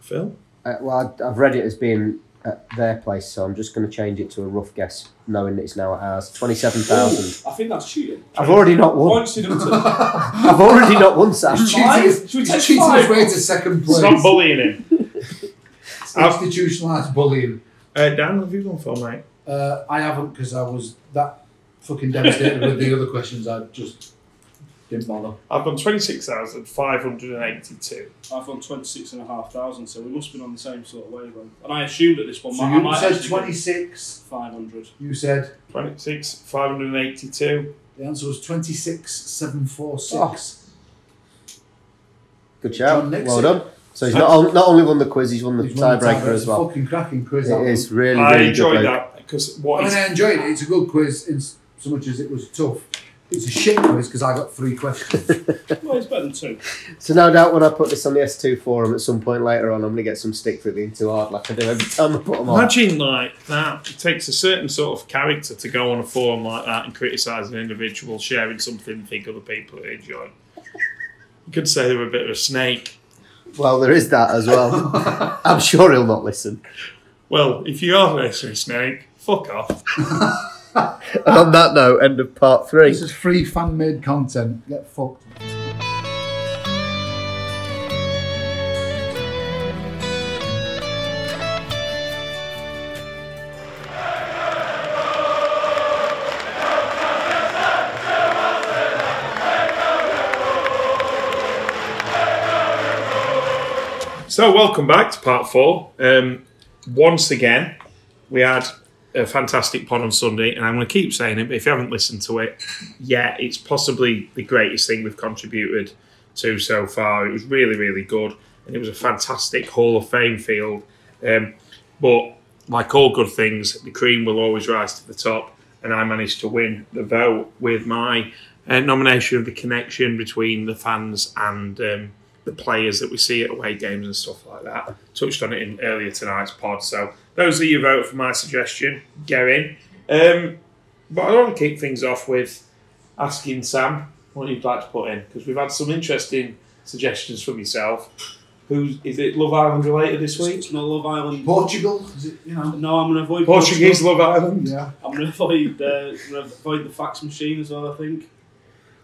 [SPEAKER 3] Phil,
[SPEAKER 4] uh, well I- I've read it as being at their place, so I'm just going to change it to a rough guess, knowing that it's now at ours. Twenty-seven thousand.
[SPEAKER 6] get. I think that's cheating.
[SPEAKER 4] I've already not won.
[SPEAKER 6] Points didn't to
[SPEAKER 4] I've already not won, Sam.
[SPEAKER 6] Five?
[SPEAKER 5] Cheating-
[SPEAKER 6] Should we
[SPEAKER 5] he's
[SPEAKER 6] take
[SPEAKER 5] cheating his
[SPEAKER 6] five?
[SPEAKER 5] way to second place.
[SPEAKER 3] stop bullying him.
[SPEAKER 5] It's institutionalised bullying.
[SPEAKER 3] Uh, Dan, what have you gone for, mate?
[SPEAKER 5] Uh, I haven't because I was that fucking devastated with the other questions. I just didn't bother.
[SPEAKER 3] I've gone twenty six thousand five hundred and eighty two.
[SPEAKER 6] I've gone 26,500, so we must have been on the same sort of wavelength. And I assumed at this one,
[SPEAKER 5] So
[SPEAKER 6] I
[SPEAKER 5] you
[SPEAKER 6] might
[SPEAKER 5] said
[SPEAKER 6] actually get
[SPEAKER 5] 26.
[SPEAKER 6] 500.
[SPEAKER 5] You said
[SPEAKER 3] Twenty six five hundred and eighty two.
[SPEAKER 5] the answer was 26,746.
[SPEAKER 4] Good shout.
[SPEAKER 5] John Nixon.
[SPEAKER 4] Well done. So he's not, on, not only won the quiz, he's won the
[SPEAKER 5] He's won the
[SPEAKER 4] tiebreaker as well.
[SPEAKER 5] It's a fucking cracking quiz. that
[SPEAKER 4] It is
[SPEAKER 5] one.
[SPEAKER 4] really,
[SPEAKER 3] I
[SPEAKER 4] really good.
[SPEAKER 3] enjoyed
[SPEAKER 4] mate.
[SPEAKER 3] that because
[SPEAKER 5] I
[SPEAKER 3] what
[SPEAKER 5] mean,
[SPEAKER 3] is
[SPEAKER 5] I enjoyed it. It's a good quiz in s- so much as it was tough. It's a shit quiz because I got three questions.
[SPEAKER 6] Well, it's better than two.
[SPEAKER 4] So no doubt when I put this on the S2 forum at some point later on, I'm going to get some stick for it being too hard like I do every time I put them on.
[SPEAKER 3] Imagine like that. It takes a certain sort of character to go on a forum like that and criticise an individual sharing something and think other people enjoy. You could say they were a bit of a snake.
[SPEAKER 4] Well, there is that as well. I'm sure he'll not listen.
[SPEAKER 3] Well, if you are listening, snake, fuck off.
[SPEAKER 4] And on that note, end of part three.
[SPEAKER 5] this is free fan made content. Get fucked.
[SPEAKER 3] So, welcome back to part four. Um, once again, we had a fantastic pod on Sunday, and I'm going to keep saying it. But if you haven't listened to it, yeah, it's possibly the greatest thing we've contributed to so far. It was really, really good, and it was a fantastic Hall of Fame field. Um, but like all good things, the cream will always rise to the top, and I managed to win the vote with my uh, nomination of the connection between the fans and um, the players that we see at away games and stuff like that. Touched on it in earlier tonight's pod. So those that you vote for my suggestion, go in. Um, but I want to kick things off with asking Sam what you'd like to put in because we've had some interesting suggestions from yourself. Who is it? Love Island related this week?
[SPEAKER 6] It's not Love Island.
[SPEAKER 5] Portugal, is it, you know?
[SPEAKER 6] No, I'm going to avoid
[SPEAKER 3] Portuguese Love Island.
[SPEAKER 5] Yeah.
[SPEAKER 6] I'm going to avoid, uh, I'm gonna avoid the fax machine as well, I think.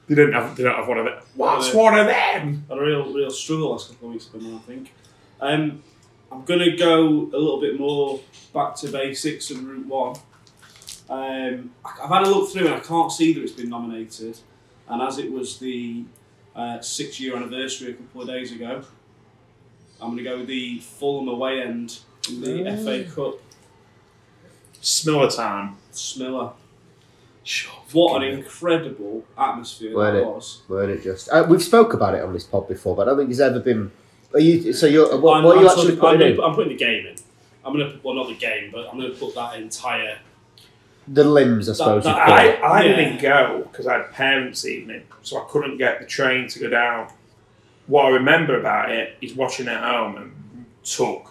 [SPEAKER 3] They don't have. They don't have one of it. What's one of them?
[SPEAKER 6] Had a real, real struggle last couple of weeks for me, I think. Um, I'm going to go a little bit more back to basics and Route 1. Um, I- I've had a look through and I can't see that it's been nominated. And as it was the uh, six year anniversary a couple of days ago, I'm going to go with the Fulham away end in the FA Cup
[SPEAKER 3] Smiller time.
[SPEAKER 6] Smiller. What an incredible atmosphere
[SPEAKER 4] Weren't
[SPEAKER 6] that
[SPEAKER 4] it?
[SPEAKER 6] was.
[SPEAKER 4] Weren't it just? Uh, we've spoke about it on this pod before, but I don't think it's ever been. Are you? So you're. What,
[SPEAKER 6] I'm,
[SPEAKER 4] what are
[SPEAKER 6] I'm
[SPEAKER 4] you
[SPEAKER 6] sort
[SPEAKER 4] actually
[SPEAKER 6] of- I'm,
[SPEAKER 4] putting in?
[SPEAKER 6] gonna- I'm putting the game in. I'm going to put, well, not the game, but I'm going to put that entire.
[SPEAKER 4] The limbs, I suppose.
[SPEAKER 6] that-
[SPEAKER 4] you'd call
[SPEAKER 1] I,
[SPEAKER 4] it.
[SPEAKER 1] I
[SPEAKER 6] Yeah.
[SPEAKER 1] didn't go because I had parents' evening, so I couldn't get the train to go down. What I remember about it is watching at home and took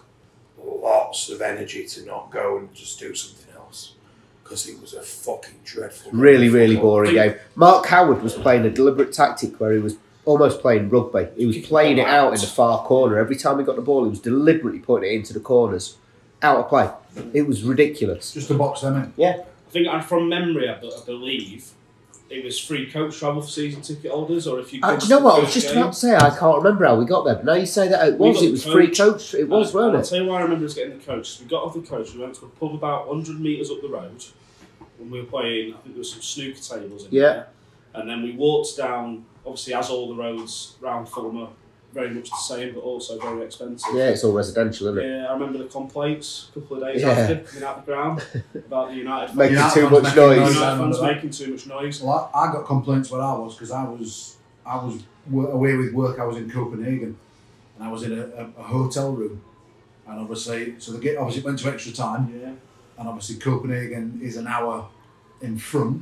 [SPEAKER 1] lots of energy to not go and just do something else because it was a fucking dreadful.
[SPEAKER 4] really, really
[SPEAKER 1] football.
[SPEAKER 4] boring game. Mark Howard was playing a deliberate tactic where he was almost playing rugby. He was playing it out in the far corner. Every time he got the ball, he was deliberately putting it into the corners, out of play. It was ridiculous.
[SPEAKER 5] Just to box them in.
[SPEAKER 6] I think I, from memory, I, be- I believe it was free coach travel for season ticket holders, or if you.
[SPEAKER 4] Uh, do
[SPEAKER 6] come to
[SPEAKER 4] you know
[SPEAKER 6] the
[SPEAKER 4] what? I was
[SPEAKER 6] first
[SPEAKER 4] just
[SPEAKER 6] game-
[SPEAKER 4] about to say I can't remember how we got there, but now you say that it
[SPEAKER 6] We
[SPEAKER 4] was.
[SPEAKER 6] got
[SPEAKER 4] It
[SPEAKER 6] the
[SPEAKER 4] was free
[SPEAKER 6] coach.
[SPEAKER 4] coach. It was,
[SPEAKER 6] Uh,
[SPEAKER 4] weren't
[SPEAKER 6] I'll
[SPEAKER 4] it?
[SPEAKER 6] tell you why I remember us getting the coach. We got off the coach, we went to a pub about 100 metres up the road, and we were playing, I think there was some snooker tables in
[SPEAKER 4] Yeah.
[SPEAKER 6] there. And then we walked down, obviously, as all the roads round Fulham are very much the same, but also very expensive.
[SPEAKER 4] Yeah, it's all residential, isn't it?
[SPEAKER 6] Yeah, I remember the complaints a couple of days
[SPEAKER 4] Yeah.
[SPEAKER 6] after coming out the ground about the United
[SPEAKER 4] Making
[SPEAKER 5] Yeah,
[SPEAKER 4] too
[SPEAKER 5] I'm
[SPEAKER 4] much
[SPEAKER 5] making
[SPEAKER 4] noise.
[SPEAKER 5] noise.
[SPEAKER 6] United fans making too much noise.
[SPEAKER 5] Well, I, I got complaints where I was because I was I was wo- away with work. I was in Copenhagen, and I was in a, a, a hotel room, and obviously, so the game obviously it went to extra time,
[SPEAKER 6] Yeah.
[SPEAKER 5] and obviously Copenhagen is an hour in front.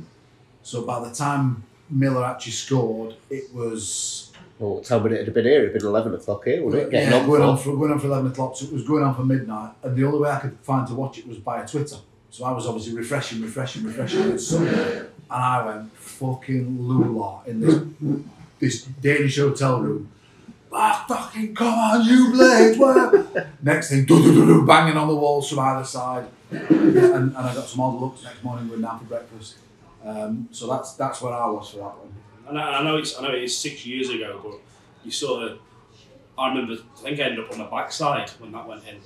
[SPEAKER 5] So by the time Miller actually scored, it was
[SPEAKER 4] Well, Oh, tell me it'd have been here. It'd been eleven o'clock here, wouldn't it? Getting
[SPEAKER 5] yeah,
[SPEAKER 4] on
[SPEAKER 5] going
[SPEAKER 4] for-
[SPEAKER 5] on for going on for eleven o'clock. So it was going on for midnight, and the only way I could find to watch it was via Twitter. So I was obviously refreshing, refreshing, refreshing. and Sunday, and I went fucking lula in this this Danish hotel room. Ah, fucking come on, you blade! where-" Next thing, do do do do, banging on the walls from either side, and, and I got some odd looks next morning going down for breakfast. Um, so that's that's where I was for that one.
[SPEAKER 6] And I, I know it's I know it is six years ago, but you sort of I remember I think I ended up on my backside when that went in.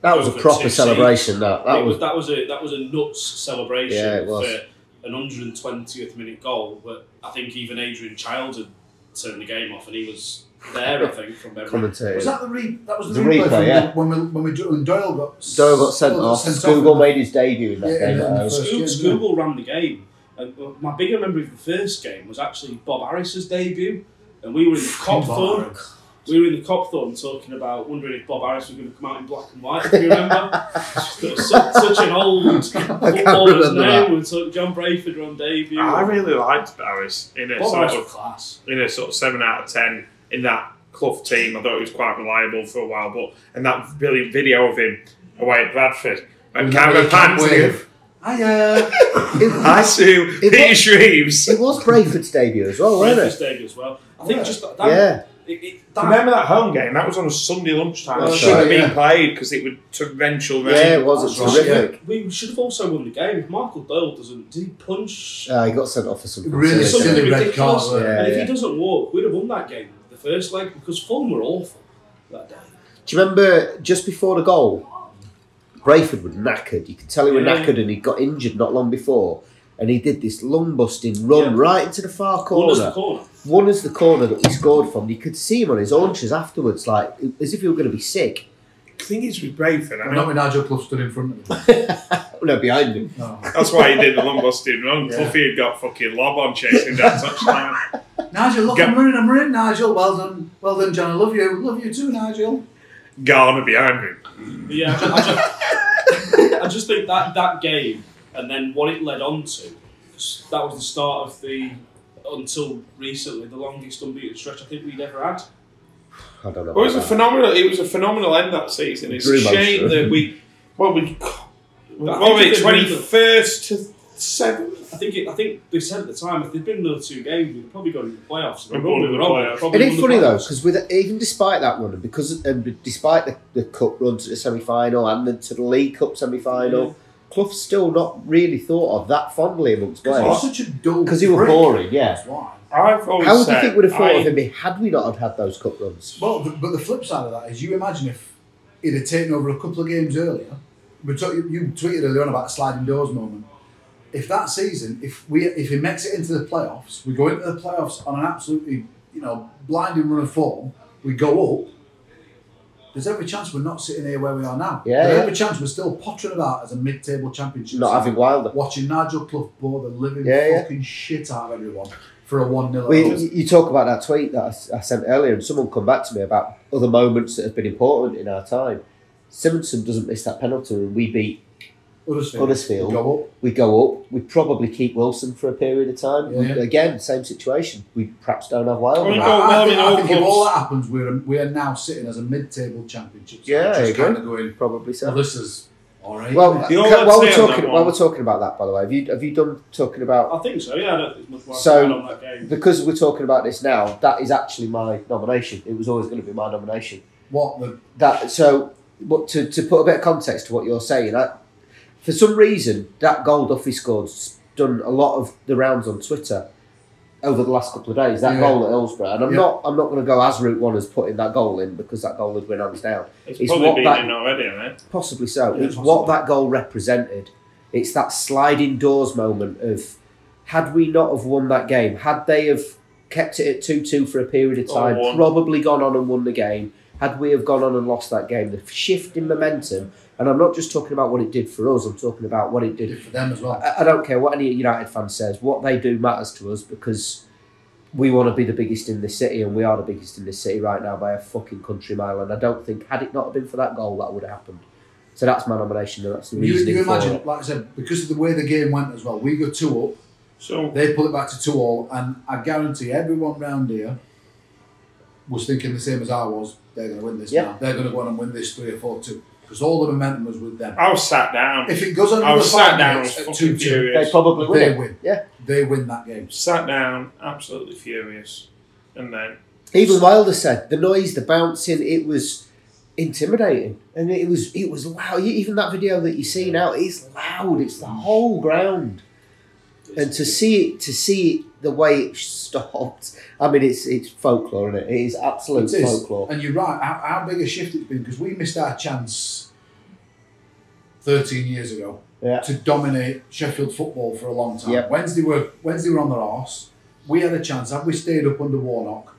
[SPEAKER 4] That was a
[SPEAKER 6] Over
[SPEAKER 4] proper
[SPEAKER 6] 16.
[SPEAKER 4] celebration. That that
[SPEAKER 6] it was,
[SPEAKER 4] was
[SPEAKER 6] that was a that was a nuts celebration
[SPEAKER 4] Yeah, it was.
[SPEAKER 6] for an 120th minute goal. But I think even Adrian Child had turned the game off, and he was there. I think from memory.
[SPEAKER 4] commentating.
[SPEAKER 5] Was that the re- that was the,
[SPEAKER 4] The
[SPEAKER 5] replay,
[SPEAKER 4] replay,
[SPEAKER 5] from the-
[SPEAKER 4] yeah.
[SPEAKER 5] when we when we when Doyle got s-
[SPEAKER 4] Doyle got sent off. Google made his debut in that
[SPEAKER 5] Yeah,
[SPEAKER 4] game.
[SPEAKER 5] yeah,
[SPEAKER 4] that
[SPEAKER 5] yeah.
[SPEAKER 4] was-
[SPEAKER 6] Scoog-
[SPEAKER 5] First game, yeah.
[SPEAKER 6] Scoogle ran the game. And uh, my bigger memory of the first game was actually Bob Harris's debut, and we were in the Copthorne. We were in the Copthorne talking about wondering if Bob Harris was going to come out in black and white. Do you remember? It was such, such an old footballer's
[SPEAKER 4] remember that. Ah,
[SPEAKER 6] name. We were talking John Brayford on debut.
[SPEAKER 3] I really liked Barris in a
[SPEAKER 6] Bob
[SPEAKER 3] sort
[SPEAKER 6] Harris
[SPEAKER 3] of
[SPEAKER 6] was class.
[SPEAKER 3] in a sort of seven out of ten in that Clough team. I thought he was quite reliable for a while, but and that brilliant video of him away at Bradford. And Cameron Pants
[SPEAKER 5] wave. Hiya.
[SPEAKER 3] I sue
[SPEAKER 4] It
[SPEAKER 3] Peter
[SPEAKER 4] was-
[SPEAKER 3] Shreves.
[SPEAKER 4] It was Brayford's debut as well, wasn't
[SPEAKER 6] Brayford's
[SPEAKER 4] it?
[SPEAKER 6] debut as well. I think just that. that
[SPEAKER 4] Oh, Yeah.
[SPEAKER 6] It, it, that
[SPEAKER 1] Remember that home game? That was on a Sunday lunchtime.
[SPEAKER 4] That's
[SPEAKER 1] it shouldn't
[SPEAKER 5] right,
[SPEAKER 1] have been
[SPEAKER 5] yeah.
[SPEAKER 1] played because it would torrential rain.
[SPEAKER 4] Yeah, it was. It's
[SPEAKER 5] That's right,
[SPEAKER 4] terrific.
[SPEAKER 6] we should have also won the game. If Michael Doyle doesn't, did he punch?
[SPEAKER 4] Uh, he got sent off for something.
[SPEAKER 5] Really
[SPEAKER 4] silly.
[SPEAKER 5] silly.
[SPEAKER 6] something
[SPEAKER 5] red
[SPEAKER 6] ridiculous.
[SPEAKER 5] card,
[SPEAKER 4] yeah,
[SPEAKER 6] and if
[SPEAKER 4] yeah.
[SPEAKER 6] he doesn't walk, we'd have won that game the first leg because Fulham were awful that day.
[SPEAKER 4] Do you remember just before the goal, Brayford was knackered. You could tell he was
[SPEAKER 6] Yeah.
[SPEAKER 4] knackered, and he got injured not long before. And he did this lung busting run
[SPEAKER 6] Yeah.
[SPEAKER 4] right into the far
[SPEAKER 6] Won us the
[SPEAKER 4] corner.
[SPEAKER 6] corner.
[SPEAKER 4] One is the corner that he scored from. You could see him on his haunches afterwards, like as if he were going to be sick.
[SPEAKER 1] The thing is with Brayford, I
[SPEAKER 5] I'm
[SPEAKER 1] mean,
[SPEAKER 5] not with Nigel Clough stood in front of me.
[SPEAKER 4] No, behind him.
[SPEAKER 5] No.
[SPEAKER 3] That's why he did the long busted run.
[SPEAKER 5] Yeah.
[SPEAKER 3] Cluffy had got fucking lob on chasing down touchline.
[SPEAKER 5] Nigel, look,
[SPEAKER 3] Go-
[SPEAKER 5] I'm running, I'm running, Nigel. Well done, well done, John. I love you, love you too, Nigel.
[SPEAKER 3] Garner behind him.
[SPEAKER 6] But yeah, I ju- I ju- I just, think that that game and then what it led on to, that was the start of the until recently the longest unbeaten stretch I think we'd ever had.
[SPEAKER 4] I don't know.
[SPEAKER 1] Well, it was a
[SPEAKER 4] about that.
[SPEAKER 1] phenomenal. It was a phenomenal end that season. It's
[SPEAKER 4] Drew
[SPEAKER 1] a shame
[SPEAKER 4] Munster.
[SPEAKER 1] that we. Well, we.
[SPEAKER 6] I
[SPEAKER 1] Well,
[SPEAKER 6] think
[SPEAKER 1] we
[SPEAKER 6] if they'd
[SPEAKER 1] twenty
[SPEAKER 6] won the-
[SPEAKER 1] first to seventh.
[SPEAKER 6] I think it, I think they said at the time if they'd been another two games we'd probably gone to the playoffs.
[SPEAKER 3] We'd probably won the playoffs.
[SPEAKER 6] probably
[SPEAKER 4] It
[SPEAKER 6] won
[SPEAKER 4] is
[SPEAKER 6] the
[SPEAKER 4] funny though,
[SPEAKER 6] playoffs.
[SPEAKER 4] because with even despite that run, and because and despite the, the cup run to the semi final and then to the League Cup semi final, Clough's still not really thought of that fondly amongst
[SPEAKER 5] He's
[SPEAKER 4] players
[SPEAKER 5] such a dull
[SPEAKER 4] because he was
[SPEAKER 5] prick.
[SPEAKER 4] boring. Yeah.
[SPEAKER 5] That's why.
[SPEAKER 3] I've always
[SPEAKER 4] How would you
[SPEAKER 3] said
[SPEAKER 4] think we'd have thought
[SPEAKER 3] I-
[SPEAKER 4] of him had we not had had those cup runs?
[SPEAKER 5] Well, the, but the flip side of that is, you imagine if he'd have taken over a couple of games earlier. We talk, you, you tweeted earlier on about a sliding doors moment. If that season, if we if he makes it into the playoffs, we go into the playoffs on an absolutely you know blinding run of form. We go up. There's every chance we're not sitting here where we are now.
[SPEAKER 4] Yeah,
[SPEAKER 5] There's
[SPEAKER 4] yeah.
[SPEAKER 5] every chance we're still pottering about as a mid-table championship.
[SPEAKER 4] Not
[SPEAKER 5] side,
[SPEAKER 4] having Wilder.
[SPEAKER 5] watching Nigel Clough bore the living
[SPEAKER 4] Yeah, yeah.
[SPEAKER 5] fucking shit out of everyone for a one 0
[SPEAKER 4] Well, you, you talk about that tweet that I s- I, sent earlier, and someone come back to me about other moments that have been important in our time. Simonson doesn't miss that penalty, and we beat.
[SPEAKER 5] Huddersfield.
[SPEAKER 4] Huddersfield.
[SPEAKER 5] Go up.
[SPEAKER 4] We go up. We probably keep Wilson for a period of time.
[SPEAKER 5] Yeah.
[SPEAKER 4] And Again, same situation. We perhaps don't have Wilder.
[SPEAKER 3] Well,
[SPEAKER 4] now.
[SPEAKER 3] go
[SPEAKER 5] I, I
[SPEAKER 3] well
[SPEAKER 5] think,
[SPEAKER 3] in
[SPEAKER 5] I
[SPEAKER 3] all
[SPEAKER 5] think if
[SPEAKER 3] clubs.
[SPEAKER 5] all that happens, we're we are now sitting as a mid-table championship. side,
[SPEAKER 4] Yeah, I
[SPEAKER 5] just
[SPEAKER 4] agree.
[SPEAKER 5] kind of going.
[SPEAKER 4] Probably so.
[SPEAKER 5] Well, this is all right.
[SPEAKER 4] Well,
[SPEAKER 5] isn't it?"
[SPEAKER 3] You know
[SPEAKER 4] ca-
[SPEAKER 3] what I'd
[SPEAKER 4] while we're
[SPEAKER 3] say on that
[SPEAKER 4] talking, while
[SPEAKER 3] one?
[SPEAKER 4] we're talking about that, by the way, have you have you done talking about
[SPEAKER 7] I think so. Yeah, I don't think there's much more
[SPEAKER 4] So-
[SPEAKER 7] so, on that game.
[SPEAKER 4] because we're talking about this now? That is actually my nomination. It was always going to be my nomination.
[SPEAKER 5] what the
[SPEAKER 4] That so, but to, to put a bit of context to what you're saying, I, for some reason that goal Duffy scored's done a lot of the rounds on Twitter over the last couple of days. That
[SPEAKER 5] Yeah.
[SPEAKER 4] goal at Hillsborough, and I'm
[SPEAKER 5] Yeah.
[SPEAKER 4] not I'm not going to go as route one as putting that goal in because that goal would win hands down.
[SPEAKER 3] It's,
[SPEAKER 4] It's
[SPEAKER 3] probably
[SPEAKER 4] what
[SPEAKER 3] been
[SPEAKER 4] that-
[SPEAKER 3] in already, hasn't it?
[SPEAKER 4] Possibly so.
[SPEAKER 5] Yeah,
[SPEAKER 4] it's
[SPEAKER 5] possibly.
[SPEAKER 4] what that goal represented. It's that sliding doors moment of had we not have won that game, had they have kept it at two two for a period of
[SPEAKER 3] Or
[SPEAKER 4] time,
[SPEAKER 3] won.
[SPEAKER 4] probably gone on and won the game. Had we have gone on and lost that game, the shift in momentum, and I'm not just talking about what it did for us. I'm talking about what it did
[SPEAKER 5] did for them as well.
[SPEAKER 4] I, I don't care what any United fan says. What they do matters to us because we want to be the biggest in this city, and we are the biggest in this city right now by a fucking country mile. And I don't think had it not been for that goal, that would have happened. So that's my nomination, and that's the
[SPEAKER 5] You,
[SPEAKER 4] reasoning
[SPEAKER 5] you
[SPEAKER 4] for
[SPEAKER 5] imagine,
[SPEAKER 4] it.
[SPEAKER 5] like I said, because of the way the game went as well. We go two up,
[SPEAKER 3] So
[SPEAKER 5] they pull it back to two all, and I guarantee everyone round here was thinking the same as I was. They're going to win this
[SPEAKER 4] Yeah.
[SPEAKER 5] now. They're going to go on and win this three or four two because all the momentum was with them.
[SPEAKER 3] I was sat down.
[SPEAKER 5] If it goes on
[SPEAKER 3] I
[SPEAKER 5] another
[SPEAKER 3] was sat
[SPEAKER 5] five
[SPEAKER 3] down. I was
[SPEAKER 5] minutes at
[SPEAKER 3] fucking
[SPEAKER 5] two two,
[SPEAKER 3] furious.
[SPEAKER 4] They probably will.
[SPEAKER 5] they win.
[SPEAKER 4] Yeah,
[SPEAKER 5] They win that game.
[SPEAKER 3] Sat down, absolutely furious, and then
[SPEAKER 4] even Wilder said the noise, the bouncing, it was intimidating, and it was it was loud. Even that video that you see now, it's loud. It's the whole ground. and to see it to see it the way it stopped i mean it's it's folklore isn't it it is absolute
[SPEAKER 5] It is.
[SPEAKER 4] folklore
[SPEAKER 5] And you're right. How, how big a shift it's been because we missed our chance 13 years ago
[SPEAKER 4] Yeah.
[SPEAKER 5] to dominate Sheffield football for a long time.
[SPEAKER 4] Yeah.
[SPEAKER 5] Wednesday were Wednesday were on their arse. We had a chance. Had we stayed up under Warnock,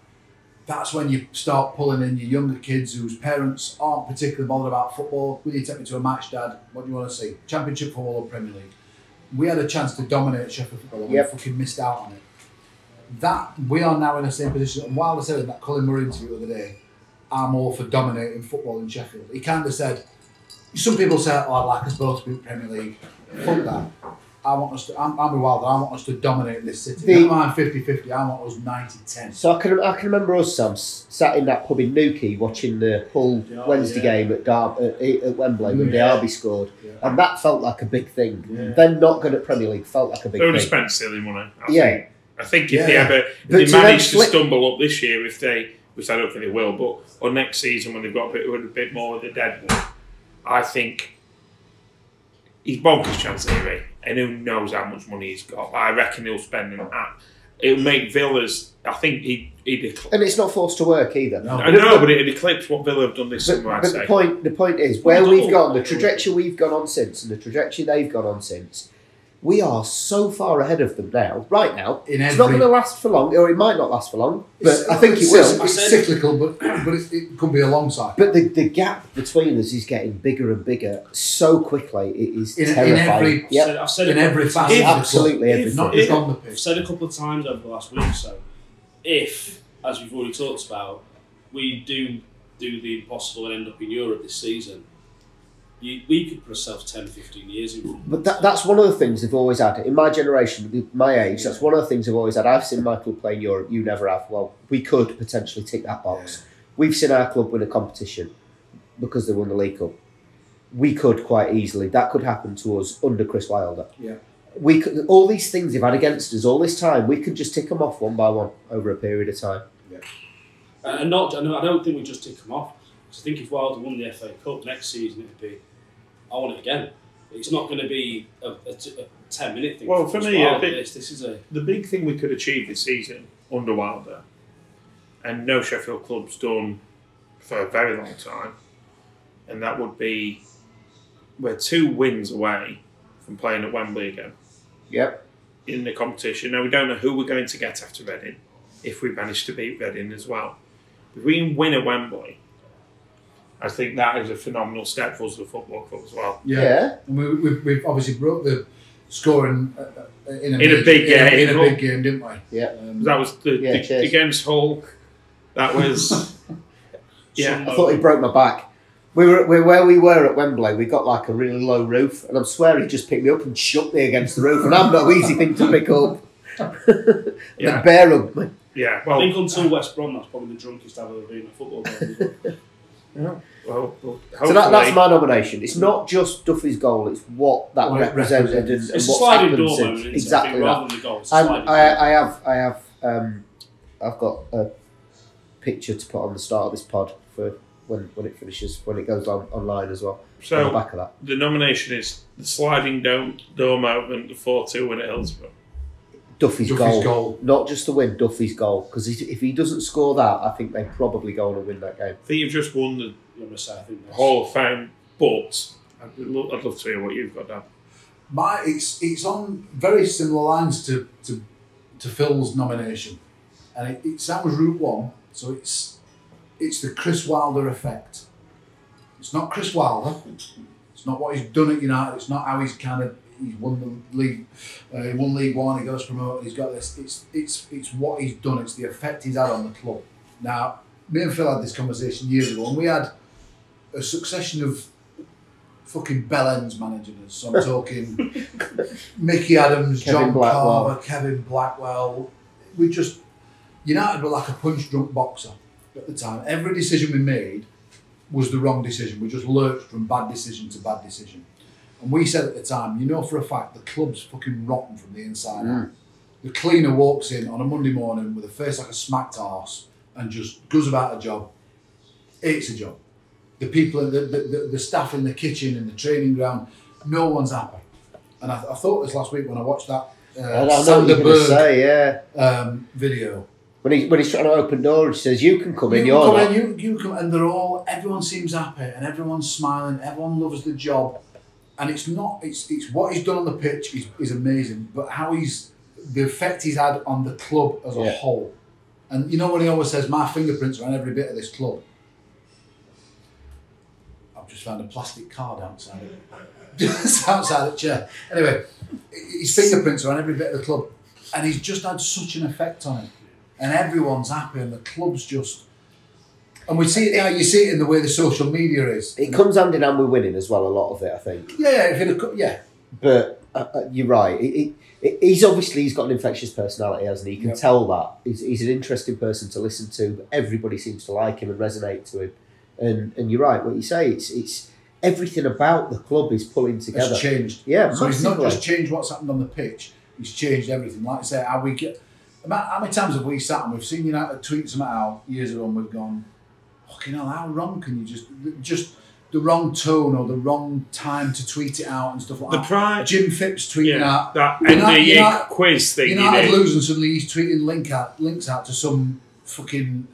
[SPEAKER 5] that's when you start pulling in your younger kids whose parents aren't particularly bothered about football. Will you take me to a match, Dad? What do you want to see? Championship football or Premier League? We had a chance to dominate Sheffield football and
[SPEAKER 4] Yep.
[SPEAKER 5] we fucking missed out on it that we are now in the same position. And while I said in that Colin Murray interview the other day, I'm all for dominating football in Sheffield. He kind of said, some people say, oh, I'd like us both to be in the Premier League. Fuck that. I want us to, I'm, I'm with Wilder, I want us to dominate this city.
[SPEAKER 4] The-
[SPEAKER 5] Don't mind 50 50, I want us 90 10.
[SPEAKER 4] so I can, I can remember us Sam s- sat in that pub in Newquay watching the Hull
[SPEAKER 7] Yeah, oh,
[SPEAKER 4] Wednesday
[SPEAKER 7] yeah.
[SPEAKER 4] game at, Derb, at, at Wembley when
[SPEAKER 7] Yeah.
[SPEAKER 4] Derby scored
[SPEAKER 5] Yeah.
[SPEAKER 4] and that felt like a big thing
[SPEAKER 7] Yeah.
[SPEAKER 4] them not good at Premier League felt like a big
[SPEAKER 3] they would have
[SPEAKER 4] thing
[SPEAKER 3] spent silly money. I
[SPEAKER 4] Yeah.
[SPEAKER 3] think. I think if they
[SPEAKER 5] Yeah.
[SPEAKER 3] ever if
[SPEAKER 4] But do
[SPEAKER 3] they
[SPEAKER 4] they
[SPEAKER 3] manage to
[SPEAKER 4] flip-
[SPEAKER 3] stumble up this year, if they which I don't think they will, but or next season when they've got a bit, with a bit more of the dead wood, I think he's bonkers chance theory, and who knows how much money he's got. I reckon he'll spend an app. It'll make Villa's. I think he he. Decl-
[SPEAKER 4] and it's not forced to work either
[SPEAKER 5] No.
[SPEAKER 3] I know, but it eclipsed what Villa have done this
[SPEAKER 4] But,
[SPEAKER 3] summer. I'd
[SPEAKER 4] but
[SPEAKER 3] say.
[SPEAKER 4] the point the point is where
[SPEAKER 3] Well,
[SPEAKER 4] we've
[SPEAKER 3] no.
[SPEAKER 4] gone, the trajectory we've gone on since, and the trajectory they've gone on since, we are so far ahead of them now. Right now,
[SPEAKER 5] In
[SPEAKER 4] it's
[SPEAKER 5] every-
[SPEAKER 4] not going to last for long, or it might not last for long, but
[SPEAKER 5] It's-
[SPEAKER 4] I think it
[SPEAKER 5] it's,
[SPEAKER 4] will.
[SPEAKER 5] It's cyclical, but, but it, it could be a long cycle.
[SPEAKER 4] But the, the gap between us is getting bigger and bigger so quickly. It is
[SPEAKER 5] In- in
[SPEAKER 4] terrifying.
[SPEAKER 5] every-
[SPEAKER 7] I've
[SPEAKER 4] yep,
[SPEAKER 7] said, I've said
[SPEAKER 5] In
[SPEAKER 7] it
[SPEAKER 5] every facet of the club,
[SPEAKER 4] absolutely
[SPEAKER 3] if
[SPEAKER 4] everything.
[SPEAKER 5] not just
[SPEAKER 3] Yeah.
[SPEAKER 5] on the
[SPEAKER 7] I've
[SPEAKER 5] pitch.
[SPEAKER 7] said a couple of times over the last week or so, if, as we've already talked about, we do do the impossible and end up in Europe this season, you, we could put ourselves 10, 15 years in.
[SPEAKER 4] But that, that's one of the things they've always had in my generation, with my age. That's one of the things they've always had. I've seen my club play in Europe. You never have. Well, we could potentially tick that box. We've seen our club win a competition because they won the League Cup. We could quite easily. That could happen to us under Chris Wilder.
[SPEAKER 5] Yeah.
[SPEAKER 4] We could, all these things they've had against us all this time. We could just tick them off one by one over a period of time.
[SPEAKER 7] And and not, and I don't think we just tick them off. Because I think if Wilder won the FA Cup next season, it'd be, I want it again. It's not going to be a, a t- a ten minute thing.
[SPEAKER 3] Well, for
[SPEAKER 7] us
[SPEAKER 3] me,
[SPEAKER 7] Wilder,
[SPEAKER 3] a bit-
[SPEAKER 7] this, this is a
[SPEAKER 3] The big thing we could achieve this season under Wilder, and no Sheffield club's done for a very long time, and that would be we're two wins away from playing at Wembley again
[SPEAKER 4] Yep.
[SPEAKER 3] in the competition. Now we don't know who we're going to get after Reading, if we manage to beat Reading as well. If we can win at Wembley, I think that is a phenomenal step for us as a football club as well.
[SPEAKER 4] Yeah.
[SPEAKER 5] And we, we, we've obviously broke the scoring uh, uh, in a,
[SPEAKER 3] In a big
[SPEAKER 5] in
[SPEAKER 3] game.
[SPEAKER 5] In a big game, didn't we?
[SPEAKER 4] Yeah.
[SPEAKER 5] Um,
[SPEAKER 3] That was the,
[SPEAKER 4] Yeah,
[SPEAKER 3] the-
[SPEAKER 4] cheers.
[SPEAKER 3] against Hull. That was yeah.
[SPEAKER 4] I thought he broke my back. We were, we where we were at Wembley. We got like a really low roof, and I'm swearing he just picked me up and shoved me against the roof. And I'm no easy thing to pick up.
[SPEAKER 3] Yeah.
[SPEAKER 4] The bear hugged me.
[SPEAKER 3] Yeah,
[SPEAKER 7] I
[SPEAKER 3] well,
[SPEAKER 7] think until West Brom, that's probably the drunkest I've ever been in a football game.
[SPEAKER 3] well, well,
[SPEAKER 4] So that, that's
[SPEAKER 3] hopefully-
[SPEAKER 4] my nomination. It's not just Duffy's goal; it's what that
[SPEAKER 5] What it
[SPEAKER 4] represented and,
[SPEAKER 5] represents.
[SPEAKER 4] and
[SPEAKER 7] it's a
[SPEAKER 4] what's
[SPEAKER 7] sliding
[SPEAKER 4] happened
[SPEAKER 7] door
[SPEAKER 4] since.
[SPEAKER 7] moment, isn't it? I
[SPEAKER 4] Exactly
[SPEAKER 7] think,
[SPEAKER 4] that.
[SPEAKER 7] rather than the goal. It's a
[SPEAKER 4] I'm,
[SPEAKER 7] sliding door.
[SPEAKER 4] I, I have, I have, um, I've got a picture to put on the start of this pod for when, when it finishes, when it goes on, online as well. on the
[SPEAKER 3] so
[SPEAKER 4] back of that,
[SPEAKER 3] the nomination is the sliding dome, door moment, the 4 2 win at Hillsborough.
[SPEAKER 4] Duffy's,
[SPEAKER 5] Duffy's
[SPEAKER 4] goal.
[SPEAKER 5] goal.
[SPEAKER 4] not just the win, Duffy's goal. Because if he doesn't score that, I think they probably go on and win that game.
[SPEAKER 3] I think you've just won the
[SPEAKER 7] You know, so I think that's-
[SPEAKER 3] Hall of Fame, but I'd, lo- I'd love to hear what you've got, Dan.
[SPEAKER 5] My, it's it's on very similar lines to to, to Phil's nomination, and it, it's that was Route One, so it's it's the Chris Wilder effect. It's not Chris Wilder. It's not what he's done at United. It's not how he's kind of he's won the league, uh, he won League One. He goes promoted. He's got this. It's it's it's what he's done. It's the effect he's had on the club. Now, me and Phil had this conversation years ago, and we had a succession of fucking bell ends managing us. So I'm talking Mickey Adams,
[SPEAKER 4] Kevin
[SPEAKER 5] John
[SPEAKER 4] Blackwell.
[SPEAKER 5] Carver, Kevin Blackwell. We just United were like a punch drunk boxer at the time. Every decision we made was the wrong decision. We just lurched from bad decision to bad decision. And we said at the time, you know for a fact the club's fucking rotten from the inside
[SPEAKER 4] Mm.
[SPEAKER 5] out. The cleaner walks in on a Monday morning with a face like a smacked arse and just goes about a job. It's a job. The people, the, the, the, the staff in the kitchen, in the training ground, no one's happy. And I, I thought this last week when I watched that
[SPEAKER 4] I
[SPEAKER 5] uh,
[SPEAKER 4] don't know what you're
[SPEAKER 5] Sander
[SPEAKER 4] going to
[SPEAKER 5] Berg
[SPEAKER 4] say. Yeah,
[SPEAKER 5] um, video.
[SPEAKER 4] when he when he's trying to open door, he says, "You can come in.
[SPEAKER 5] you
[SPEAKER 4] You're
[SPEAKER 5] come
[SPEAKER 4] not."
[SPEAKER 5] in, you, you come, and they're all. Everyone seems happy, and everyone's smiling. Everyone loves the job, and it's not. It's it's what he's done on the pitch is, is amazing, but how he's the effect he's had on the club as
[SPEAKER 4] Yeah.
[SPEAKER 5] a whole. And you know what he always says, my fingerprints are on every bit of this club. I've just found a plastic card outside it. just outside the chair. Anyway, his fingerprints are on every bit of the club, and he's just had such an effect on it. And everyone's happy, and the club's just. And we see it now. You see it in the way the social media is.
[SPEAKER 4] It comes hand in hand with winning as well. A lot of it, I think.
[SPEAKER 5] Yeah, yeah, if it had co- yeah,
[SPEAKER 4] but uh, uh, you're right. He- he- he- he's obviously he's got an infectious personality, hasn't he? You can
[SPEAKER 5] Yep.
[SPEAKER 4] tell that. He's, he's an interesting person to listen to. But everybody seems to like him and resonate to him. And and you're right. What you say, it's it's everything about the club is pulling
[SPEAKER 5] it's
[SPEAKER 4] together.
[SPEAKER 5] changed.
[SPEAKER 4] Yeah,
[SPEAKER 5] So he's not
[SPEAKER 4] massively.
[SPEAKER 5] just changed what's happened on the pitch. He's changed everything. Like I say, how we get. ama- How many times have we sat and we've seen United tweet something out years ago, and we've gone, "Fucking hell, how wrong can you just just the wrong tone or the wrong time to tweet it out and stuff like
[SPEAKER 3] The
[SPEAKER 5] that."
[SPEAKER 3] pride.
[SPEAKER 5] Jim Phipps tweeting
[SPEAKER 3] Yeah,
[SPEAKER 5] out.
[SPEAKER 3] that
[SPEAKER 5] You're
[SPEAKER 3] end
[SPEAKER 5] not-
[SPEAKER 3] of
[SPEAKER 5] you're
[SPEAKER 3] year
[SPEAKER 5] not-
[SPEAKER 3] quiz thing you
[SPEAKER 5] United
[SPEAKER 3] did.
[SPEAKER 5] losing suddenly he's tweeting link out, links out to some fucking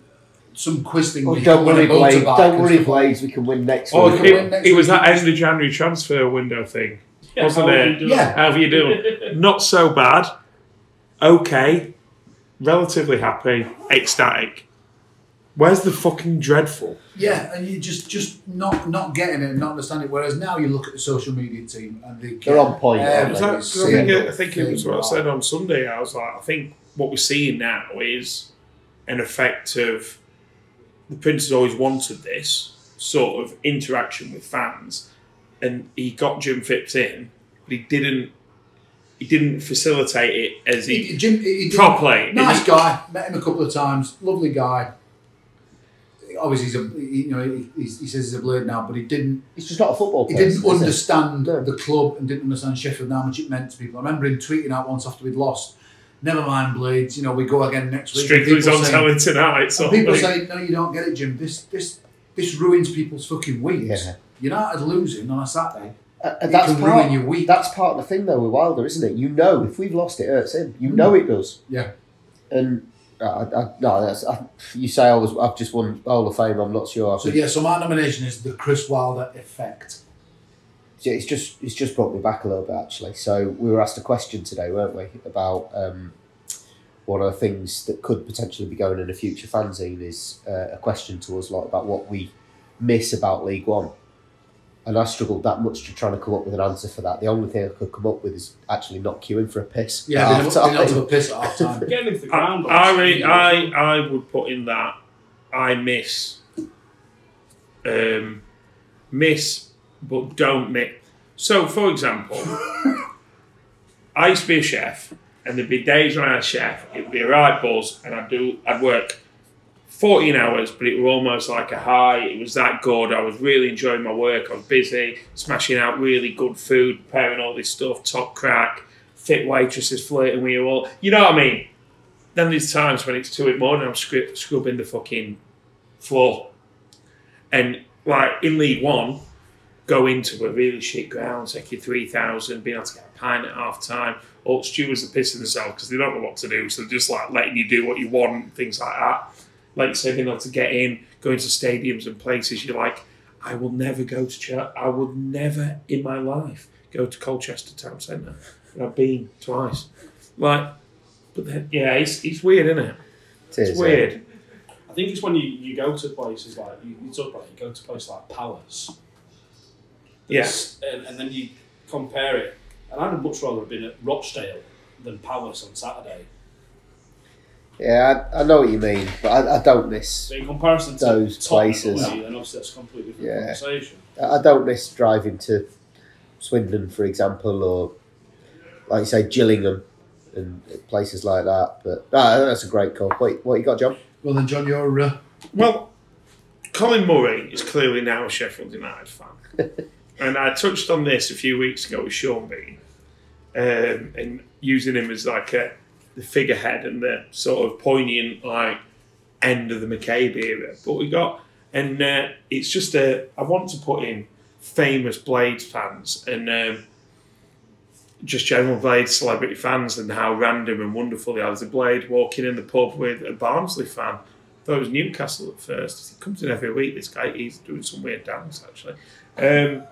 [SPEAKER 5] some quiz thing.
[SPEAKER 4] Oh,
[SPEAKER 5] where you
[SPEAKER 4] don't
[SPEAKER 5] can win
[SPEAKER 4] worry,
[SPEAKER 5] a motorbike
[SPEAKER 4] Blades. Don't
[SPEAKER 5] and
[SPEAKER 4] worry,
[SPEAKER 5] stuff like
[SPEAKER 4] Blades. We can win next
[SPEAKER 3] Oh,
[SPEAKER 5] We'll
[SPEAKER 4] week.
[SPEAKER 5] come in
[SPEAKER 3] it,
[SPEAKER 5] next
[SPEAKER 3] it was
[SPEAKER 5] week.
[SPEAKER 3] that end of January transfer window thing,
[SPEAKER 7] Yeah,
[SPEAKER 3] wasn't
[SPEAKER 7] how are
[SPEAKER 3] it?
[SPEAKER 7] we doing?
[SPEAKER 5] Yeah.
[SPEAKER 3] How have you doing? Not so bad. Okay. Relatively happy. Ecstatic. Where's the fucking dreadful?
[SPEAKER 5] that. Yeah, and you just just not not getting it and not understanding it. Whereas now you look at the social media team and they
[SPEAKER 4] They're on point, aren't
[SPEAKER 5] every
[SPEAKER 4] they?
[SPEAKER 3] Was that- 'cause I
[SPEAKER 5] single
[SPEAKER 3] think, it, I think it was
[SPEAKER 5] thing
[SPEAKER 3] what I
[SPEAKER 5] right.
[SPEAKER 3] said on Sunday. I was like, I think what we're seeing now is an effect of the Prince has always wanted this sort of interaction with fans, and he got Jim Phipps in, but he didn't. He didn't facilitate it as
[SPEAKER 5] He-
[SPEAKER 3] he
[SPEAKER 5] Jim, he- he did-
[SPEAKER 3] properly.
[SPEAKER 5] nice
[SPEAKER 3] He-
[SPEAKER 5] guy. Met him a couple of times. Lovely guy. Obviously, he's a he, you know he, he's- he says he's a blade now, but he didn't
[SPEAKER 4] It's just not a football.
[SPEAKER 5] He
[SPEAKER 4] person,
[SPEAKER 5] didn't
[SPEAKER 4] is it?
[SPEAKER 5] understand
[SPEAKER 4] No.
[SPEAKER 5] the club and didn't understand Sheffield and how much it meant to people. I remember him tweeting out once after we'd lost, never mind Blades, you know, we go again next week. And
[SPEAKER 3] Strictly's
[SPEAKER 5] people
[SPEAKER 3] on
[SPEAKER 5] saying-
[SPEAKER 3] telling tonight. So
[SPEAKER 5] and people say, no, you don't get it, Jim. This this this ruins people's fucking weeks.
[SPEAKER 4] Yeah.
[SPEAKER 5] United losing on a Saturday
[SPEAKER 4] Uh,
[SPEAKER 5] It
[SPEAKER 4] and that's
[SPEAKER 5] can
[SPEAKER 4] part,
[SPEAKER 5] ruin your week.
[SPEAKER 4] that's part of the thing, though, with Wilder, isn't it? You know, if we've lost, it hurts him. You know it does.
[SPEAKER 5] Yeah.
[SPEAKER 4] And I, I, no, that's, I, you say I was, I've just won Hall of Fame. I'm not sure.
[SPEAKER 5] So yeah, so my nomination is the Chris Wilder effect.
[SPEAKER 4] Yeah, it's just it's just brought me back a little bit actually. So we were asked a question today, weren't we, about um, one of the things that could potentially be going in a future fanzine is uh, a question to us lot about what we miss about League One. And I struggled that much to trying to come up with an answer for that. The only thing I could come up with is actually not queuing for a piss.
[SPEAKER 5] Yeah,
[SPEAKER 4] at
[SPEAKER 5] they
[SPEAKER 4] half
[SPEAKER 5] don't, they don't
[SPEAKER 4] time.
[SPEAKER 5] have a piss at half time.
[SPEAKER 7] Get into the
[SPEAKER 3] I,
[SPEAKER 7] ground.
[SPEAKER 3] I, re-
[SPEAKER 7] obviously.
[SPEAKER 3] I, I would put in that I miss, um, miss, but don't miss. So, for example, I used to be a chef, and there'd be days when I was a chef, it'd be a right buzz, and I'd do, I'd work 14 hours, but it was almost like a high. It was that good. I was really enjoying my work. I was busy, smashing out really good food, preparing all this stuff, top crack, fit waitresses flirting with you all. You know what I mean? Then there's times when it's two in the morning, I'm scri- scrubbing the fucking floor. And like in League One, go into a really shit ground, take your 3,000, being able to get a pint at half time. All stewards are pissing themselves because they don't know what to do. So they're just like letting you do what you want, things like that like you say, being able to get in, going to stadiums and places, you're like, I will never go to Chel- I would never in my life go to Colchester Town Centre. And I've been twice. Like, but then, yeah, it's, it's weird, isn't it?
[SPEAKER 4] It
[SPEAKER 3] It's
[SPEAKER 4] is, yeah.
[SPEAKER 3] weird.
[SPEAKER 7] I think it's when you, you go to places like you, you talk about you go to places like Palace. Yes. And, and then you compare it. And I'd have much rather have been at Rochdale than Palace on Saturday.
[SPEAKER 4] Yeah, I, I know what you mean, but I, I don't miss
[SPEAKER 7] So in comparison to
[SPEAKER 4] Those
[SPEAKER 7] Tottenham,
[SPEAKER 4] places.
[SPEAKER 7] aren't you, then obviously that's a completely different
[SPEAKER 4] Yeah.
[SPEAKER 7] conversation.
[SPEAKER 4] I I don't miss driving to Swindon, for example, or like you say, Gillingham and places like that. But ah, that's a great call. Wait, what you got, John?
[SPEAKER 5] well then, John, you're uh,
[SPEAKER 3] Well, Colin Murray is clearly now a Sheffield United fan. and I touched on this a few weeks ago with Sean Bean um, and using him as like a, the figurehead and the sort of poignant, like, end of the McCabe era. But we got, and uh, it's just a, I want to put in famous Blades fans and um, just general Blades celebrity fans and how random and wonderful they are. There's a Blade walking in the pub with a Barnsley fan. Thought it was Newcastle at first. He comes in every week. This guy, he's doing some weird dance actually. Um,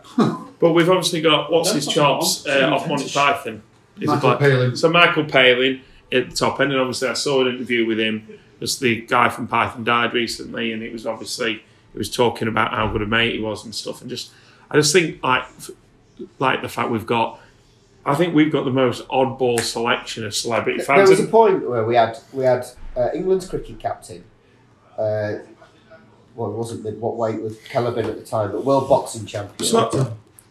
[SPEAKER 3] but we've obviously got what's his
[SPEAKER 7] That's not
[SPEAKER 3] chops
[SPEAKER 7] wrong.
[SPEAKER 3] uh, off Monty Python. He's a
[SPEAKER 5] Michael
[SPEAKER 3] Blade.
[SPEAKER 5] Palin.
[SPEAKER 3] So Michael Palin at the top end, and obviously I saw an interview with him. It's the guy from Python died recently, and it was obviously he was talking about how good a mate he was and stuff. And just I just think like f- like the fact we've got, I think we've got the most oddball selection of celebrity
[SPEAKER 4] There
[SPEAKER 3] fans.
[SPEAKER 4] was a
[SPEAKER 3] And
[SPEAKER 4] point where we had we had uh, England's cricket captain. Uh, well, it wasn't mid, what weight was Caliban at the time, but world boxing champion.
[SPEAKER 3] It's not
[SPEAKER 4] We've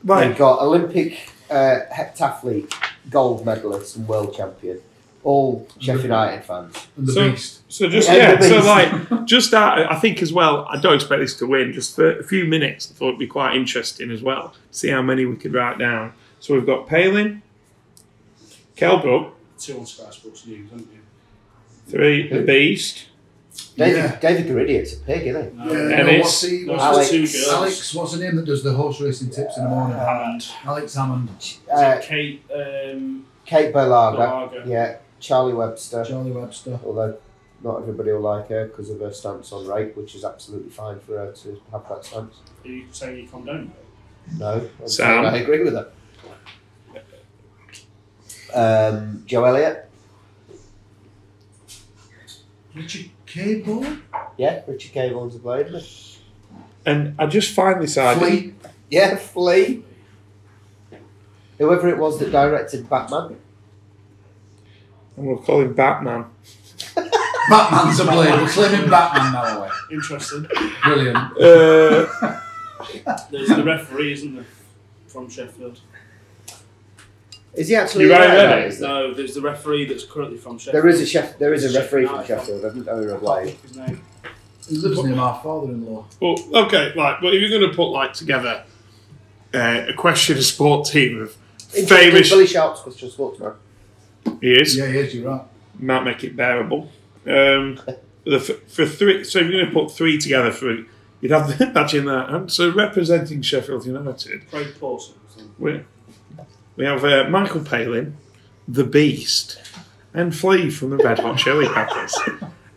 [SPEAKER 3] like
[SPEAKER 4] got Olympic uh, heptathlete, gold medalist, and world champion. All Sheffield United fans.
[SPEAKER 5] and the
[SPEAKER 3] So-
[SPEAKER 5] Beast.
[SPEAKER 3] so just yeah,
[SPEAKER 4] Yeah,
[SPEAKER 3] so
[SPEAKER 4] please.
[SPEAKER 3] like just that. I think as well. I don't expect this to win. Just for a few minutes, I thought it'd be quite interesting as well. See how many we could write down. So we've got Palin, Kelbrook,
[SPEAKER 7] Two on Sky Sports News, haven't you?
[SPEAKER 3] three, the Beast.
[SPEAKER 4] David
[SPEAKER 5] Yeah.
[SPEAKER 4] David Garridian's a pig, isn't he?
[SPEAKER 7] No.
[SPEAKER 5] Yeah,
[SPEAKER 3] Dennis.
[SPEAKER 5] no, what's he,
[SPEAKER 7] Um, Those
[SPEAKER 5] what's
[SPEAKER 7] are
[SPEAKER 4] Alex.
[SPEAKER 7] the two girls.
[SPEAKER 5] Alex, what's the name that does the horse racing tips in the morning?
[SPEAKER 7] Hammond.
[SPEAKER 5] Alex Hammond,
[SPEAKER 4] Uh,
[SPEAKER 7] Kate um,
[SPEAKER 4] Kate Berlaga.
[SPEAKER 7] Balaga.
[SPEAKER 4] Yeah, Charlie Webster.
[SPEAKER 5] Charlie Webster.
[SPEAKER 4] although not everybody will like her because of her stance on rape, which is absolutely fine for her to have that stance.
[SPEAKER 7] Are you saying you condone
[SPEAKER 4] No,
[SPEAKER 3] Sam.
[SPEAKER 4] I'm saying I agree with her. Um, Joe Elliott,
[SPEAKER 5] Richard Cable?
[SPEAKER 4] yeah, Richard Cable's a blade. isn't he?
[SPEAKER 3] And I just find this idea.
[SPEAKER 5] Flea?
[SPEAKER 4] Yeah, Flea. Whoever it was that directed Batman,
[SPEAKER 3] And we'll call him Batman.
[SPEAKER 5] Batman's a blade. We're claiming Batman now away.
[SPEAKER 7] it? Interesting.
[SPEAKER 5] Brilliant.
[SPEAKER 3] Uh,
[SPEAKER 7] There's the referee, isn't there? From Sheffield.
[SPEAKER 4] is he actually?
[SPEAKER 3] You're right,
[SPEAKER 4] there now,
[SPEAKER 3] right.
[SPEAKER 4] is there?
[SPEAKER 7] No, there's the referee that's currently from Sheffield.
[SPEAKER 4] There is a chef. There is a
[SPEAKER 7] Sheffield
[SPEAKER 4] referee from
[SPEAKER 7] United.
[SPEAKER 4] Sheffield. I didn't know he were a
[SPEAKER 7] I can't
[SPEAKER 4] blade.
[SPEAKER 7] think of his name.
[SPEAKER 5] He lives near my father-in-law.
[SPEAKER 3] well, okay, like, but if you're going to put like together uh, a question of sport team of famous,
[SPEAKER 4] Billy Sharp's Christian sportsman.
[SPEAKER 3] he is
[SPEAKER 5] Yeah, he is, you're right.
[SPEAKER 3] might make it bearable. Um, the, for three, so if you're going to put three together for you'd have the match in that. And so representing Sheffield United,
[SPEAKER 7] Craig Pawson. or something.
[SPEAKER 3] We, we have uh, Michael Palin, the Beast, and Flea from the Red Hot Chili Peppers.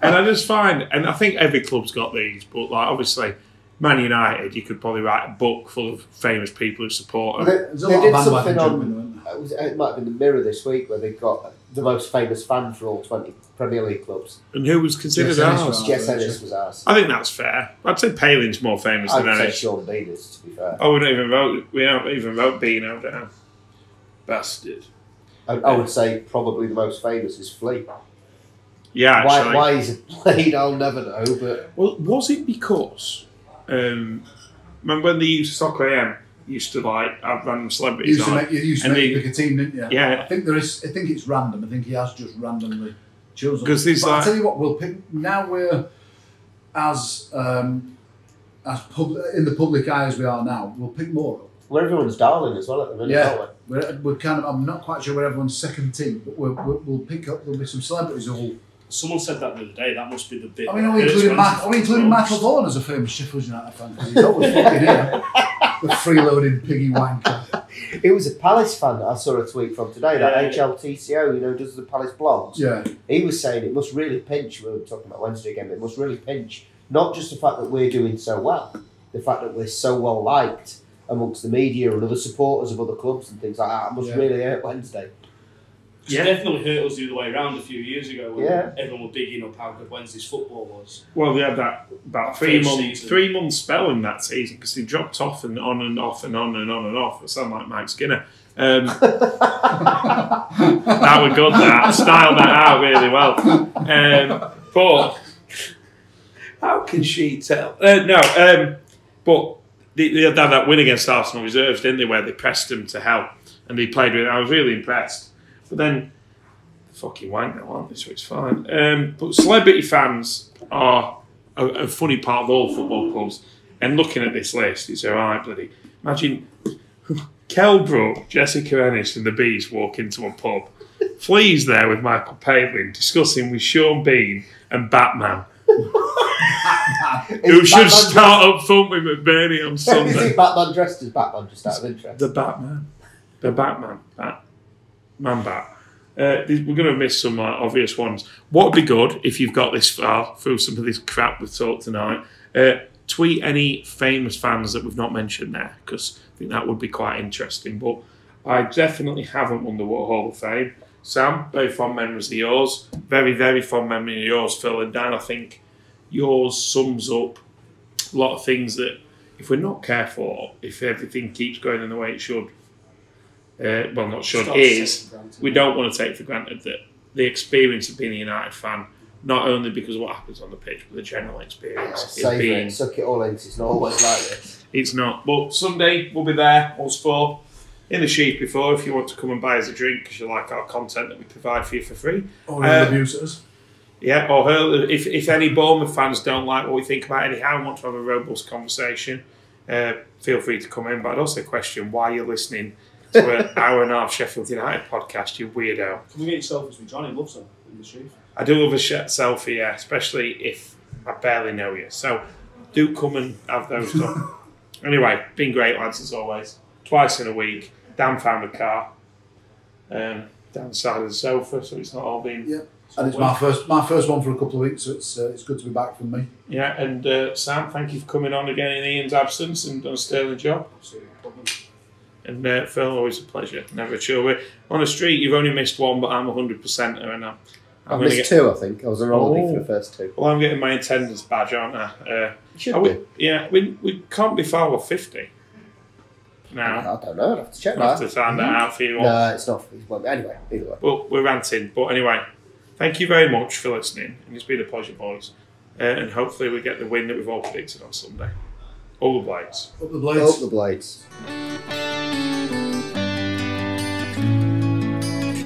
[SPEAKER 3] and I just find, and I think every club's got these, but like obviously. Man United, you could probably write a book full of famous people who support them.
[SPEAKER 4] They,
[SPEAKER 5] There's a
[SPEAKER 4] they
[SPEAKER 5] lot
[SPEAKER 4] did
[SPEAKER 5] of bandwagon
[SPEAKER 4] something
[SPEAKER 5] jumping,
[SPEAKER 4] on.
[SPEAKER 5] wasn't there?
[SPEAKER 4] It, was, it might have been the Mirror this week where they got the most famous fan for all twenty Premier League clubs.
[SPEAKER 3] And who was considered
[SPEAKER 5] Yes,
[SPEAKER 3] ours?
[SPEAKER 5] Oh,
[SPEAKER 4] yes,
[SPEAKER 5] yeah,
[SPEAKER 4] Ennis
[SPEAKER 5] sure.
[SPEAKER 4] was ours.
[SPEAKER 3] I think that's fair. I'd say Palin's more famous
[SPEAKER 4] I'd
[SPEAKER 3] than
[SPEAKER 4] say
[SPEAKER 3] Ennis.
[SPEAKER 4] Sean Beaners, to be fair.
[SPEAKER 3] Oh, we don't even vote. We don't even vote Beano down. Bastard.
[SPEAKER 4] I, I would say probably the most famous is Flea.
[SPEAKER 3] Yeah,
[SPEAKER 4] Why,
[SPEAKER 3] actually.
[SPEAKER 4] why he's played, I'll never know. But
[SPEAKER 3] Well, was it because? Um, remember when they used Soccer AM used to like have random
[SPEAKER 5] You
[SPEAKER 3] celebrities
[SPEAKER 5] used to
[SPEAKER 3] on
[SPEAKER 5] make,
[SPEAKER 3] it?
[SPEAKER 5] you used to
[SPEAKER 3] And
[SPEAKER 5] make
[SPEAKER 3] they-
[SPEAKER 5] you pick a team, didn't you?
[SPEAKER 3] Yeah.
[SPEAKER 5] I think there is. I think it's random. I think he has just randomly chosen.
[SPEAKER 3] 'Cause he's
[SPEAKER 5] But
[SPEAKER 3] like-
[SPEAKER 5] I tell you what, we'll pick now. We're as um, as pub, in the public eye as we are now. We'll pick more. up.
[SPEAKER 4] we're everyone's darling as well at the minute,
[SPEAKER 5] Yeah.
[SPEAKER 4] aren't
[SPEAKER 5] We're, we're kind of. I'm not quite sure we're everyone's second team, but we're, we're, we'll pick up. There'll be some celebrities who will.
[SPEAKER 7] Someone said that the other day. That must be the bit.
[SPEAKER 5] I mean, are we
[SPEAKER 7] that
[SPEAKER 5] including, Ma-
[SPEAKER 7] expensive
[SPEAKER 5] are we including
[SPEAKER 7] club.
[SPEAKER 5] Michael Vaughan as a famous Sheffield United fan? Because he's always fucking here. The freeloading piggy wanker.
[SPEAKER 4] we? It was a Palace fan that I saw a tweet from today,
[SPEAKER 7] Yeah.
[SPEAKER 4] that HLTCO, you know, does the Palace blogs.
[SPEAKER 5] Yeah.
[SPEAKER 4] He was saying it must really pinch, we were talking about Wednesday again, but it must really pinch, not just the fact that we're doing so well, the fact that we're so well liked amongst the media and other supporters of other clubs and things like that. It must
[SPEAKER 5] Yeah.
[SPEAKER 4] really hurt Wednesday.
[SPEAKER 7] It's definitely hurt us the other way around a few years ago when
[SPEAKER 4] Yeah.
[SPEAKER 7] everyone were bigging up how good Wednesday's football was.
[SPEAKER 3] Well, they had that about
[SPEAKER 7] That
[SPEAKER 3] three
[SPEAKER 7] first
[SPEAKER 3] month
[SPEAKER 7] season.
[SPEAKER 3] three month spell in that season because he dropped off and on and off and on and on and off. It sounded like Mike Skinner. Um, that were good. That styled that out really well. Um, but how can she tell? Uh, no, um, but they, they had that win against Arsenal reserves, didn't they? Where they pressed them to hell and they played with. it. I was really impressed. But then, fucking wank now, aren't they? So it's fine. Um, but celebrity fans are a, a funny part of all football clubs. And looking at this list, it's all right, bloody. Imagine Kelbrook, Jessica Ennis, and the Bees walk into a pub. Flea's there with Michael Palin discussing with Sean Bean and Batman, who
[SPEAKER 4] Is
[SPEAKER 3] should
[SPEAKER 4] Batman-
[SPEAKER 3] start up front with McBurney on
[SPEAKER 4] Is
[SPEAKER 3] Sunday.
[SPEAKER 4] it Batman dressed as Batman just out of interest?
[SPEAKER 3] The Batman. The Batman. Bat. Man Bat. Uh, th- we're going to miss some uh, obvious ones. What would be good if you've got this far through some of this crap we've talked tonight? Uh, tweet any famous fans that we've not mentioned there because I think that would be quite interesting. But I definitely haven't won the World Hall of Fame. Sam, very fond memories of yours. Very, very fond memory of yours, Phil. And Dan, I think yours sums up a lot of things that if we're not careful, if everything keeps going in the way it should, uh, well, not should,
[SPEAKER 7] Stop
[SPEAKER 3] is,
[SPEAKER 7] taking it for granted.
[SPEAKER 3] we don't want to take for granted that the experience of being a United fan, not only because of what happens on the pitch, but the general experience is
[SPEAKER 4] Savour
[SPEAKER 3] being.
[SPEAKER 4] it, suck it all in, 'cause it's not always like this.
[SPEAKER 3] It's not. But Sunday, we'll be there, us four, in the sheep before, if you want to come and buy us a drink because you like our content that we provide for you for free.
[SPEAKER 5] Or uh,
[SPEAKER 3] Uh,
[SPEAKER 5] abuse at us.
[SPEAKER 3] Yeah, or hurl, if, if any Bournemouth fans don't like what we think about anyhow and want to have a robust conversation, uh, feel free to come in. But I'd also question why you're listening to an hour and a half Sheffield United podcast, you weirdo.
[SPEAKER 7] Come and get yourself as we Johnny loves her in the sheaf.
[SPEAKER 3] I do love a sh- selfie, yeah, especially if I barely know you. So do come and have those done. anyway, been great, lads, as always. Twice in a week. Dan found a car. Um, Dan side of the sofa, so it's not all been
[SPEAKER 5] Yeah. And it's my first my first one for a couple of weeks, so it's uh, it's good to be back from me.
[SPEAKER 3] Yeah, and uh, Sam, thank you for coming on again in Ian's absence and done a sterling job.
[SPEAKER 7] Absolutely no problem.
[SPEAKER 3] And uh, Phil, always a pleasure. Never a chill. We're on the street, you've only missed one, but I'm 100%er and I'm,
[SPEAKER 4] I
[SPEAKER 3] I'm
[SPEAKER 4] missed
[SPEAKER 3] gonna get,
[SPEAKER 4] two, I think. I was on holiday
[SPEAKER 3] Oh.
[SPEAKER 4] for the first two.
[SPEAKER 3] Well, I'm getting my attendance badge, aren't I? Uh,
[SPEAKER 4] Should
[SPEAKER 3] are
[SPEAKER 4] be.
[SPEAKER 3] we, yeah, we, we can't be far off 50
[SPEAKER 4] I
[SPEAKER 3] now.
[SPEAKER 4] don't know. I'd have to check
[SPEAKER 3] I'll have
[SPEAKER 4] that.
[SPEAKER 3] to find that out for you all.
[SPEAKER 4] No, it's not. It's, well, anyway, either way.
[SPEAKER 3] Well, we're ranting. But anyway, thank you very much for listening. And it's been a pleasure, boys. Uh, and hopefully we get the win that we've all predicted on Sunday. All the blades.
[SPEAKER 5] Up the blades.
[SPEAKER 4] Up the blades.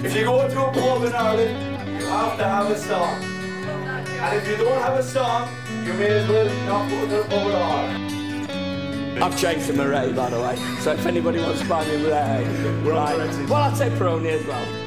[SPEAKER 1] If you go to a pub in Ireland, you have to have a song. And if you don't have a song, you may as well not go to a pub at all.
[SPEAKER 2] I've changed the Murray, by the way. So if anybody wants to buy me Murray, right. Well, I'd say Prony as well.